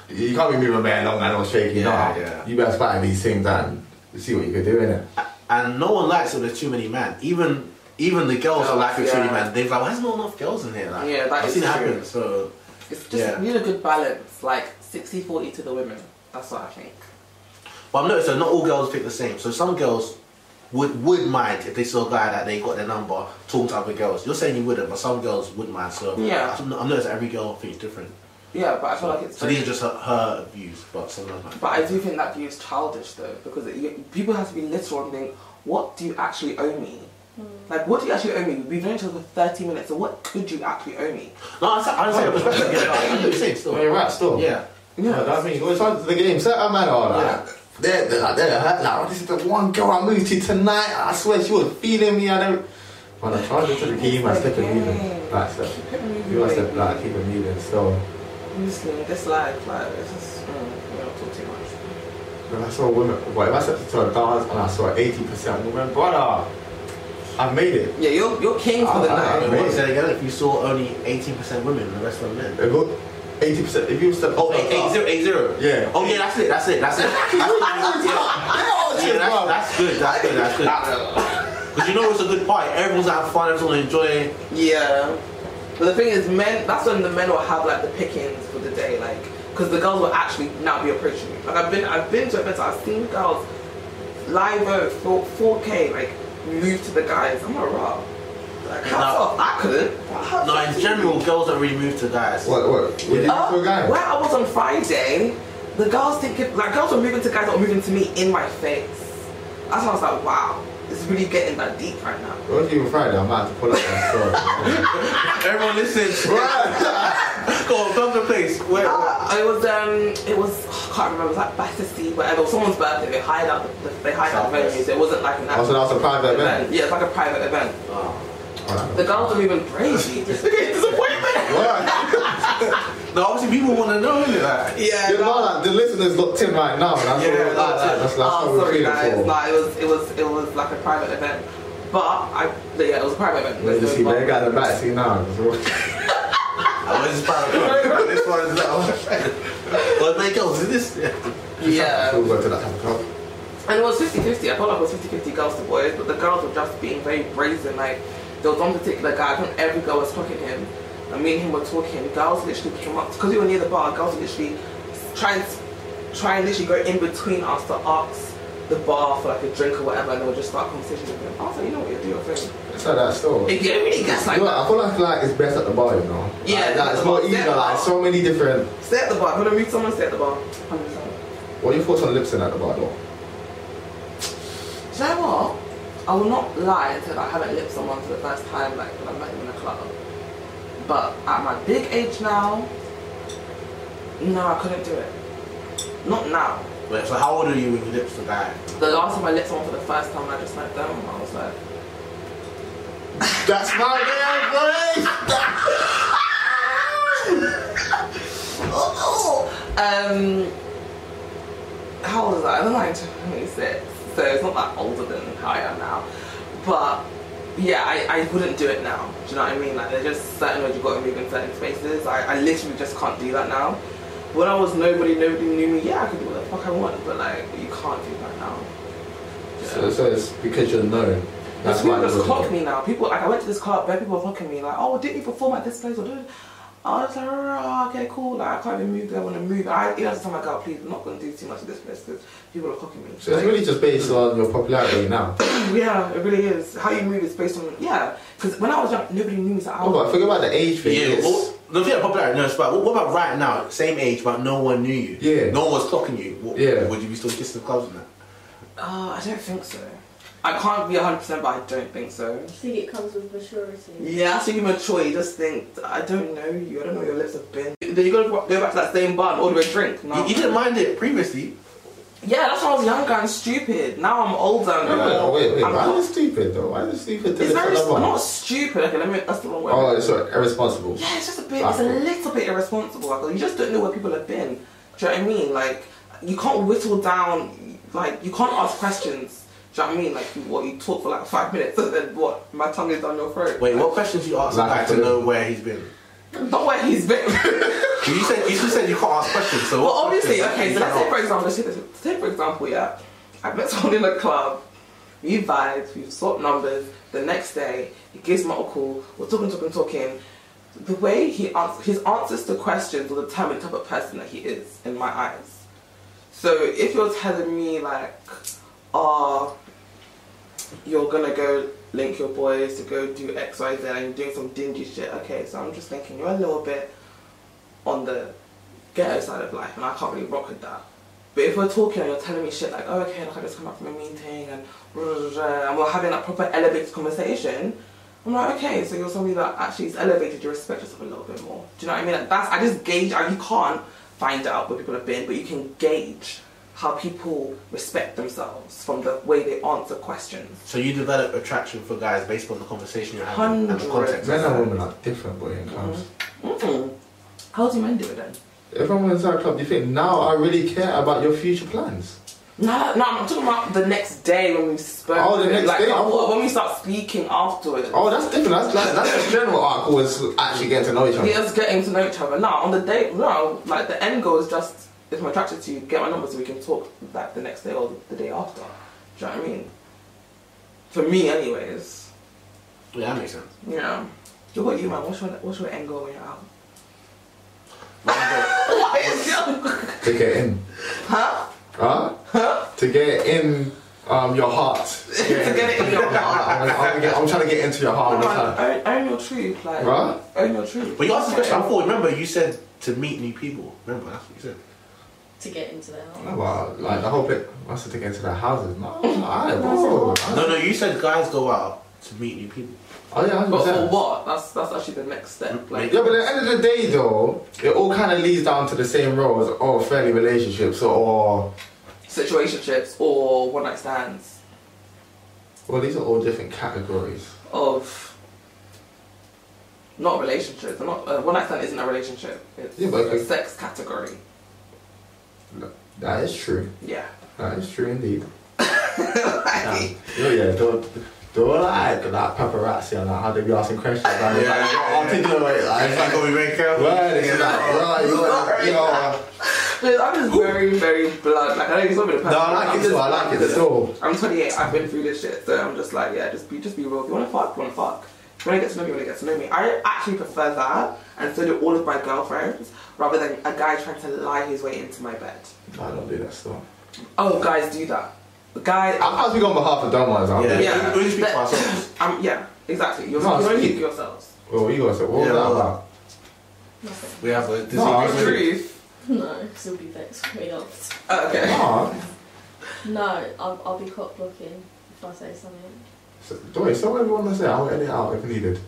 you can't be moving man long and not shaking.
Yeah,
nah.
yeah.
You better fight these things and see what you could do in it.
And no one likes it. There's too many men. Even even the girls are
Girls,
like, "There's too many
yeah.
men." They're like, "Why there's not enough girls in here?" Like,
Yeah, that
I've
is
seen it
true.
happen. So
It's just
Yeah.
we need a good balance, like 60-40 to the women. That's what I think.
But I've noticed that not all girls pick the same. So some girls would would mind if they saw a guy that they got their number talking to other girls. You're saying you wouldn't, but some girls would mind. So
Yeah.
I've, I've noticed every girl thinks different.
Yeah, but I feel like it's.
So these are just her, her views, but some of them.
but I do think that view is childish though, because it, you, people have to be literal and think, what do you actually owe me? Like, what do you actually owe me? We've known each other for 30 minutes, so what could you actually owe me?
No, I understand your perspective. Yeah, I know what you're saying
Well,
still.
you're right, still.
Yeah.
Yeah, that means it's on to the game. Set a man on
Yeah.
that. They're, they're like, they're hurt now. This is the one girl I moved to tonight. I swear she was feeling me. I never. When I tried to the game, I stepped and moving. Like, so, you must have like keep it moving. So,
Honestly, this life, like, it's just, mm, we don't talk too much.
when I saw women, well, if I stepped into a dance and I saw 80% women, brother, I made it.
Yeah, you're, you're king for the
Ah,
night.
Yeah.
And what said again? If you saw only 18% women and the rest of them men.
If you- 80%, if you step
Oh, eight- eight zero, eight zero.
Yeah.
Oh yeah, that's it. That's it. That's it. That's, yeah, that's, that's good. That's good. That's good. Because you know it's a good party. Everyone's having fun. Everyone's enjoying.
Yeah. But the thing is, men, that's when the men will have like the pickings for the day, like, because the girls will actually now be approaching you. Like, I've been, I've been to events, I've seen girls live out for 4K, like, move to the guys. I'm like, raw. Like, hats
No.
off, I couldn't. Hats
No,
off
in
to you.
general, girls don't really move to guys.
What, what? Would you
Uh,
to a guy?
where I was on Friday, the girls thinking, like, girls were moving to guys that were moving to me in my face. That's why I was like, wow, it's really getting that deep right now.
What do you even Friday? I'm about to pull up that story.
Everyone listens.
Bruh.
Go on, film the place. Where, where?
Uh, it was um, it was I can't remember. It was like Battersea, whatever. It was someone's birthday. They hired out the they hired out the
Southwest.
venue, so it wasn't like
Oh,
an
so
actual
that's a private event.
event. Yeah, it's like a private event.
Oh.
The girls are even crazy. Look at his disappointment.
What?
No, obviously people want to know, innit? Like,
Yeah.
You know,
girls-
like, the listeners locked in right now. That's
Yeah,
what we're
that's
like,
it.
That's, that's what
Oh,
we're
sorry
feeling
guys.
for.
Like it was it was it was like a private event, but I yeah it was a private event.
Let's just see,
But-
they got the back seat now. so-
I was oh, just proud of This one is that one. But they girls, is this?
Yeah.
We'll go to that type of club.
And it was 50-50. I felt like it was 50-50 girls to boys, but the girls were just being very brazen. Like, there was one particular guy, I think every girl was talking to him. And me and him were talking. Girls literally came up, because we were near the bar, girls would literally try and, try and literally go in between us to ask the bar for like a drink or whatever, and they would just start conversations with him. I was like, you know what, you're doing your thing.
It's like that store.
It yeah, it really gets like
You know,
that.
I feel like like it's best at the bar, you know. Like,
Yeah,
like,
that's
it's
the
more
bar.
easier.
Yeah.
Like so many different.
Stay at the bar. If I'm going to meet someone, stay at the bar. I'm just like,
What are your thoughts on lip sync at the bar, though?
Do you know what? I will not lie until I haven't lipped someone for the first time, like when I'm not even in a club. But at my big age now, no, I couldn't do it. Not now.
Wait, so how old are you when you lips to guy?
The last time I lipped someone for the first time, I just like them. I was like,
That's my damn voice.
oh, um, how old is I? I was like 26, so it's not that older than how I am now. But yeah, I, I wouldn't do it now. Do you know what I mean? Like there's just certain ways you got to move in certain spaces. I, I literally just can't do that now. When I was nobody, nobody knew me. Yeah, I could do what the fuck I want, but like you can't do that now.
So, so it's because you're known.
That's
That's why
people
they
just
wouldn't
clock
go.
me now. People like I went to this club where people were clocking me like, oh, didn't you perform at this place or did? I was like, "Oh, okay, cool. Like, I can't even move. the way I want to move. I even told my girl, please, I'm not going to do too much of this place because people are cocking me.
So it's really just based on your popularity now.
yeah, it really is. How you move is based on yeah. Because when I was young, nobody knew me. So I
Oh, but
was,
forget about the age thing.
Yeah,
it's-
oh.
well, the thing about popularity, no, it's about what about right now, same age, but no one knew you.
Yeah.
No one was clocking you. What,
Yeah.
Would you be still kissing the clubs and that?
uh, I don't think so. I can't be 100, percent but I don't think so.
I think it comes with maturity.
Yeah, so you mature. You just think I don't know you. I don't know what your lips have been. Then you gotta go go back to that same bar and order a drink. No.
You, you didn't mind it previously.
Yeah, that's when I was younger and stupid. Now I'm older. And
No, no, no, wait, wait.
I'm
Why
not-
is it stupid though? Why is it stupid to
It's
listen
very
to
not
one?
stupid. Okay, let me. That's the wrong word.
Oh, it's sorry, irresponsible.
Yeah, it's just a bit. It's a little bit irresponsible. Like, you just don't know where people have been. Do you know what I mean? Like, you can't whittle down. Like, you can't ask questions. Do you know what I mean? Like, you, what you talk for like five minutes and then what? My tongue is down your throat.
Wait, what questions you asked
Like,
like,
I
to
don't-
know where he's been?
Not where he's been.
You said you just said you can't ask questions. So
Well,
what
obviously,
questions
okay,
you
so let's
can
say, for
ask?
example, let's say, this- say for example, yeah, I met someone in a club, we vibed, we swapped numbers, the next day, he gives me a call, we're talking, talking, talking. The way he answers, his answers to questions will determine the type of person that he is in my eyes. So if you're telling me, like, oh, you're gonna go link your boys to go do X, Y, Z, and you're doing some dingy shit, okay, so I'm just thinking, you're a little bit on the ghetto side of life, and I can't really rock with that. But if we're talking and you're telling me shit like, oh, okay, like I just come back from a meeting and blah, blah, blah, blah, and we're having that proper elevated conversation, I'm like, okay, so you're somebody that actually is elevated, you respect yourself a little bit more. Do you know what I mean? Like, that's, I just gauge, I, you can't find out where people have been, but you can gauge how people respect themselves from the way they answer questions.
So you develop attraction for guys based on the conversation you're having and the
Hundred.
context.
Men and women are different, boy, in clubs.
Mm-mm. How do men do it then?
If I'm inside a club, you think now I really care about your future plans?
No, no, I'm talking about the next day when we spoke.
Oh, the next
like,
day?
oh, when we start speaking afterwards.
Oh, that's different. That's like, that's the general arc was actually getting to know each other.
We're just getting to know each other. Now, on the date, no, like the end goal is just if I'm attracted to you, get my number so we can talk like the next day or the day after. Do you know what I mean? For me, anyways.
Yeah, that makes sense.
Yeah. What about you, man? What's your, what's your end goal when you're out?
Mine
What is your.
To get in.
Huh?
Huh?
Huh?
To get in um, your heart.
to get it in your heart.
I'm, I'm, get, I'm trying to get into your heart all the
Man,
time.
own, own your truth. Like,
Huh?
own your truth.
goes- But you asked this question before. Remember, you said to meet new people. Remember, that's what you said.
To get into their house.
No, but, like the whole bit. I have to get into their houses. No, I bro.
No, no, you said guys go out to meet new people.
Oh yeah,
But for
100%.
what? That's that's actually the next step. Like,
Yeah, but at the end of the day, though, it all kind of leads down to the same roles or friendly relationships or
situationships or one night stands
well, these are all different categories.
of not relationships. I'm not uh, one night stand isn't a relationship. It's
Yeah, but-
a sex category.
That is true.
Yeah.
That is true indeed. Damn. Oh yeah, don't don't like that paparazzi and that how they be asking questions about it.
Yeah,
like,
yeah,
I'm thinking about it like,
I
it's
think
like,
we make up.
well, it's like, well, you know, you know,
Liz, I'm just very, very blunt. Like I know you saw me the person.
no, I like it
I'm
still, I like it still.
I'm 28. I've been through this shit, so I'm just like, yeah, just be, just be real. If you wanna fuck, you wanna fuck. If you wanna get to know me, you wanna get to know me. I actually prefer that, and so do all of my girlfriends, rather than a guy trying to lie his way into my bed.
I don't do that still.
Oh, guys do that. Guys,
I can't speak on behalf of dumb ones. I don't
Yeah,
do
Yeah.
yeah. We, we just speak for
But-
ourselves.
Um, yeah, exactly. You're
No,
no,
it's
only
true.
yourselves.
that. Well, what you gonna say? What was
Yeah,
that
well,
about?
Nothing.
We have a disease.
No,
The
Really?
truth.
No, because you'll be vexed with me after.
Oh, okay.
Nah.
No, I'll, I'll be cock blocking if I say something.
So- Don't worry, say whatever you want to say. I'll edit it out if needed.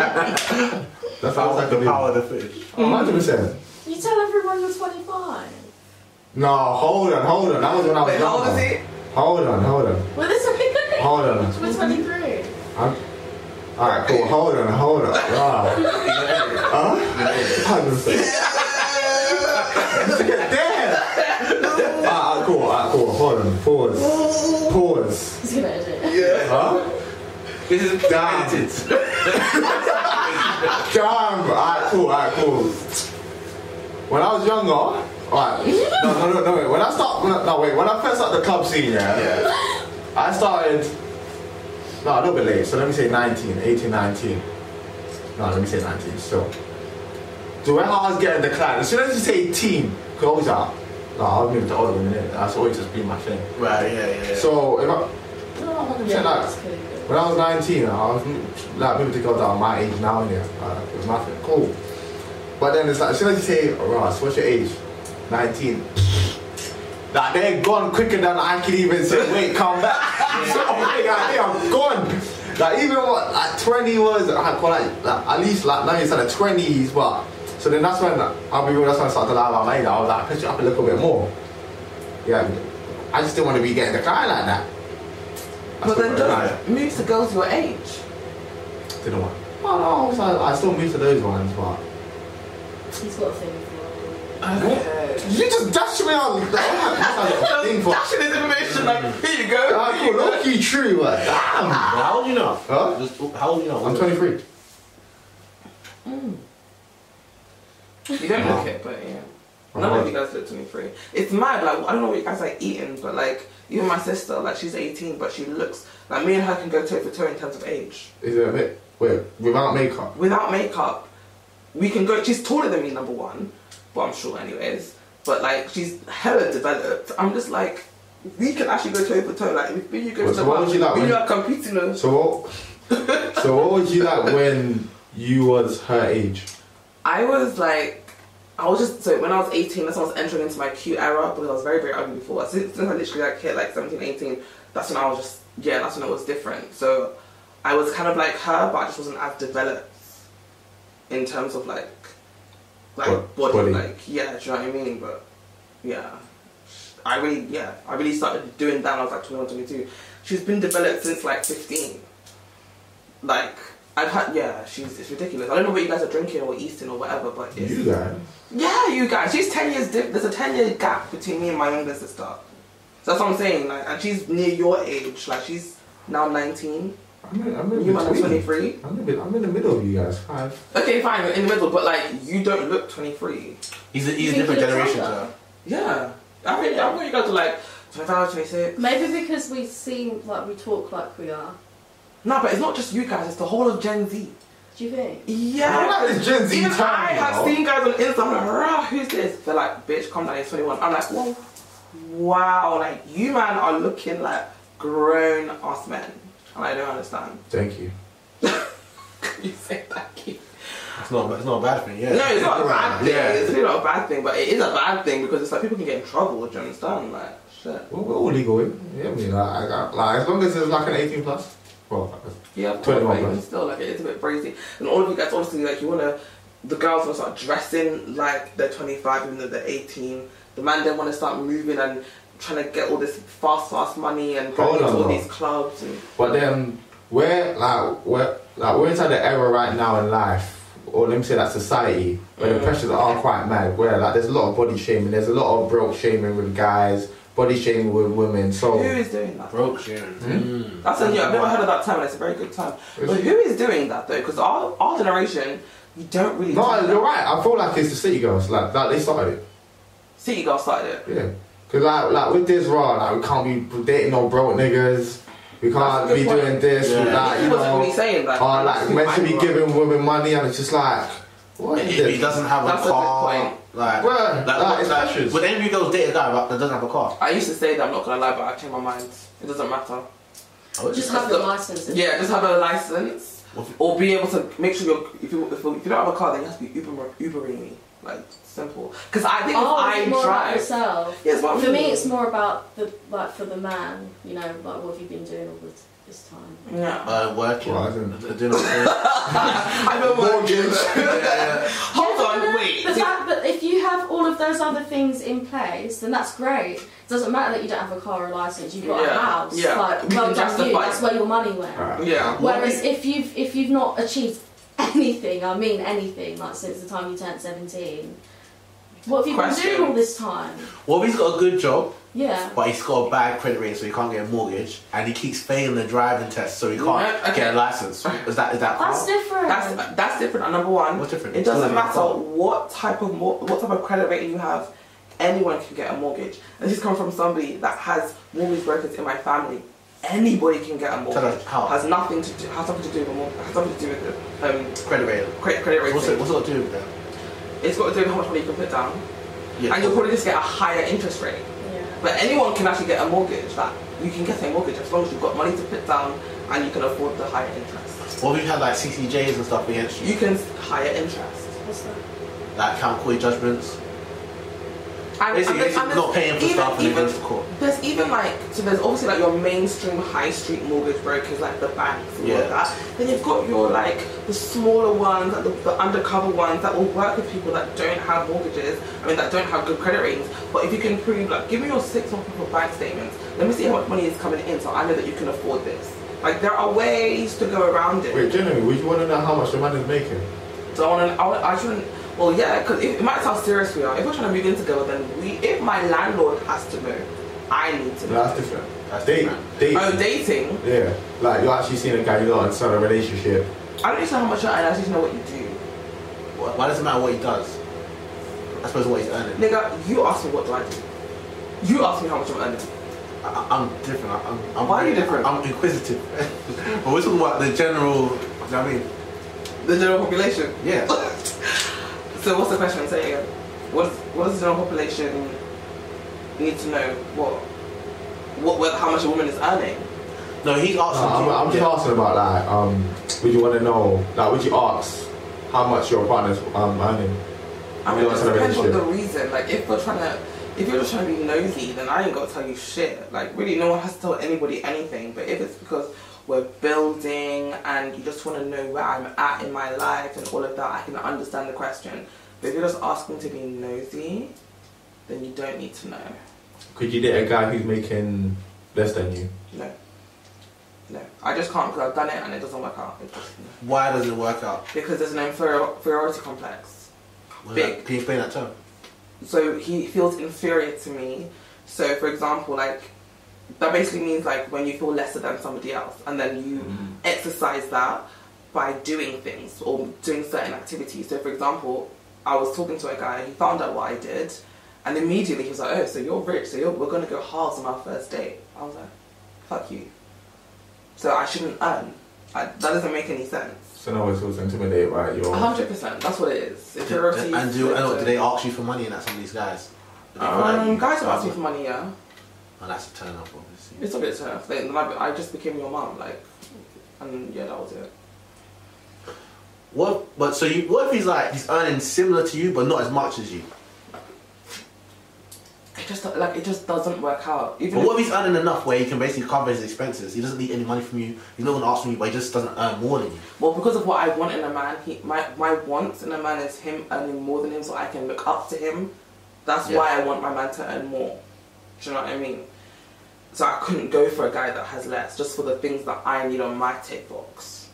That's how I
Power,
was
the power of the fish.
100%.
Mm-hmm.
You tell everyone you're 25.
No, hold on, hold on. That was when I was
Wait, how old
younger.
is he?
Hold on, hold on,
Well, this will be good.
hold on.
We're 23.
I'm, all right, cool. Hold on, hold on. Wow. Huh? Damn. All right, all right, cool, all right, cool. Hold on. Pause. Pause.
He's gonna edit.
Huh?
This is
Damn.
edited.
Damn. All right, cool, all right, cool. When I was younger, all right. No, no, no, no. Wait. When I start, no, no, wait. When I first started the club scene, yeah. I started, no, a little bit late, so let me say 19, 18, 19. No, let me say 19, so. The way I was getting declined, as soon as you say team, because I was like, nah, I'll move to other women, innit? That's always just been my thing.
Right, yeah, yeah. yeah.
So, if I, no, I'm 100% like,
that's pretty good.
when I was 19, I was mm, like, maybe to girls that are my age now, and like, it was nothing. Cool. But then it's like, as soon as you say, oh, Ross, what's your age? 19. Like, they're gone quicker than I can even say, wait, come back. so, like, they are gone. Like, even what, like, 20 was, I call like, like, at least, like, now it's like the 20s, but. So then that's when, like, I'll be real, that's when I started to lie about my age. I was like, push it up a little bit more. Yeah, I just didn't want to be getting declined like that. I
But
still
then
got declined.
just move to girls your age.
Didn't want. Well, Oh, no, so I, I still move to those ones, but
He's got a thing for
Okay.
you just dash me out. Like, oh, thing for.
Dashing his information like, here you go.
Ah, cool, low key true, but damn.
Well, how old you know?
Huh?
Just, how old you know?
I'm 23.
You don't look it, but yeah.
I'm
None of
not-
you guys look 23. It's mad, like, I don't know what you guys are eating, but like, even my sister, like, she's 18, but she looks like me and her can go toe for toe in terms of age.
Is it a bit? Wait, without makeup.
Without makeup, we can go. She's taller than me, number one, but I'm short, anyways. But like, she's hella developed. I'm just like, we can actually go toe for toe. Like, if you go
Well,
to
so
the
what would you like
we
when-
are competing. Though.
So what? so what was you like when you was her age?
I was like, I was just so when I was 18, that's when I was entering into my cute era because I was very very ugly before. Since, since I literally like hit like 17, 18, that's when I was just yeah, that's when it was different. So I was kind of like her, but I just wasn't as developed in terms of like like
Bo- body.
body, like yeah, do you know what I mean? But yeah. I really, yeah, I really started doing that when I was like 21, 22. She's been developed since like 15. Like, I've had, yeah, she's, it's ridiculous. I don't know what you guys are drinking or eating or whatever, but it's,
You guys.
yeah, you guys. She's ten years. Diff- There's a ten year gap between me and my younger sister. So that's what I'm saying. Like, and she's near your age. Like, she's now 19.
I'm in, I'm in
You might be
Oh, between.
23.
I'm in, the- I'm in the middle of you guys. Five.
Okay, fine. We're in the middle, but like, you don't look 23.
He's a, he's
You
a
think
different
he looks
generation to
older?
her.
Yeah. I mean, I want you guys to like 25, 26.
it. Maybe because we seem like we talk like we are.
No, but it's not just you guys. It's the whole of Gen Z.
Do you think?
Yeah.
What about this Gen Z
Even
time,
I have
you know?
seen guys on Instagram I'm like, "Rah, who's this? They're like, bitch, come down, you're 21. I'm like, well, wow, like you man are looking like grown ass men. And I don't understand.
Thank you.
you say thank you.
It's not, it's not a bad thing, yeah.
No, it's not a bad thing.
Yeah.
It's really not a bad thing, but it is a bad thing because it's like people can get in trouble, do you understand? Like, shit.
Well, we're all legal. eh? Yeah, I mean, like, I got, like as long as it's like an 18 plus. Well,
Yeah, of course,
21
but even
plus.
still, like, it is a bit crazy. And all of you guys, obviously, like, you wanna, the girls wanna start dressing like they're 25 even though they're 18. The man then wanna start moving and trying to get all this fast, fast money and going
Hold
to
on,
all
bro.
these clubs. And,
But then we're like we're like we're inside the era right now in life, or let me say that society, where the pressures are quite mad. Where like there's a lot of body shaming, there's a lot of broke shaming with guys, body shaming with women.
who
So
is doing that?
Broke Sharon. Mm.
That's a, yeah, I've never heard of that term, and it's a very good term.
Hmm? Is
But
it?
who is doing that though? Because our, our generation, you don't really.
no,
do that.
you're right. I feel like it's the city girls, like like they started it,
City girls started it.
yeah. Cause like like with this raw, like we can't be dating no broke niggas. We
That's a
can't
good
be
point.
doing this,
Yeah.
like
he
you
wasn't
know,
really saying that.
or like meant to be
Right.
giving women money, and it's just like what
If
is
he
this?
doesn't have
That's a good
a car,
point.
like,
Bruh,
like,
that
what-
is
like,
fascist.
would any of you girls date a guy that that doesn't have a car?
I used to say that I'm not gonna lie, but I changed my mind. It doesn't matter.
Just have the license.
Yeah, just have a license or be able to make sure you're. If you, if you if you don't have a car, then you have to be Uber Ubering me. Like simple. Because I think
Oh, is it
if I
more about
drive.
yourself.
Yes, what I
for
mean.
me, it's more about the like for the man. You know, like what have you been doing all this, this time?
Yeah.
Uh, working.
Well, I didn't-
Uh, doing all this.
I've been working. Hold
Yeah,
on,
but
wait.
The fact that if you have all of those other things in place, then that's great. It doesn't matter that you don't have a car or a license. You've got
Yeah,
a house.
yeah.
Like,
We
well
can
done you.
justify
That's
it.
where your money went.
Alright.
Yeah.
Whereas if you've if you've not achieved anything, I mean anything, like since the time you turned seventeen, what have you
Question.
been doing all this time?
well, he's got a good job,
Yeah.
but he's got a bad credit rating, so he can't get a mortgage, and he keeps failing the driving test, so he can't
Yeah, okay.
get a license. Is that is that
That's
car?
different.
That's that's different. And number one,
What's different?
It doesn't
Doesn't
matter
matter.
what type of mor- what type of credit rating you have. Anyone can get a mortgage. And this comes from somebody that has mortgage brokers in my family. Anybody can get a mortgage.
us how.
Has nothing to do has nothing to do with mor- has nothing to do with the um,
Credit rating.
credit credit rating.
What's it, what's it got to do with that?
It's got to do with how much money you can put down,
Yeah.
and you'll probably just get a higher interest rate.
Yeah.
But anyone can actually get a mortgage. Like you can get a mortgage as long as you've got money to put down and you can afford the higher interest.
Or if you had like CCJs and stuff against
You
you,
can higher interest.
What's that?
like can't call you judgments.
I'm,
Basically, it's not paying for stuff and it goes to court.
There's even like so there's obviously like your mainstream high street mortgage brokers like the banks and all
Yeah.
of that. Then you've got your like the smaller ones, like the, the undercover ones that will work with people that don't have mortgages. I mean that don't have good credit ratings. But if you can prove like give me your six month of bank statements, let me see how much money is coming in so I know that you can afford this. Like there are ways to go around it.
Wait, generally, would you want to know how much the man is making?
So I want to, I, wanna, I shouldn't. Well, yeah, because it, it matters how serious we are. If we're trying to move in together, then we, if my landlord has to know, I need to
No,
know.
that's different.
That's
date,
different.
date.
Oh, dating.
yeah, like you're actually seeing a guy you know and starting a relationship.
I don't need to know how much you earn. I just need to know what you do.
Why why does it matter what he does? I suppose what he's earning.
Nigga, you ask me what do I do. You ask me how much I'm earning.
I, I- I'm different. I- I'm, I'm
Why are you different?
I'm inquisitive. but we're talking about the general. Do you know what I mean?
The general population.
Yeah.
So what's the question? Say it again. What What does the general population need to know? What? What? what how much a woman is earning?
No, he's
Oh,
asking.
Uh,
Uh-huh.
I'm, I'm just
yeah.
asking about like, um, would you want to know, like, would you ask how much your partner's um, earning?
I
When
mean,
you
it
enter a
depends on the
relationship?
reason. Like, if you're trying to, if you're just trying to be nosy, then I ain't got to tell you shit. Like, really, no one has to tell anybody anything. But if it's because we're building and you just want to know where I'm at in my life and all of that, I can understand the question. But if you're just asking to be nosy, then you don't need to know.
Could you date a guy who's making less than you?
No. No. I just can't because I've done it and it doesn't work out. It just- no.
Why does it work out?
Because there's an inferior- inferiority complex.
Well,
Big.
Can you explain that term?
so he feels inferior to me. So, for example, like that basically means like when you feel lesser than somebody else, and then you
Mm-hmm.
exercise that by doing things or doing certain activities. So, for example, I was talking to a guy, he found out what I did, and immediately he was like, "Oh, so you're rich, so you're, we're gonna go halves on our first date." I was like, "Fuck you." So I shouldn't earn. I, that doesn't make any sense.
So no one feels intimidated by your.
A hundred percent. That's what it is. Inferiority.
and do, and
symptom.
do they ask you for money and that some of these guys? Do they feel like
Um,
you-
guys don't ask me for money, yeah.
Oh, that's a turn off, obviously.
It's a bit tough. Then like, I just became your mom, like, and yeah, that was it.
What? But so you? What if he's like he's earning similar to you, but not as much as you?
It just like it just doesn't work out. Even
But
if-
what if he's earning enough where he can basically cover his expenses? He doesn't need any money from you. He's not gonna ask from you, but he just doesn't earn more than you.
well, because of what I want in a man, he my my wants in a man is him earning more than him, so I can look up to him. That's
Yeah.
why I want my man to earn more. Do you know what I mean? So I couldn't go for a guy that has less, just for the things that I need on my tick box.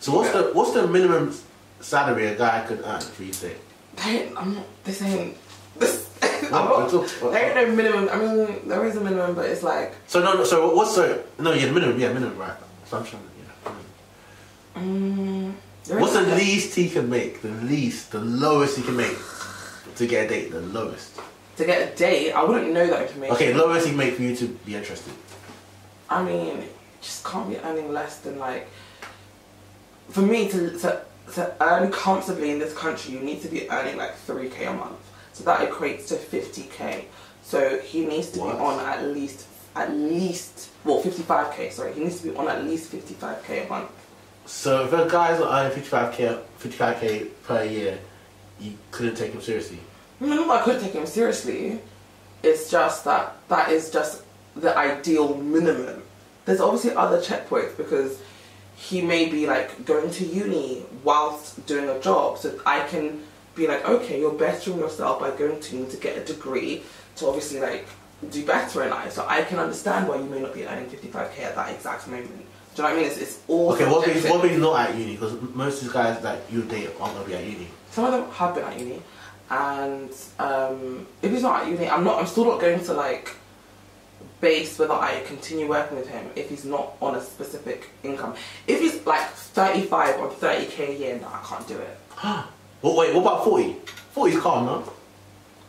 So what's
Yeah.
the what's the minimum salary a guy could earn for you say?
They ain't, I'm not. This ain't. This. I'm not,
What- what-
there ain't no minimum. I mean, there is a minimum, but it's like.
So no, no so what's so no yeah the minimum yeah minimum right. So I'm trying to, yeah. minimum.
Mm, there
What's the
is-
least he can make? The least, the lowest he can make to get a date. The lowest.
to get a date, I wouldn't know that information.
Okay, lowest he can make for you to be interested.
I mean, just can't be earning less than like. For me to to to earn comfortably in this country, you need to be earning like three k a month. So that equates to fifty k. So he needs to
What?
be on at least at least well fifty five k. Sorry, he needs to be on at least fifty five k a month.
So if a guy's not earning 55k, 55k per year, you couldn't take him seriously.
No, no, I could take him seriously. It's just that that is just the ideal minimum. There's obviously other checkpoints because he may be like going to uni whilst doing a job, so I can be like, okay, you're bettering yourself by going to uni to get a degree to obviously like do better in life. So I can understand why you may not be earning 55k at that exact moment. Do you know what I mean? It's, it's all
Okay, what if
subjective.
he's- what if he's not at uni? Because most of these guys that you date aren't gonna be at uni.
some of them have been at uni and um, if he's not at uni i'm not i'm still not going to like base whether i continue working with him if he's not on a specific income if he's like 35 or 30k a year no i can't do it
Well, wait, what about 40? 40's calm, no?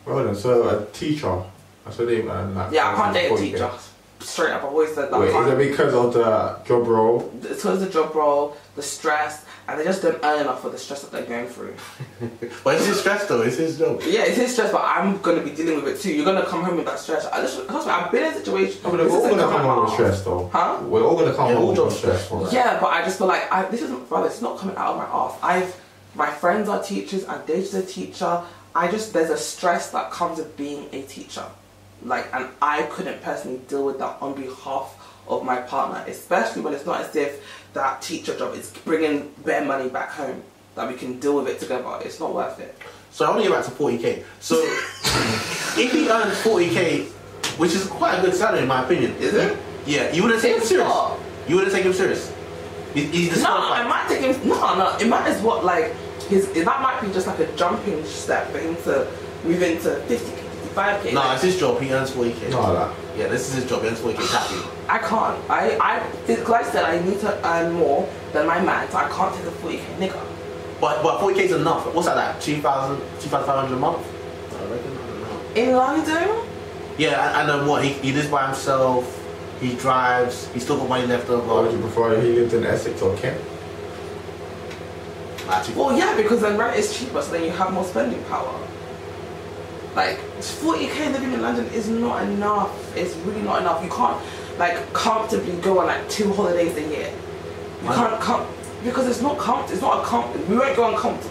Well then, so a teacher. I said they earn like.
yeah i can't date a
40K.
teacher straight up. I've always said that.
Wait,
I
is it
can't-
because of the job role?
it's because the job role, the stress, and they just don't earn enough for the stress that they're going through.
But it's his stress though, it's his job.
Yeah, it's his stress, but I'm gonna be dealing with it too. You're gonna come home with that stress. I just, trust me, I've been in a situation.
I mean, we're
this
all
isn't
gonna
coming
come
out
on with
of-
stress though.
Huh?
We're all gonna come
Yeah,
on
all
with
jobs
stress from it.
Yeah, but I just feel like I, this isn't, brother. It's not coming out of my ass. I've, my friends are teachers. I dated a teacher. I just there's a stress that comes with being a teacher, like, and I couldn't personally deal with that on behalf of my partner, especially when it's not as if that teacher job is bringing their money back home that we can deal with it together. It's not worth it.
So I want to get back to 40k. So if he earns 40k, which is quite a good salary in my opinion,
Is it?
Yeah, you wouldn't take him
It's
serious.
not.
You wouldn't take him serious. He's, he's
No,
disqualified.
it might take him. No, no, it might as well like his. It, that might be just like a jumping step for him to move into 50k, 55k.
No,
Like,
it's his job. He earns 40k.
No, that.
Yeah, this is his job. He earns 40k. He's happy.
I can't. I I because I said I need to earn more than my man, so I can't take the 40k nigga.
But but 40k is enough. What's that? Like 2,000, 2,500 a month. I reckon. I don't know.
In London,
Yeah, and, and then what? He, he lives by himself. He drives. He's still got money left
Why would
over.
you prefer he lived in Essex or Kent?
Like, two-
well, yeah, because then rent is cheaper, so then you have more spending power. Like 40k living in London is not enough. It's really not enough. You can't like comfortably go on like two holidays a year. You
Why
can't come because it's not comfort. It's not a comfort. We won't go on comfort.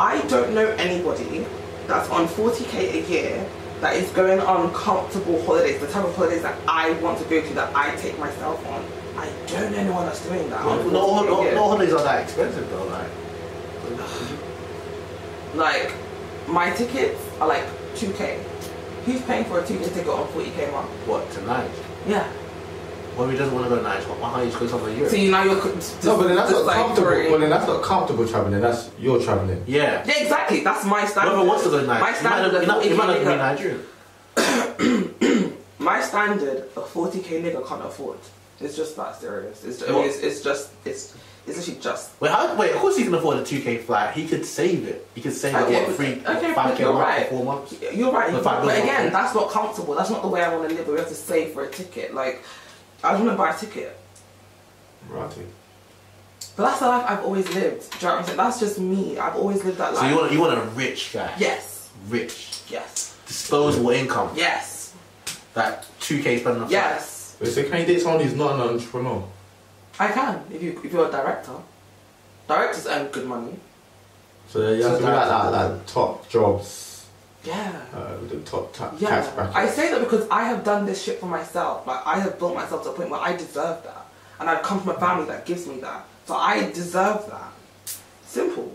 I don't know anybody that's on 40k a year that is going on comfortable holidays, the type of holidays that I want to go to, that I take myself on. I don't know anyone that's doing that.
No,
on
no,
40K a
no,
year.
no holidays are that expensive though. Like,
Like, my tickets are like 2k. Who's paying for a two-day ticket on 40k a month?
what tonight?
Yeah.
Well, he doesn't want to go night. Why can't he just go somewhere in Europe?
So you now you're co- just,
No, but then that's
just
not comfortable.
three-
Well, then that's not comfortable traveling. That's your traveling.
yeah.
Yeah, exactly. That's my standard.
Whoever wants to go night.
My
He might
standard.
not,
of
he not, he might not
40K
be Nigerian.
My standard, a 40k nigga can't afford. It's just that serious. It's just, I mean, it's, it's just, it's, it's actually just.
Wait, how, wait, of course he can afford a 2k flight. He could save it. He could save it,
Okay,
what, three,
okay,
5k
you're
a month
right.
for four months?
You're right.
The fact
but
that-
again, that's not comfortable. That's not the way I want to live. We have to save for a ticket. Like, I don't want to buy a ticket.
Righty.
But that's the life I've always lived. Do you know what I'm saying? That's just me. I've always lived that life.
So you want, you want a rich guy.
Yes.
Rich.
Yes.
Disposable income.
Yes.
That 2k spending on flight.
Yes.
But so can you date someone who's not an entrepreneur?
I can if you if you're a director. Directors earn good money.
So you
So
have to be like
that's-
that, like top jobs,
Yeah.
uh, with the top ta- tax
Yeah,
bracket.
I say that because I have done this shit for myself. Like I have built myself to a point where I deserve that, and I've come from a family that gives me that, so I deserve that. Simple,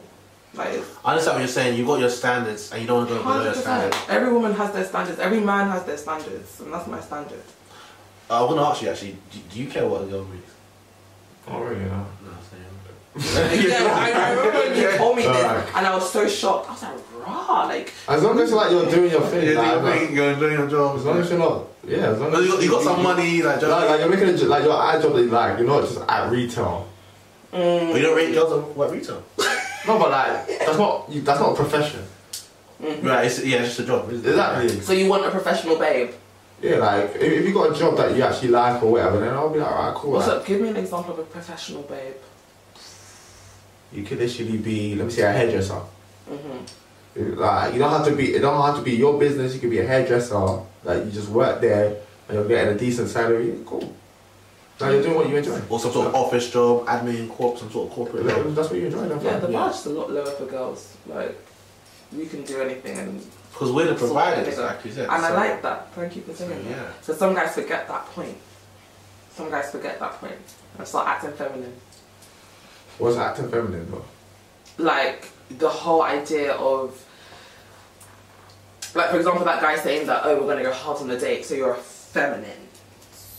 like it's
I understand what you're saying. You've got your standards and you don't want to go below your
hundred percent.
standards.
Every woman has their standards. Every man has their standards, and that's my standard.
Uh, I want to ask you actually, do, do you care what a girl reads?
Not Oh, really, no.
No, I'm saying.
yeah, I, I remember when you told me
Alright.
this, and I was so shocked. I was like, rah, like
As long as like you're doing your thing, like, like,
you're doing your job.
as long as you're not, yeah, as long as
you got, you got some money, like,
Like, like you're making a, j- like your ad job that you like, you're not just at retail.
But you don't rate girls on what retail.
No, but like that's not you, that's not a profession.
Right, it's, yeah, it's just a job. Isn't
Exactly.
so you want a professional babe?
Yeah, like if, if you got a job that you actually like or whatever, then I'll be like, alright, cool.
What's
like,
up? Give me an example of a professional babe.
You could literally be, let me see, a hairdresser.
Mhm.
Like you don't have to be, it don't have to be your business. You could be a hairdresser. Like you just work there and you're getting a decent salary. Cool. Now you're doing what you enjoy.
it? Or some sort of office job, admin, corp, some sort of corporate job.
That's what you enjoy. That's
Yeah, the
fine.
Yeah.
bar's just a lot lower for girls. Like we can do anything and.
Because we're the
Sort of
providers,
thing.
like you said.
And I
so-
like that. Thank you for saying that.
So, yeah.
So some guys forget that point. Some guys forget that point and start acting feminine.
What's active feminine though?
Like the whole idea of, like for example, that guy saying that oh we're gonna go hard on the date, so you're a feminine.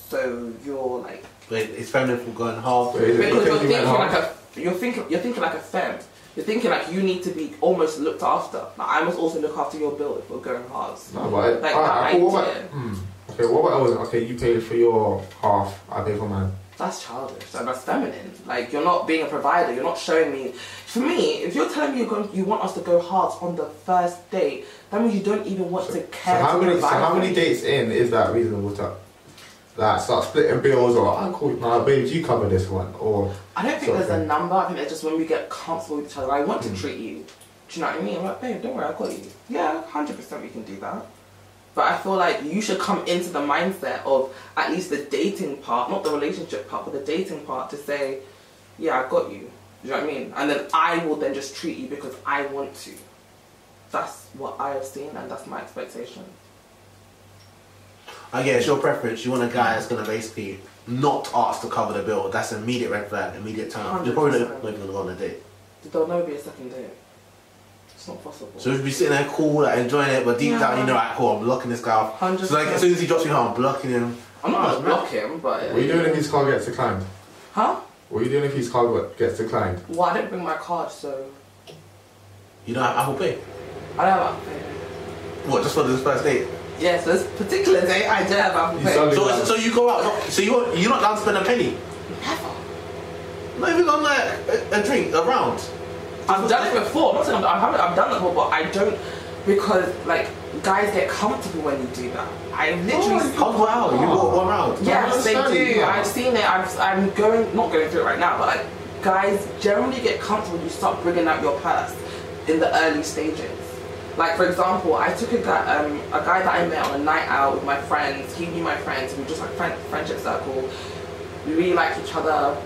So you're like
But it's feminine for going half.
Wait, is it
because
because you
you're thinking
went
like
hard?
a you're thinking you're thinking like a femme. You're thinking like you need to be almost looked after. Like I must also look after your bill if we're going hard.
No, but
Like
alright,
that
cool, what
idea.
about, hmm, okay, what about ours? Okay, you paid for your half. I paid for mine.
that's childish. Like, that's feminine. Like you're not being a provider. You're not showing me. For me, if you're telling me you're going, you want us to go hard on the first date, that means you don't even want to
So
care.
how
to
many? So
provide
how
for
many
me.
dates in is that reasonable to? Like start splitting bills or "Ah, I call now, babes, you cover this one or
I don't think
Sort of
there's a
thing.
number. I think it's just when we get comfortable with each other. I want to
Mm.
treat you. Do you know what I mean? I'm like, babe, don't worry, I got you. Yeah, hundred percent, we can do that. But I feel like you should come into the mindset of at least the dating part, not the relationship part, but the dating part to say, yeah, I got you. Do you know what I mean? And then I will then just treat you because I want to. That's what I have seen, and that's my expectation.
I guess your preference. You want a guy that's gonna basically not ask to cover the bill. That's immediate red flag, immediate time. You're probably not
100%.
not even gonna go on a date.
There'll never be a second date. It's not possible.
So you'll be sitting there cool, like enjoying it, but deep down you know, like, cool, I'm blocking this guy off.
Hundred
So like as
percent.
soon as he drops me down, I'm blocking him.
I'm not gonna block him, but
what are you doing if his car gets declined?
huh?
What are you doing if his car got- gets declined?
Well, I didn't bring my card, so
You know, Apple Pay.
I don't have Apple Pay.
What just for this first date?
Yeah, so this particular day, I don't have Apple
You
Pay.
sound-
So so you go out. So you won't- you're not down to spend a penny.
Never.
Not even on like a, a drink, a round.
I've done it before. I'm not saying I haven't. I've done it before, but I don't because like guys get comfortable when you do that. I literally.
Oh wow, you got one round.
Yes, they
understand it,
do.
yeah.
I've seen it. I've, I'm going, not going through it right now, but like, guys generally get comfortable. You start bringing out your past in the early stages. Like for example, I took a guy, um, a guy that I met on a night out with my friends. He knew my friends. We were just like friend, friendship circle. We really liked each other.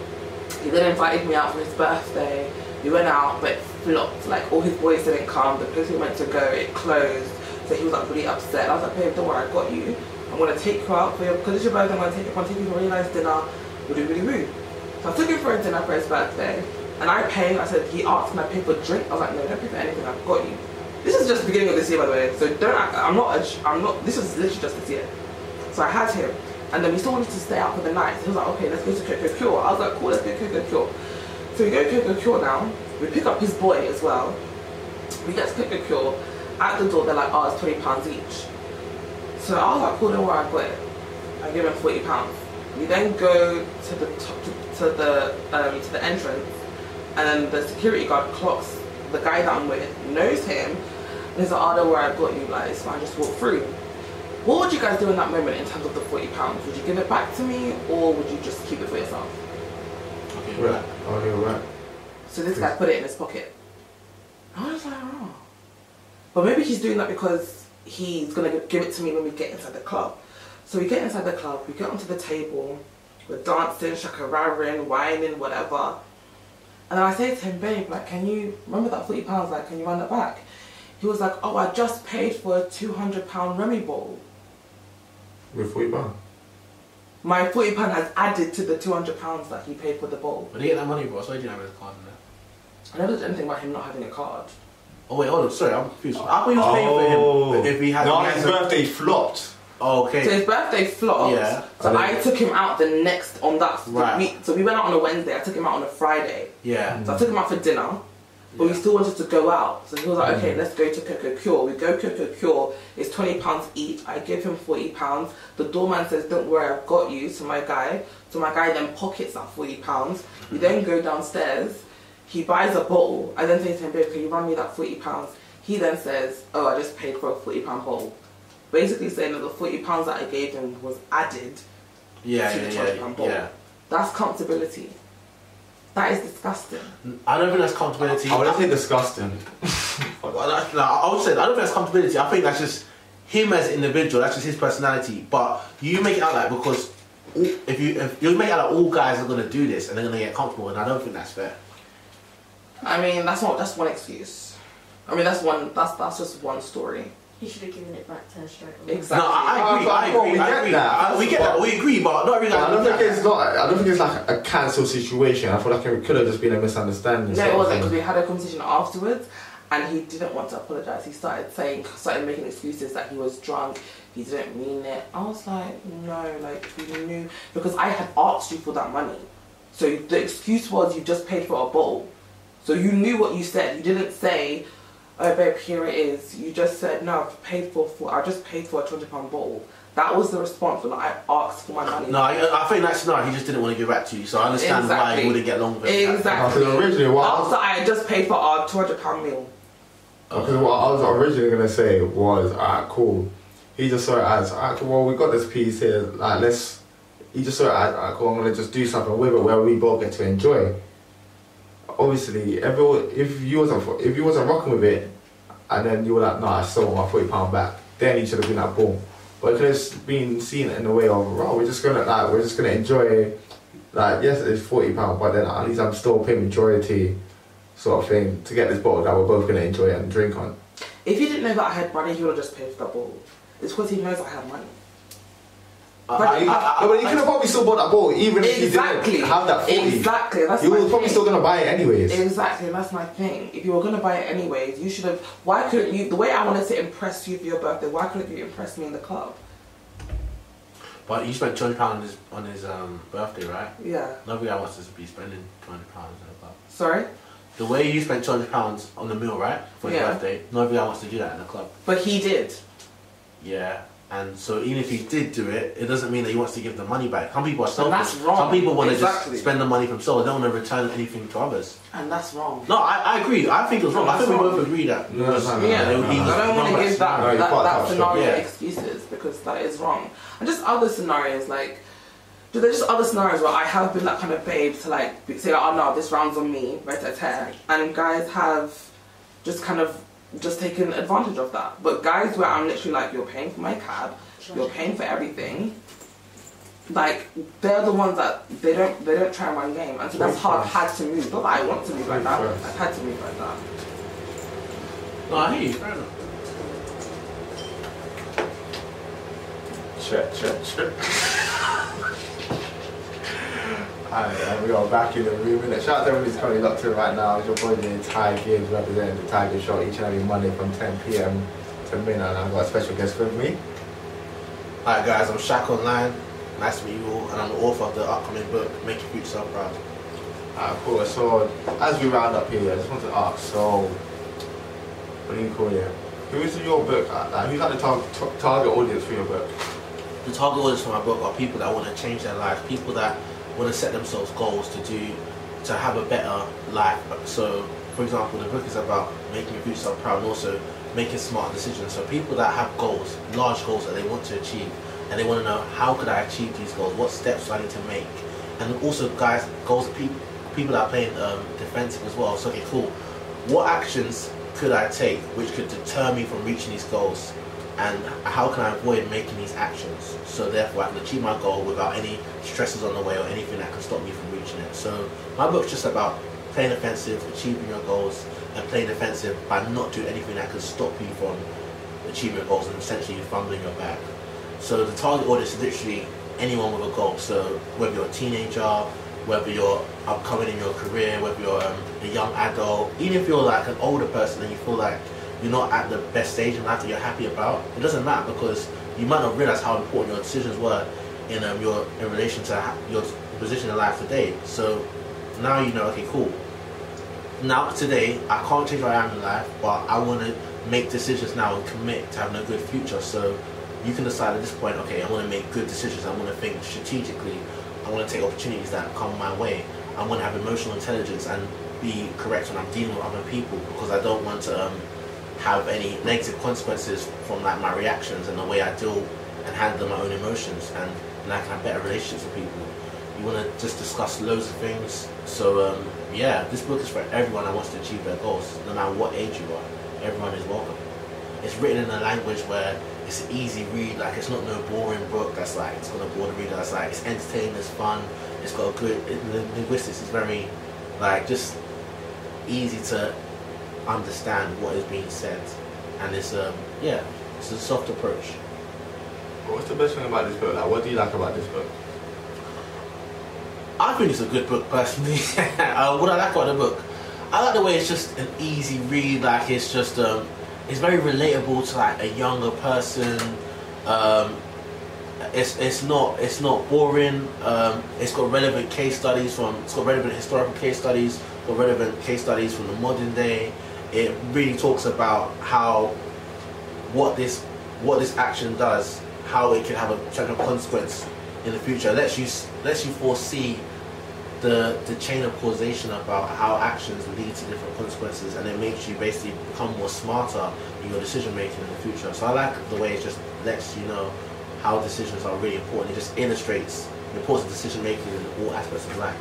He then invited me out for his birthday. We went out, but it flopped. Like all his boys didn't come. The place we went to go, it closed. So he was like really upset. I was like, babe, don't worry, I got you. I'm gonna take you out for your because it's your birthday. I'm gonna take you. I'm gonna take you for a really nice dinner. We'll do really rude. So I took him for a dinner for his birthday, and I paid. I said he asked, can I pay for a drink? I was like, no, don't pay for anything. I've got you. This is just the beginning of this year, by the way. So don't. act- I'm not. a- I'm not. This is literally just this year. So I had him, and then we still wanted to stay out for the night. So he was like, okay, let's go to Coco Cure. I was like, cool, let's go to Coco Cure. So we go to Coco Cure now. We pick up his boy as well. We get to Coco Cure. At the door, they're like, oh, it's twenty pounds each. So I was like, cool, don't worry, I got it. I give him forty pounds. We then go to the top, to, to the um, to the entrance, and then the security guard clocks the guy that I'm with, knows him, and he's like, oh, don't worry, I got you. Like, it's fine, just walk through. What would you guys do in that moment in terms of the forty pounds? Would you give it back to me, or would you just keep it for yourself?
Okay,
Right.
right.
Oh, yeah, right.
So this guy put it in his pocket. I was like, oh. But maybe he's doing that because he's gonna gi- give it to me when we get inside the club. So we get inside the club, we get onto the table, we're dancing, shakararing, whining, whatever. And I say to him, babe, like, can you remember that forty pounds? Like, can you run it back? He was like, oh, I just paid for a two hundred pound Remy ball.
With 40 pounds.
My forty pound has added to the two hundred pounds that he paid for the bowl.
But he get that money, bro. So he didn't have his card in there.
I never did anything about him not having a card.
Oh wait, hold on. Sorry, I'm confused. I thought he was
Oh.
paying for him. If he had,
no,
he had
his
some-
birthday flopped.
Oh,
So
okay.
his birthday flopped.
Yeah.
So
And
I
then-
took him out the next on that
Right.
week. So we went out on a Wednesday. I took him out on a Friday.
Yeah.
So I took him out for dinner, but we still wanted to go out. So he was like, okay, let's go to Coco Cure. We go Coco Cure. It's twenty pounds each. I give him forty pounds. The doorman says, don't worry, I've got you. To my guy. So my guy then pockets that forty pounds. We then go downstairs. He buys a bottle. I then say to him, babe, can you run me that forty pounds? He then says, oh, I just paid for a forty pound bottle. Basically saying that the forty pounds that I gave him was added
Yeah,
to
yeah,
the
yeah,
£20
yeah.
ball. That's comfortability. That is disgusting.
I don't think Oh, that's comfortability.
I would say disgusting.
Well, that's- no, I would say I don't think that's comfortability. I think that's just him as an individual. That's just his personality. But you make it out like because all- if you if you make it out like all guys are gonna do this and they're gonna get comfortable, and I don't think that's fair.
I mean, that's not that's one excuse. I mean, that's one that's that's just one story.
He should have given it back to her straight away.
Exactly.
No, I, I agree.
Oh,
I
but
agree.
we
I
get
agree.
that.
I- we get that. We agree, but not every guy.
I don't
does
think
that.
it's not. I don't think it's like a cancelled situation. I feel like it could have just been a misunderstanding.
no,
sort
it
of
wasn't
thing.
because we had a conversation afterwards, and he didn't want to apologize. He started saying, started making excuses that he was drunk. He didn't mean it. I was like, no, like you knew because I had asked you for that money. So the excuse was you just paid for a bowl. So you knew what you said. You didn't say, oh babe, here it is. You just said, no, I've paid for, for I just paid for a twenty pound bowl. That was the response when I asked for my money.
No, I, I think that's no. He just didn't want to give back to you, so I understand why
Exactly.
he wouldn't get along with it.
Exactly.
Because originally, what I was,
After I had just paid for our two hundred pound meal.
because what I was originally gonna say was, alright, cool. He just saw it as, alright, cool, well, we got this piece here. Like, let's He just thought, I, I, cool, I'm gonna just do something with it where we both get to enjoy. Obviously, everyone, if you wasn't fo- if you wasn't rocking with it, and then you were like, nah, I still want my forty pound back. Then you should have been like, boom. But it could have been seen in a way of, oh, we're just gonna like, we're just gonna enjoy. Like, yes, it's forty pound, but then at least I'm still paying majority, sort of thing, to get this bottle that we're both gonna enjoy and drink on.
If he didn't know that I had money, he would have just paid for the ball. It's because he knows I have money.
I-
But
I-
you-
I-
No, but you could have probably still bought that ball, even if you
Exactly.
didn't have that forty.
Exactly. That's
You
my
were probably
thing.
still gonna buy it anyways.
Exactly, and that's my thing. If you were gonna buy it anyways, you should have. Why couldn't you? The way I wanted to impress you for your birthday, why couldn't you impress me in the club?
But you spent two hundred pounds on his on his um, birthday, right?
Yeah.
Nobody else wants to be spending two hundred pounds on a club.
Sorry,
The way you spent two hundred pounds on the meal, right, for his
Yeah.
birthday, nobody else wants to do that in a club.
but he did.
Yeah. And so even if he did do it, it doesn't mean that he wants to give the money back. Some people are selfish.
that's wrong.
Some people want to
Exactly.
just spend the money themselves. They don't want to return anything to others.
And that's wrong.
No, I, I agree. I think it was wrong. I
That's
think we
wrong.
both agree that.
No, that's not-
Yeah,
no, no, no, no.
I don't want to give that
No, you
that,
can't
that
touch it.
scenario
Yeah.
excuses because that is wrong. And just other scenarios like. There's just other scenarios where I have been that kind of babe to like be- say, like, oh no, this round's on me, right, right, right. And guys have just kind of just taken advantage of that. But guys, where I'm literally like, you're paying for my cab, you're paying for everything. Like they're the ones that they don't they don't try and run game, and so that's how I've had to move. Not that I want to move like that, I've had to move like that.
No, I hear you. Fair enough.
Check, check, check. Alright, and uh, we are back in the room, innit? Shout out to everyone who's currently locked in right now. It's your boy, the Tiger Gibbs, representing the Tiger Show each and every Monday from 10 pm to midnight. And I've got a special guest with me.
Hi guys, I'm Shaq Online. Nice to meet you all, and I'm the author of the upcoming book, Make Your Future Self Proud.
Alright, cool. Uh, So, as we round up here, I just want to ask so, what do you call it? Who is your book? uh, Like, who's like the tar- tar- target audience for your book?
The target audience for my book are people that want to change their life, people that want to set themselves goals to do, to have a better life. So, for example, the book is about making your future self proud and also making smart decisions. So, people that have goals, large goals that they want to achieve, and they want to know how could I achieve these goals? What steps do I need to make? And also, guys, goals that people people that are playing um, defensive as well. So, okay, cool. What actions could I take which could deter me from reaching these goals? and how can I avoid making these actions so therefore I can achieve my goal without any stresses on the way or anything that can stop me from reaching it. So my book's just about playing offensive, achieving your goals, and playing defensive by not doing anything that can stop you from achieving your goals and essentially fumbling your bag. So the target audience is literally anyone with a goal. So whether you're a teenager, whether you're upcoming in your career, whether you're um, a young adult, even if you're like an older person and you feel like you're not at the best stage in life that you're happy about, it doesn't matter because you might not realize how important your decisions were in um, your in relation to ha- your position in life today. So now you know, okay, cool now today I can't change where I am in life, but I want to make decisions now and commit to having a good future. So you can decide at this point, okay, I want to make good decisions. I want to think strategically. I want to take opportunities that come my way. I want to have emotional intelligence and be correct when I'm dealing with other people because I don't want to um, have any negative consequences from like my reactions and the way I deal and handle my own emotions and, and I can have better relationships with people. You want to just discuss loads of things. So um, yeah, this book is for everyone that wants to achieve their goals, no matter what age you are. Everyone is welcome. It's written in a language where it's an easy read. Like it's not no boring book that's like it's gonna bore the reader. That's like it's entertaining, it's fun. It's got a good it, the linguistics is very like just easy to understand what is being said, and it's um yeah, it's a soft approach.
What's the best thing about this book? Like, what do you like about this book?
I think it's a good book personally. uh, what I like about the book, I like the way it's just an easy read. Like it's just um, it's very relatable to like a younger person. Um, it's it's not it's not boring. Um, it's got relevant case studies from it's got relevant historical case studies, got relevant case studies from the modern day. It really talks about how what this what this action does, how it can have a potential consequence in the future. It Lets you s- lets you foresee the the chain of causation about how actions lead to different consequences, and it makes you basically become more smarter in your decision making in the future. So I like the way it just lets you know how decisions are really important. It just illustrates the importance of decision making in all aspects of life.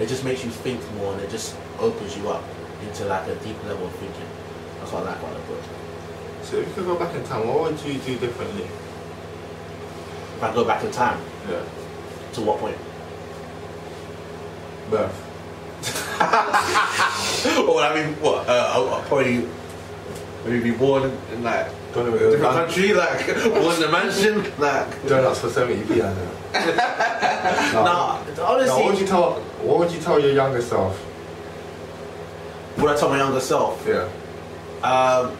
It just makes you think more and it just opens you up into like a deep level of thinking. That's what I like about the book.
So if you could go back in time, what would you do differently?
If I go back in time,
Yeah.
to what point?
Birth.
or I mean, what? Uh, I'll, I'll probably maybe be born in like
Don't know
a
where it
different
was.
country, like born in a mansion, like.
Donuts for 70p, I know. no.
Nah, honestly,
No, Uh, what would you tell? What would you tell your younger self?
would I tell my younger self?
Yeah.
Um,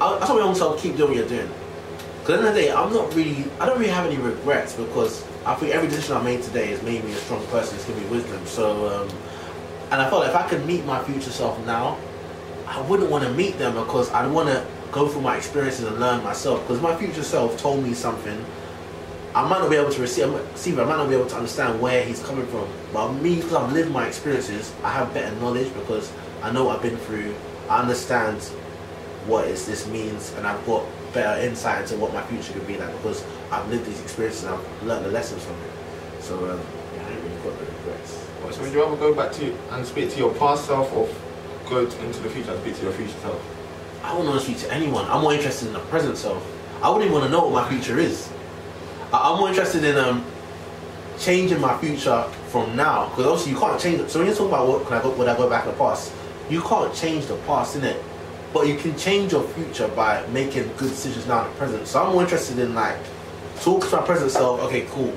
I, I told my own self, keep doing what you're doing. Because at the end of the day, I'm not really, I don't really have any regrets because I think every decision I made today has made me a strong person. It's given me wisdom. So, um, and I felt like if I could meet my future self now, I wouldn't want to meet them because I'd want to go through my experiences and learn myself. Because my future self told me something. I might not be able to receive, I might- receive it, I might not be able to understand where he's coming from. But me, because I've lived my experiences, I have better knowledge because I know what I've been through. I understand what is this means and I've got better insight into what my future could be like because I've lived these experiences and I've learned the lessons from it. So um, yeah, I ain't really got the regrets.
Well, So would you rather go back to and speak to your past self, or go t- into the future and speak to your future self?
I wouldn't want to speak to anyone. I'm more interested in the present self. I wouldn't even want to know what my future is. I- I'm more interested in um, changing my future from now because obviously you can't change it. So when you're talking about what could I go, would I go back in the past, you can't change the past, innit? But you can change your future by making good decisions now in the present. So I'm more interested in like talk to my present self. Okay, cool.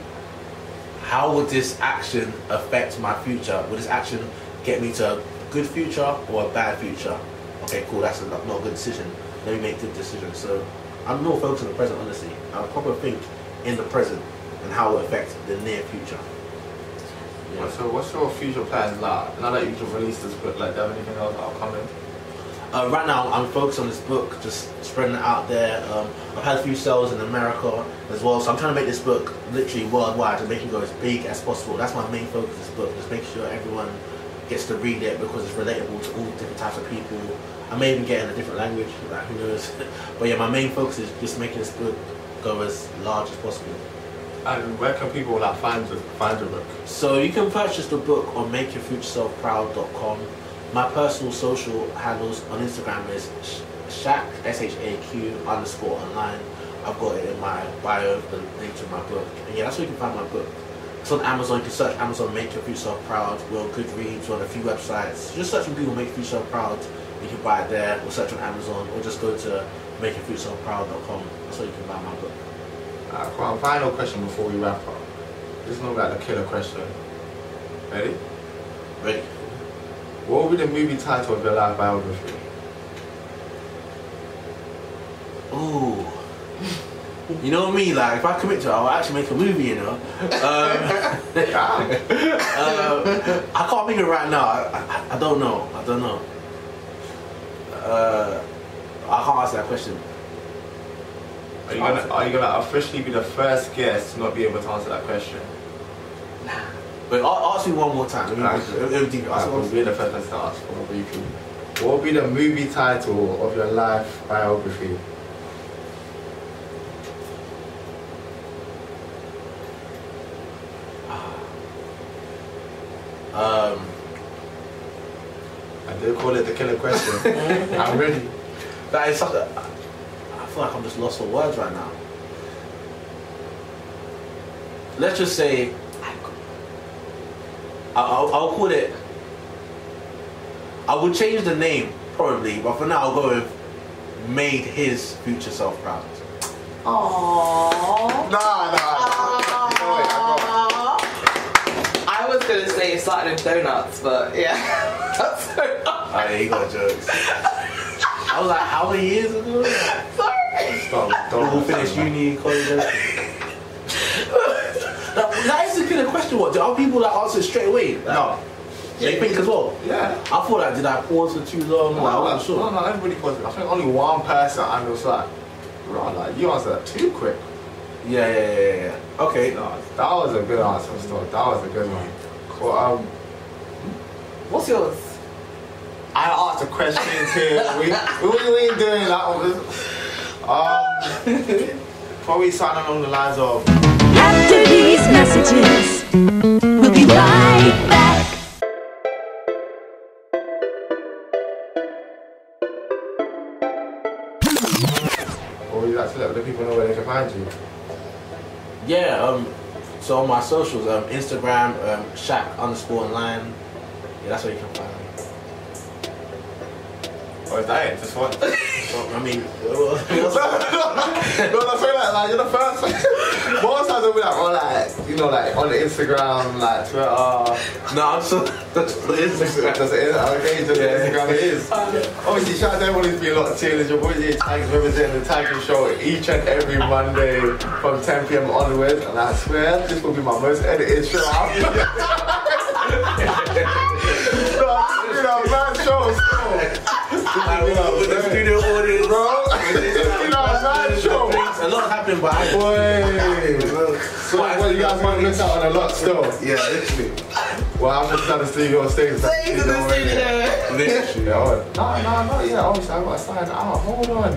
How would this action affect my future? Would this action get me to a good future or a bad future? Okay, cool. That's a, not a good decision. Let me make good decisions. So I'm more focused on the present, honestly. I proper think in the present and how it affects the near future.
Well, So what's your future plan now? Now that you've released this book, like, do you have anything else upcoming?
Uh, right now, I'm focused on this book, just spreading it out there. Um, I've had a few sales in America as well, so I'm trying to make this book literally worldwide and make it go as big as possible. That's my main focus of this book, just making sure everyone gets to read it because it's relatable to all different types of people. I may even get in a different language, like, who knows. but yeah, my main focus is just making this book go as large as possible.
And where can people like find the find the book?
So you can purchase the book on makeyourfutureselfproud.com. My personal social handles on Instagram is sh- Shaq S H A Q underscore online. I've got it in my bio, the link to my book. And yeah, that's where you can find my book. It's on Amazon. You can search Amazon Make Your Future Self Proud. We're on Goodreads. We're on a few websites. Just search on Google Make Your Future Self Proud. You can buy it there, or search on Amazon, or just go to makeyourfutureselfproud.com. That's where you can buy my book.
Uh, come on, final question before we wrap up. This is not like a killer question. Ready?
Ready?
What would be the movie title of your life biography?
Ooh. You know me, like if I commit to it, I'll actually make a movie, you know. Um,
Ah,
um, I can't think of it right now. I, I, I don't know. I don't know. Uh, I can't answer that question.
Are you gonna Are you gonna officially be the first guest to not be able to answer that question?
But a- ask me one more time. Let me,
Alright.
let me, think. Ask
I
me
will
one-
be the first person to ask for a repeat. What would be the movie title of your life biography?
um,
I did call it the killer question. I'm ready.
that is such a. I feel like I'm just lost for words right now. Let's just say, I- I'll, I'll call it. I would change the name probably, but for now I'll go with made his future self proud.
Aww.
Nah, nah. You know what, I got-
I was gonna say it started with donuts, but yeah. That's so
Oh, yeah, you got jokes. I was like, how many years ago?
Sorry.
Stop,
We
don't
all finished uni, college. everything. that, that is a good question. What do other people that answer straight away?
No.
They think as well.
Yeah.
I thought I did I pause for too long.
No,
like, I
no,
wasn't sure.
no, no, everybody positive. I think only one person I was like, right, like, you answered that too quick.
Yeah, yeah, yeah, yeah, yeah. Okay.
No, that was a good answer, still. That was a good one. Cool. Um,
What's yours?
I asked the questions here. we, we, we ain't doing that one. Um, probably something along the lines of.
after these messages. We'll be right back.
Or would you like to let the people know where they can find you?
Yeah, um, so on my socials, um, Instagram, um, Shaq underscore online. Yeah, that's where you can find me.
Or is that it? Just one?
Well, I mean, well,
no, no, say like, like you're the first. Most times I'll be like, on like, you know, like on the Instagram, like Twitter.
no, I'm so, that's what it is.
That's it. Okay, just
Yeah.
Instagram it is. Obviously, shout out to everyone who's been locked in. It's your boy Jay Tags representing the Tag Team Show each and every Monday from 10 p.m. onwards. And I swear, this will be my most edited show. no, I'm doing a mad show still.
With the studio audience,
Bro, it's been a mad show.
a lot happened, but I,
Boy. So
Why
well,
is
you guys
it-
might miss out on a lot still.
Yeah, literally.
Well, I'm just trying to see your stage. Stage
in the studio.
Literally.
No, no, no, yeah, obviously I've got to sign out. Hold on.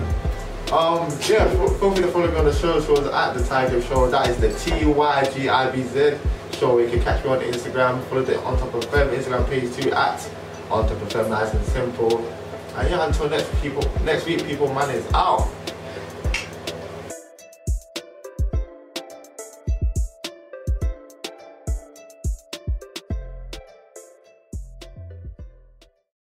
Um, yeah, f- feel free to follow me on the socials at the Tiger Show. That is the T Y G I B Z show. You can catch me on Instagram. Follow the On Top of Fem Instagram page too at On Top of Fem. Nice and simple. And yeah, until next people next week, people. Man is out.